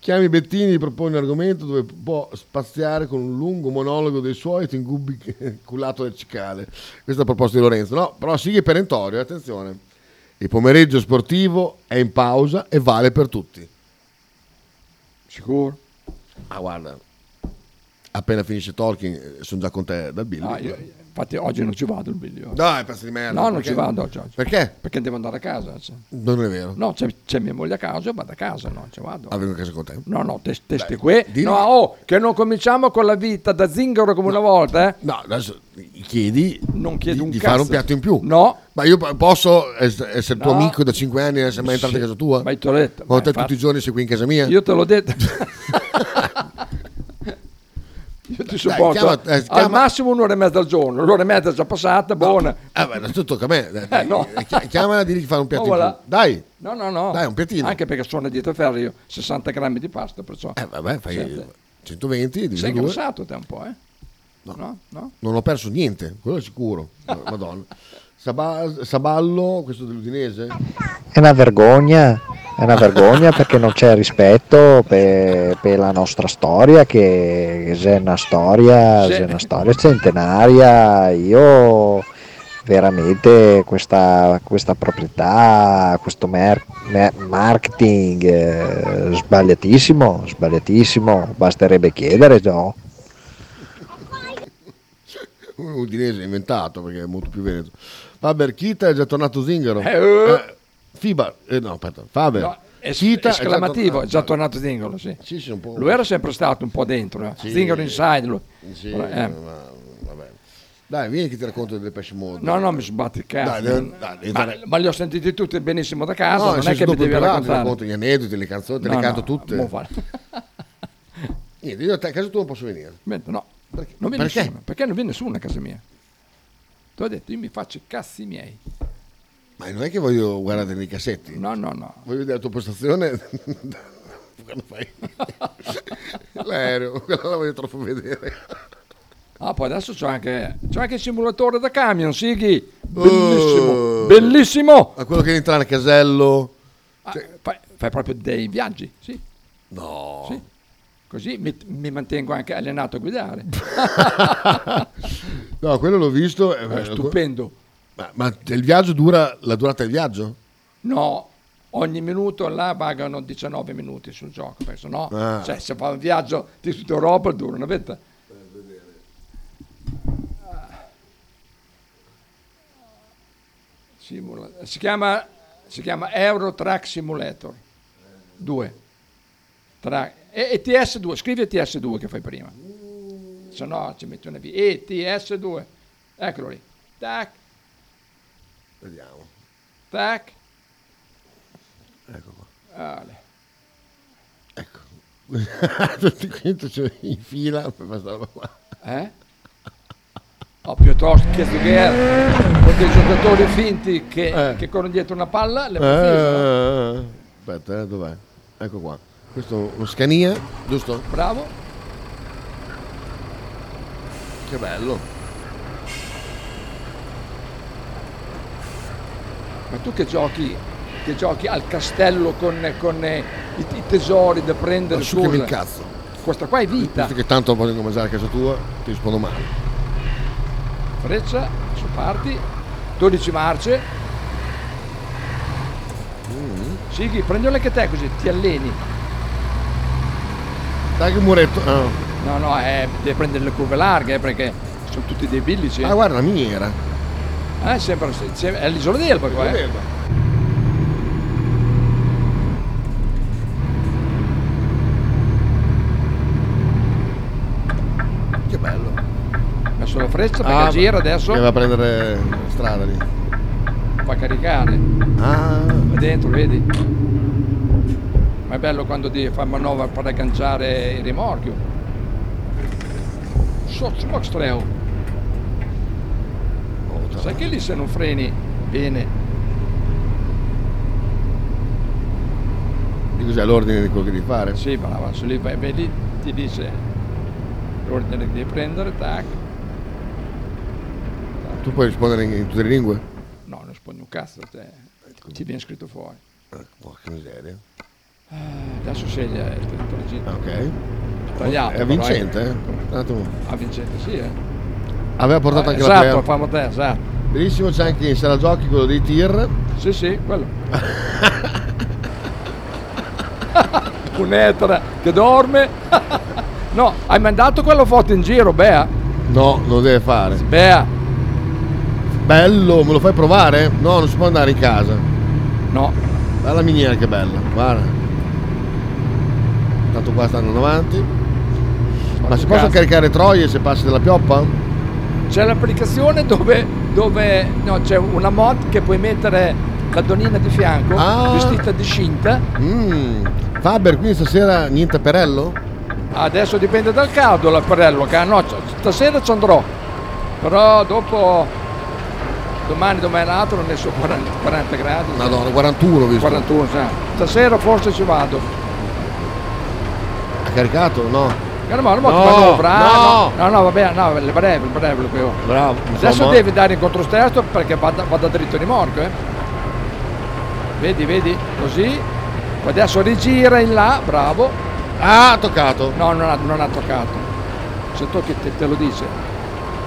Speaker 2: Chiami Bettini, propone un argomento dove può spaziare con un lungo monologo dei suoi tingubbi *laughs* culato del cicale. Questa è la proposta di Lorenzo. No, però sì che è perentorio, attenzione. Il pomeriggio sportivo è in pausa e vale per tutti.
Speaker 3: Sicuro?
Speaker 2: Ah, guarda. Appena finisce Talking, eh, sono già con te da Billy.
Speaker 3: Ah, io- infatti oggi non ci vado il biglio.
Speaker 2: Dai, pezzo di merda.
Speaker 3: No, non
Speaker 2: perché-
Speaker 3: ci vado oggi, oggi.
Speaker 2: Perché?
Speaker 3: Perché devo andare a casa. cioè.
Speaker 2: Non è vero.
Speaker 3: No, c'è, c'è mia moglie a casa, io vado a casa, no, ci vado.
Speaker 2: Ah, vengo a casa con te.
Speaker 3: No, no, te, te
Speaker 2: Dai,
Speaker 3: sti qui.
Speaker 2: dillo.
Speaker 3: No, oh, che non cominciamo con la vita da zingaro come una volta, eh.
Speaker 2: No, adesso chiedi
Speaker 3: non chiedo
Speaker 2: di,
Speaker 3: un
Speaker 2: di
Speaker 3: cazzo.
Speaker 2: fare un piatto in più.
Speaker 3: No.
Speaker 2: Ma io po- posso es- essere tuo
Speaker 3: No.
Speaker 2: amico da 5 anni e non essere mai entrato
Speaker 3: Sì,
Speaker 2: a casa tua?
Speaker 3: ma io te l'ho detto,
Speaker 2: Quando
Speaker 3: ma
Speaker 2: te
Speaker 3: infatti-
Speaker 2: tutti i giorni sei qui in casa mia?
Speaker 3: Io te l'ho detto. Io ti supporto
Speaker 2: chiama- eh, chiama-
Speaker 3: al massimo un'ora e mezza al giorno, un'ora e mezza è già passata, buona. Eh,
Speaker 2: Ah, beh, adesso tocca a me. Dai, dai,
Speaker 3: no.
Speaker 2: chi- Chiamala e digli di fare un piatto
Speaker 3: Oh,
Speaker 2: in
Speaker 3: voilà.
Speaker 2: più. Dai,
Speaker 3: No, no, no.
Speaker 2: Dai, un piattino.
Speaker 3: Anche perché sono dietro ferro io, 60 grammi di pasta, perciò.
Speaker 2: Eh, *laughs* vabbè, fai
Speaker 3: Senti,
Speaker 2: 120 diviso
Speaker 3: sei
Speaker 2: due.
Speaker 3: grossato te un po', eh? No. No? *laughs*
Speaker 2: Non ho perso niente, quello è sicuro. Madonna. Saba- Saballo, questo dell'Udinese?
Speaker 23: È una vergogna, è una vergogna perché non c'è rispetto per, per la nostra storia, che è una storia, è una storia centenaria. Io veramente questa, questa proprietà, questo mer- mer- marketing eh, sbagliatissimo, sbagliatissimo, basterebbe chiedere, Gio.
Speaker 2: Un Udinese inventato perché è molto più veneto. Faber, Kita è già tornato Zingaro.
Speaker 3: Eh, eh.
Speaker 2: Eh, Fiba, eh, no, aspetta, Faber.
Speaker 3: No, es-
Speaker 2: Kita
Speaker 3: esclamativo, è già
Speaker 2: tornato.
Speaker 3: tornato Zingaro, sì.
Speaker 2: Ah, Sì, sì, un po'.
Speaker 3: Lo era sempre stato un po' dentro, eh. Zingaro inside. Lui.
Speaker 2: Sì,
Speaker 3: Ora, eh.
Speaker 2: ma- vabbè. Dai, vieni che ti racconto delle pesce mode.
Speaker 3: No, no, mi sbatti il cazzo.
Speaker 2: Dai, dai, dai, devi
Speaker 3: ma,
Speaker 2: fare-
Speaker 3: ma li ho sentiti tutti benissimo da
Speaker 2: No,
Speaker 3: casa,
Speaker 2: nel
Speaker 3: non è che
Speaker 2: senso,
Speaker 3: mi
Speaker 2: dopo il
Speaker 3: devi
Speaker 2: pelato, ti
Speaker 3: raccontare.
Speaker 2: racconto gli aneddoti, le canzoni, te
Speaker 3: No,
Speaker 2: le canto
Speaker 3: no,
Speaker 2: tutte.
Speaker 3: mo fare.
Speaker 2: Niente, io a, te, a casa tua non posso venire.
Speaker 3: Mentre no, non viene
Speaker 2: Perché?
Speaker 3: nessuno, perché non viene nessuno a casa mia. Ti ho detto, io mi faccio i cazzi miei.
Speaker 2: Ma non è che voglio guardare nei cassetti.
Speaker 3: No, no, no.
Speaker 2: Voglio vedere la tua postazione. Quando fai l'aereo, quella la voglio troppo vedere.
Speaker 3: Ah, poi adesso c'ho anche, c'ho anche il simulatore da camion, Sighi. Bellissimo, bellissimo.
Speaker 2: Ma Oh. quello che entra nel casello. Cioè,
Speaker 3: Ah, fai, fai proprio dei viaggi, sì.
Speaker 2: No.
Speaker 3: Sì. Così mi, mi mantengo anche allenato a guidare.
Speaker 2: *laughs*
Speaker 3: *laughs*
Speaker 2: No, quello l'ho visto. eh,
Speaker 3: È stupendo.
Speaker 2: Ma, ma il viaggio dura la durata del viaggio?
Speaker 3: No, ogni minuto là pagano 19 minuti sul gioco, perché sennò
Speaker 2: Ah.
Speaker 3: cioè, se fa un viaggio di tutta Europa dura una vita. Ah. Simula- Si chiama, si chiama Euro Truck Simulator 2 Tra- E- ETS2, scrivi ETS2 che fai prima, se no ci metti una V. ETS2, eccolo lì, tac,
Speaker 2: Vediamo.
Speaker 3: tac,
Speaker 2: Ecco qua. Ecco.
Speaker 3: Ale.
Speaker 2: *laughs* Tutti quanti sono in fila per questa roba qua.
Speaker 3: Eh? Ho piuttosto chiesto che era con dei giocatori finti che, che corrono dietro una palla, le preferisco.
Speaker 2: Eh, aspetta, eh, dov'è? Ecco qua. Questo è lo Scania, giusto?
Speaker 3: Bravo.
Speaker 2: Che bello.
Speaker 3: Ma tu che giochi, che giochi al castello con, con, eh, i, i tesori da prendere
Speaker 2: Ma su che mi
Speaker 3: scusa.
Speaker 2: incazzo.
Speaker 3: Questa qua è vita.
Speaker 2: Visto che tanto vogliono mangiare a casa tua, ti rispondo male.
Speaker 3: Freccia, su parti, 12 marce. Sighi, prendilo anche te così, ti alleni.
Speaker 2: Dai che muretto. Ah,
Speaker 3: No, no, eh, devi prendere le curve larghe eh, perché sono tutti dei billici.
Speaker 2: Ah, guarda, la miniera.
Speaker 3: Eh, sembra, se- è l'isola d'Elba qua.
Speaker 2: L'isola
Speaker 3: Eh.
Speaker 2: d'Elba. Che bello.
Speaker 3: Messo la freccia perché gira adesso.
Speaker 2: Ah, Che va a prendere la strada lì.
Speaker 3: Fa caricare.
Speaker 2: Ah.
Speaker 3: È dentro, vedi? Ma è bello quando ti fa manovra per agganciare il rimorchio. Sotto Moxtreo. Oh, Sai che lì se non freni bene.
Speaker 2: Di cos'è l'ordine di quello che devi fare?
Speaker 3: Ah, Sì, brava, se lì vai vedi, ti dice l'ordine che devi prendere, tac.
Speaker 2: Tu puoi rispondere in, in tutte le lingue?
Speaker 3: No, non spogni un cazzo, te. ti viene scritto fuori.
Speaker 2: Eh, Porca miseria.
Speaker 3: Ah, Adesso scegli eh, il tuo tragitto.
Speaker 2: Ok.
Speaker 3: Tagliato.
Speaker 2: È
Speaker 3: però,
Speaker 2: vincente,
Speaker 3: eh.
Speaker 2: eh? Tanto-
Speaker 3: Ah, vincente, sì, eh.
Speaker 2: Aveva portato
Speaker 3: Eh,
Speaker 2: anche la
Speaker 3: esatto,
Speaker 2: terra.
Speaker 3: famo te, esatto.
Speaker 2: Bellissimo c'è anche in sala giochi quello dei tir.
Speaker 3: Sì, sì, quello. Punetra che dorme. *laughs* no, hai mandato quella foto in giro, Bea.
Speaker 2: No, lo deve fare.
Speaker 3: Bea.
Speaker 2: Bello, me lo fai provare? No, non si può andare in casa.
Speaker 3: No.
Speaker 2: Guarda la miniera che bella, guarda. Tanto qua stanno avanti. Ma si
Speaker 3: in
Speaker 2: possono
Speaker 3: casa.
Speaker 2: caricare troie se passi della pioppa?
Speaker 3: C'è l'applicazione dove, dove no, c'è una mod che puoi mettere la donina di fianco, vestita di scinta.
Speaker 2: Ah. Mm. Faber, quindi stasera niente perello?
Speaker 3: Adesso dipende dal caldo l'apparello, che no, c- stasera ci andrò. Però dopo domani, domani l'altro ne so 40, 40 gradi.
Speaker 2: Madonna, 41 ho visto.
Speaker 3: 41, sì. Stasera forse ci vado.
Speaker 2: Ha caricato? No.
Speaker 3: Calma, calma,
Speaker 2: No,
Speaker 3: che vado dovrà,
Speaker 2: no.
Speaker 3: no, no, no, va bene, no, il breve, il breve, lo che ho.
Speaker 2: Bravo.
Speaker 3: Adesso devi dare in controsterzo perché vada, vada dritto di morco, eh. Vedi, vedi, così. Poi Adesso rigira in là, bravo. Ah, ha toccato. No, non ha, non ha toccato. Se tocchi te, te lo dice.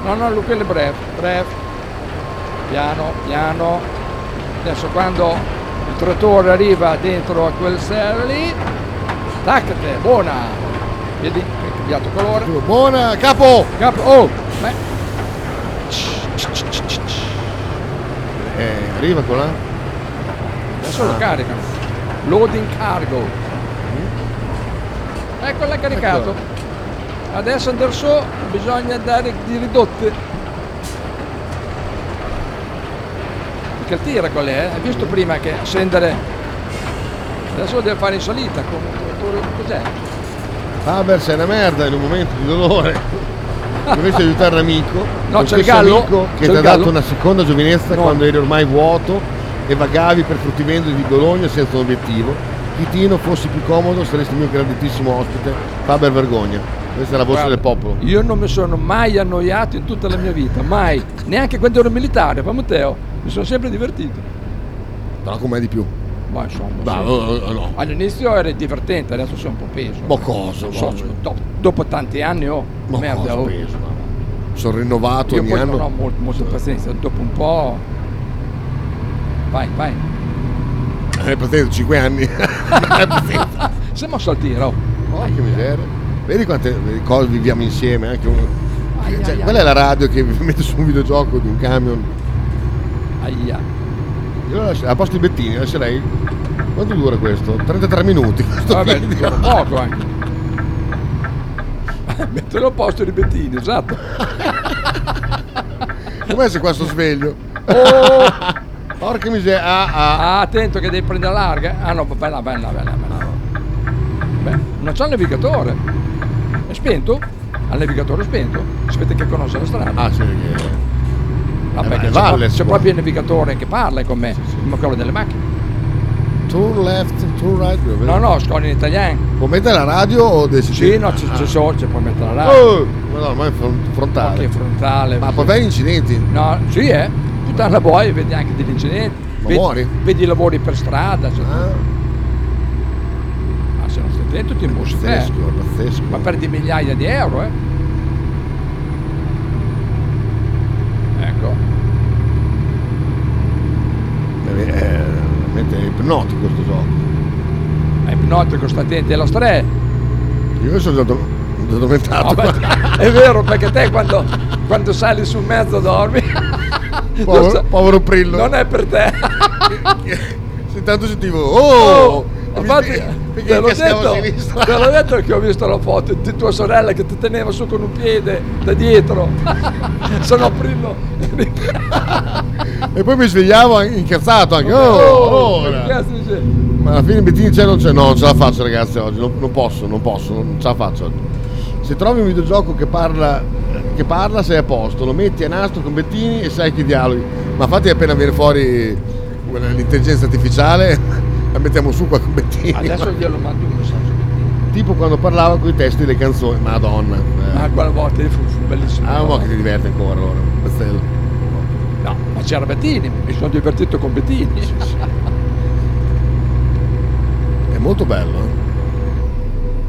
Speaker 3: No, no, lui quello è breve, breve. Piano, piano. Adesso quando il trattore arriva dentro a quel serra lì, taccate, buona. Vedi, è cambiato colore. Buona, capo! Capo, oh! beh,
Speaker 2: Eh, arriva qua là.
Speaker 3: Adesso lo
Speaker 2: Ah.
Speaker 3: caricano. Loading cargo. Mm. Ecco l'ha caricato. Adesso Anderso bisogna dare di ridotte. Perché il tira qual è? eh? Hai visto prima che scendere. Adesso lo deve fare in salita. come- Cos'è?
Speaker 2: Faber sei una merda in un momento di dolore. Dovresti aiutare l'amico.
Speaker 3: No, c'è
Speaker 2: lo
Speaker 3: il
Speaker 2: stesso
Speaker 3: gallo,
Speaker 2: amico
Speaker 3: c'è
Speaker 2: Che
Speaker 3: il
Speaker 2: ti ha
Speaker 3: gallo.
Speaker 2: dato una seconda giovinezza
Speaker 3: No.
Speaker 2: quando eri ormai vuoto e vagavi per fruttivendoli di Bologna senza un obiettivo. Chitino, fossi più comodo, saresti mio grandissimo ospite. Faber vergogna. Questa è la voce
Speaker 3: Guarda,
Speaker 2: del popolo.
Speaker 3: Io non mi sono mai annoiato in tutta la mia vita, mai. Neanche quando ero militare, fa Matteo. Mi sono sempre divertito.
Speaker 2: Però com'è di più?
Speaker 3: Ma insomma.
Speaker 2: Bah,
Speaker 3: sì.
Speaker 2: eh, eh, no.
Speaker 3: All'inizio era divertente, adesso sono un po' peso.
Speaker 2: Ma cosa,
Speaker 3: Non so,
Speaker 2: ma-
Speaker 3: do- dopo tanti anni ho
Speaker 2: Ma
Speaker 3: merda,
Speaker 2: cosa
Speaker 3: oh.
Speaker 2: peso, Sono rinnovato
Speaker 3: Io
Speaker 2: ogni
Speaker 3: poi
Speaker 2: anno.
Speaker 3: non ho mol- molta pazienza, dopo un po'. Vai, vai.
Speaker 2: *laughs* Eh, pazienza, 5 anni.
Speaker 3: *laughs* Siamo al tiro.
Speaker 2: Porca miseria. Vedi quante cose viviamo insieme. Anche un-
Speaker 3: Ai,
Speaker 2: cioè,
Speaker 3: ai,
Speaker 2: quella
Speaker 3: ai.
Speaker 2: è la radio che vi *laughs* mette su un videogioco di un camion.
Speaker 3: Aia.
Speaker 2: Io la lascio- a posto di Bettini lascerei. Quanto dura questo? 33 minuti. Questo
Speaker 3: Vabbè,
Speaker 2: video.
Speaker 3: dura poco anche. Mettelo a posto di Bettini,
Speaker 2: *laughs*
Speaker 3: esatto.
Speaker 2: Com'è se qua sto sveglio? Porca miseria. Ah, ah.
Speaker 3: Oh! Ah, attento che devi prendere larga. Ah no, vai là, vai là, vai là. vai là. Beh, non c'è il navigatore. È spento? Al navigatore è spento. Sapete che conosce la strada.
Speaker 2: Ah, sì,
Speaker 3: Vabbè,
Speaker 2: Eh, ma
Speaker 3: che c'è,
Speaker 2: è Valles
Speaker 3: proprio- c'è
Speaker 2: qua.
Speaker 3: proprio il navigatore che parla con me, come quello delle macchine.
Speaker 2: Turn left, turn right.
Speaker 3: No, no, scorri in italiano.
Speaker 2: Può mettere la radio o dei Ah.
Speaker 3: Sì, no, c'è, c'è so, c'è puoi mettere la radio.
Speaker 2: Oh, madonna, ma è fron- frontale.
Speaker 3: Occhi frontale.
Speaker 2: Ma poi fai gli incidenti?
Speaker 3: No, sì, eh. Puttana poi vedi anche degli incidenti.
Speaker 2: Ma
Speaker 3: vedi,
Speaker 2: muori? Ah.
Speaker 3: Vedi i lavori per strada. cioè. Ma se non stai attento ti mostri
Speaker 2: Pazzesco, pazzesco.
Speaker 3: Ma perdi migliaia di euro, eh. Ecco.
Speaker 2: Eh, È veramente ipnotico questo gioco.
Speaker 3: È eh. ipnotico, sta attenti allo stress.
Speaker 2: Io sono già addormentato.
Speaker 3: Vabbè, *laughs* è vero, perché te quando, quando sali su un mezzo dormi. *laughs*
Speaker 2: Povero-
Speaker 3: povero Prillo. Non è per
Speaker 2: *laughs*
Speaker 3: te.
Speaker 2: Intanto sentivo, oh!
Speaker 3: infatti,
Speaker 2: perché
Speaker 3: te l'ho,
Speaker 2: cascavo a
Speaker 3: detto,
Speaker 2: sinistra.
Speaker 3: te l'ho detto che ho visto la foto di tua sorella che ti teneva su con un piede da dietro. *laughs* Sono Prillo.
Speaker 2: E poi mi svegliavo an- incazzato anche. Oh, ora.
Speaker 3: Cazzo
Speaker 2: *laughs*
Speaker 3: dice,
Speaker 2: Ma alla fine Bettini c'è o non c'è? No, non ce la faccio ragazzi oggi, non, non posso, non posso, non ce la faccio oggi. Se trovi un videogioco che parla, che parla sei a posto, lo metti a nastro con Bettini e sai che dialoghi. Ma fatti appena viene fuori quella- l'intelligenza artificiale, *laughs* la mettiamo su qua con Bettini.
Speaker 3: Adesso glielo mando un messaggio.
Speaker 2: Tipo quando parlava con i testi delle canzoni, madonna. eh.
Speaker 3: Ma quella volta lì fu, fu bellissimo.
Speaker 2: Ah, ma che ti diverte ancora allora, Pastello.
Speaker 3: No, ma c'era Bettini, mi sono divertito con Bettini.
Speaker 2: È molto bello.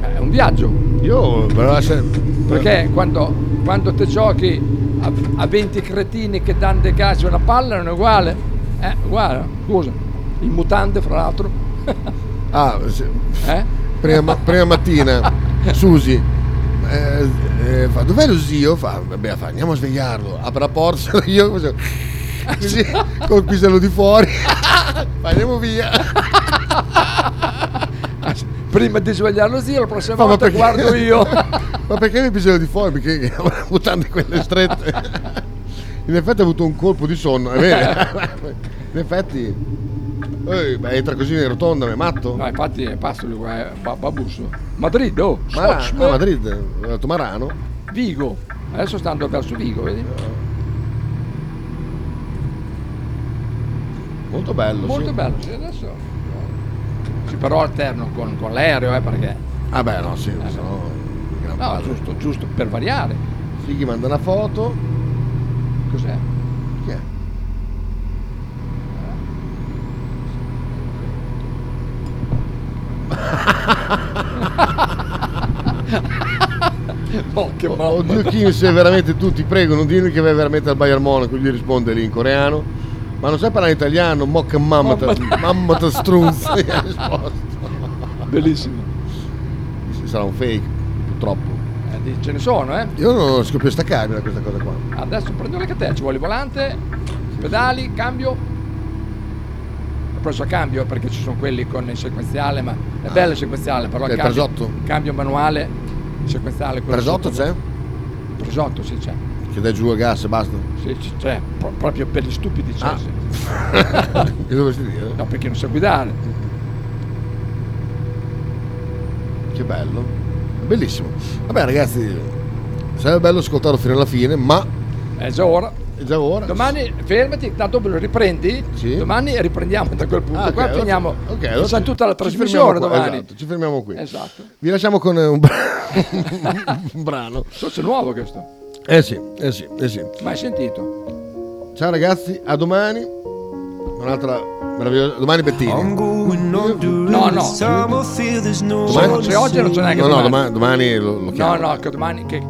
Speaker 2: eh.
Speaker 3: È un viaggio.
Speaker 2: Io ve lo lascio-
Speaker 3: Perché quando, quando te giochi a, a 20 cretini che danno dei calci a una palla non è uguale. Eh, uguale, scusa. In mutande, fra l'altro.
Speaker 2: Ah, se-
Speaker 3: Eh?
Speaker 2: prima, ma- prima mattina Susi eh, eh, fa dov'è lo zio? Fa, vabbè, fa, andiamo a svegliarlo apre la porta *laughs* io così, così, col pisello di fuori fa, andiamo via
Speaker 3: Prima di svegliarlo zio, la prossima
Speaker 2: Fa,
Speaker 3: volta guardo *laughs*
Speaker 2: *laughs*
Speaker 3: io.
Speaker 2: ma perché mi pisello di fuori? perché avrà mutande quelle strette in effetti ha avuto un colpo di sonno è vero in effetti Ehi, ma entra così in rotonda ma è matto?
Speaker 3: No, infatti è pazzo lui qua, è ba- babusso. Madrid, oh,
Speaker 2: Mara-
Speaker 3: Sochme,
Speaker 2: ah, Madrid ho detto Marano
Speaker 3: Vigo. Adesso sta andando verso Vigo, vedi?
Speaker 2: molto bello
Speaker 3: Molto
Speaker 2: sì.
Speaker 3: bello, sì, adesso. Sì, però alterno con, con l'aereo, eh, perché.
Speaker 2: Ah beh, no, sì, sennò-
Speaker 3: No, giusto, giusto per variare.
Speaker 2: Sighi manda una foto.
Speaker 3: Cos'è? *laughs*
Speaker 2: Chi è? *laughs*
Speaker 3: Oh, che
Speaker 2: Oddio Kim, se veramente tu ti prego, non dirmi che vai veramente al Bayern Monaco, gli risponde lì in coreano. Ma non sai parlare italiano, mocca mamma ta, mamma ta strunz. Gli ha risposto.
Speaker 3: Bellissimo.
Speaker 2: Sarà un fake, purtroppo.
Speaker 3: Eh, di- ce ne sono, eh?
Speaker 2: Io non riesco più a staccarmi da questa cosa qua.
Speaker 3: Adesso prendo le catene, ci vuole il volante, pedali, cambio. Ho preso a cambio perché ci sono quelli con il sequenziale, ma è
Speaker 2: Ah.
Speaker 3: bello il sequenziale, però
Speaker 2: C'è
Speaker 3: il
Speaker 2: il
Speaker 3: cambio,
Speaker 2: Presotto?
Speaker 3: cambio manuale, il sequenziale. quello
Speaker 2: Presotto
Speaker 3: sotto-
Speaker 2: c'è?
Speaker 3: Presotto sì c'è.
Speaker 2: Che dai giù a gas e basta.
Speaker 3: Sì, c- c'è, pro- proprio per gli stupidi c'è.
Speaker 2: Ah.
Speaker 3: sì.
Speaker 2: *laughs* Che dovresti dire?
Speaker 3: No, perché non sa guidare.
Speaker 2: Che bello. Bellissimo. Vabbè ragazzi, sarebbe bello ascoltarlo fino alla fine, ma
Speaker 3: È Eh, già ora.
Speaker 2: È già ora.
Speaker 3: Domani fermati, tanto ve lo riprendi. Domani riprendiamo da quel punto.
Speaker 2: Ah, ok,
Speaker 3: qua
Speaker 2: allora-
Speaker 3: finiamo.
Speaker 2: ok,
Speaker 3: facciamo
Speaker 2: allora ci-
Speaker 3: tutta la
Speaker 2: ci
Speaker 3: trasmissione
Speaker 2: fermiamo qua,
Speaker 3: domani.
Speaker 2: esatto, ci fermiamo qui.
Speaker 3: Esatto.
Speaker 2: vi lasciamo con eh, un, bra- *laughs* un brano.
Speaker 3: Forse è nuovo questo.
Speaker 2: Eh sì, eh sì, eh sì.
Speaker 3: Ma hai sentito?
Speaker 2: Ciao ragazzi, a domani. Un'altra meravigliosa. Domani Bettini.
Speaker 3: No, no.
Speaker 2: Domani-
Speaker 3: Se oggi non ce n'è che
Speaker 2: No, no,
Speaker 3: domani.
Speaker 2: domani, domani lo, lo
Speaker 3: No,
Speaker 2: chiamo.
Speaker 3: no, che domani. Che,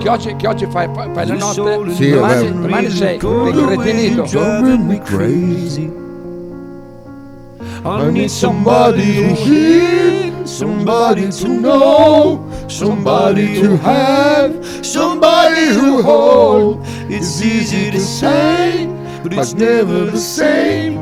Speaker 3: che oggi, che oggi fai, fai- fai la notte.
Speaker 2: Sì,
Speaker 3: domani,
Speaker 2: vabbè.
Speaker 3: domani sei retinito.
Speaker 9: crazy. I need somebody to hear, somebody to know, somebody to have, somebody to hold. It's easy to say, but it's never the same.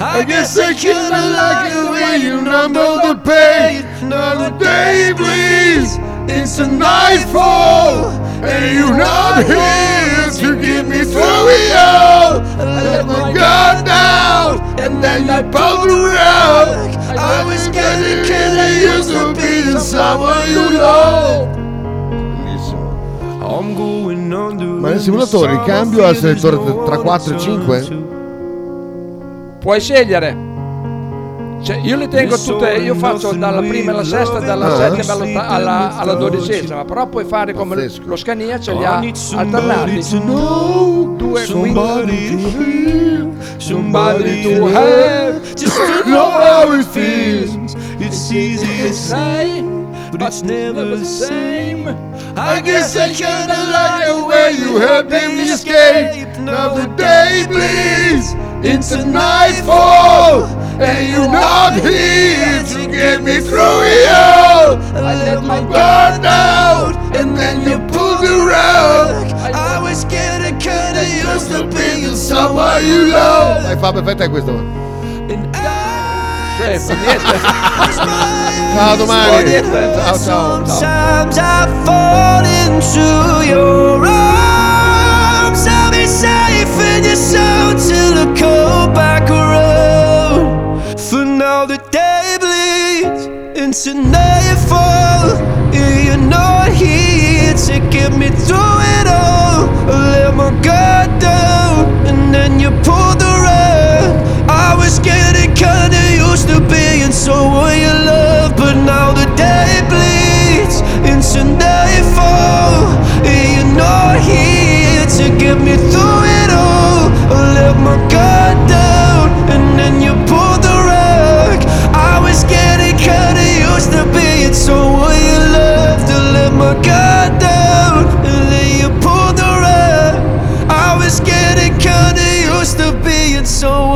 Speaker 9: I guess I kinda like the way you number the pain. Another day, please. It's a nightfall, and you're not here to get me through it all. I
Speaker 3: Eh,
Speaker 9: let my guard down, and then you pulled around. I was getting killing you to be the someone you love. I'm going under.
Speaker 2: Ma nel simulatore il cambio al selettore tra- tra 4 e 5?
Speaker 3: Puoi scegliere. Cioè, io le tengo tutte, io faccio dalla prima alla sesta, dalla
Speaker 2: Ah.
Speaker 3: settima all'otta- alla, alla dodicesima, però puoi fare come lo- lo scania, ce li ha alternati. Due,
Speaker 9: Somebody to feel, somebody to have, just to know how it feels. It's easy to say, but it's never the same. I guess I kinda like the way you helped me escape. Another day, please. It's a nightfall, and you're not here to get me through it all. I let my guard down, and then you pulled around. I was getting kinda used to being someone you love.
Speaker 2: Dai Eh, fa perfetta è questo.
Speaker 9: *laughs* Ciao
Speaker 2: domani.
Speaker 9: Ciao ciao. Sometimes I fall into your arms. I'll be safe in your soul till I come back around. For now the day bleeds into nightfall. And You're not here to get me through it all. I let my guard down and then you pulled the rug. I was getting kinda used to being someone you love, but now the day bleeds into nightfall. And you're not here to get me through it all. I let my guard down and then you pulled the rug. I was getting kinda used to being someone you loved. I let my guard down and then you pulled the rug. I was getting kinda used to being so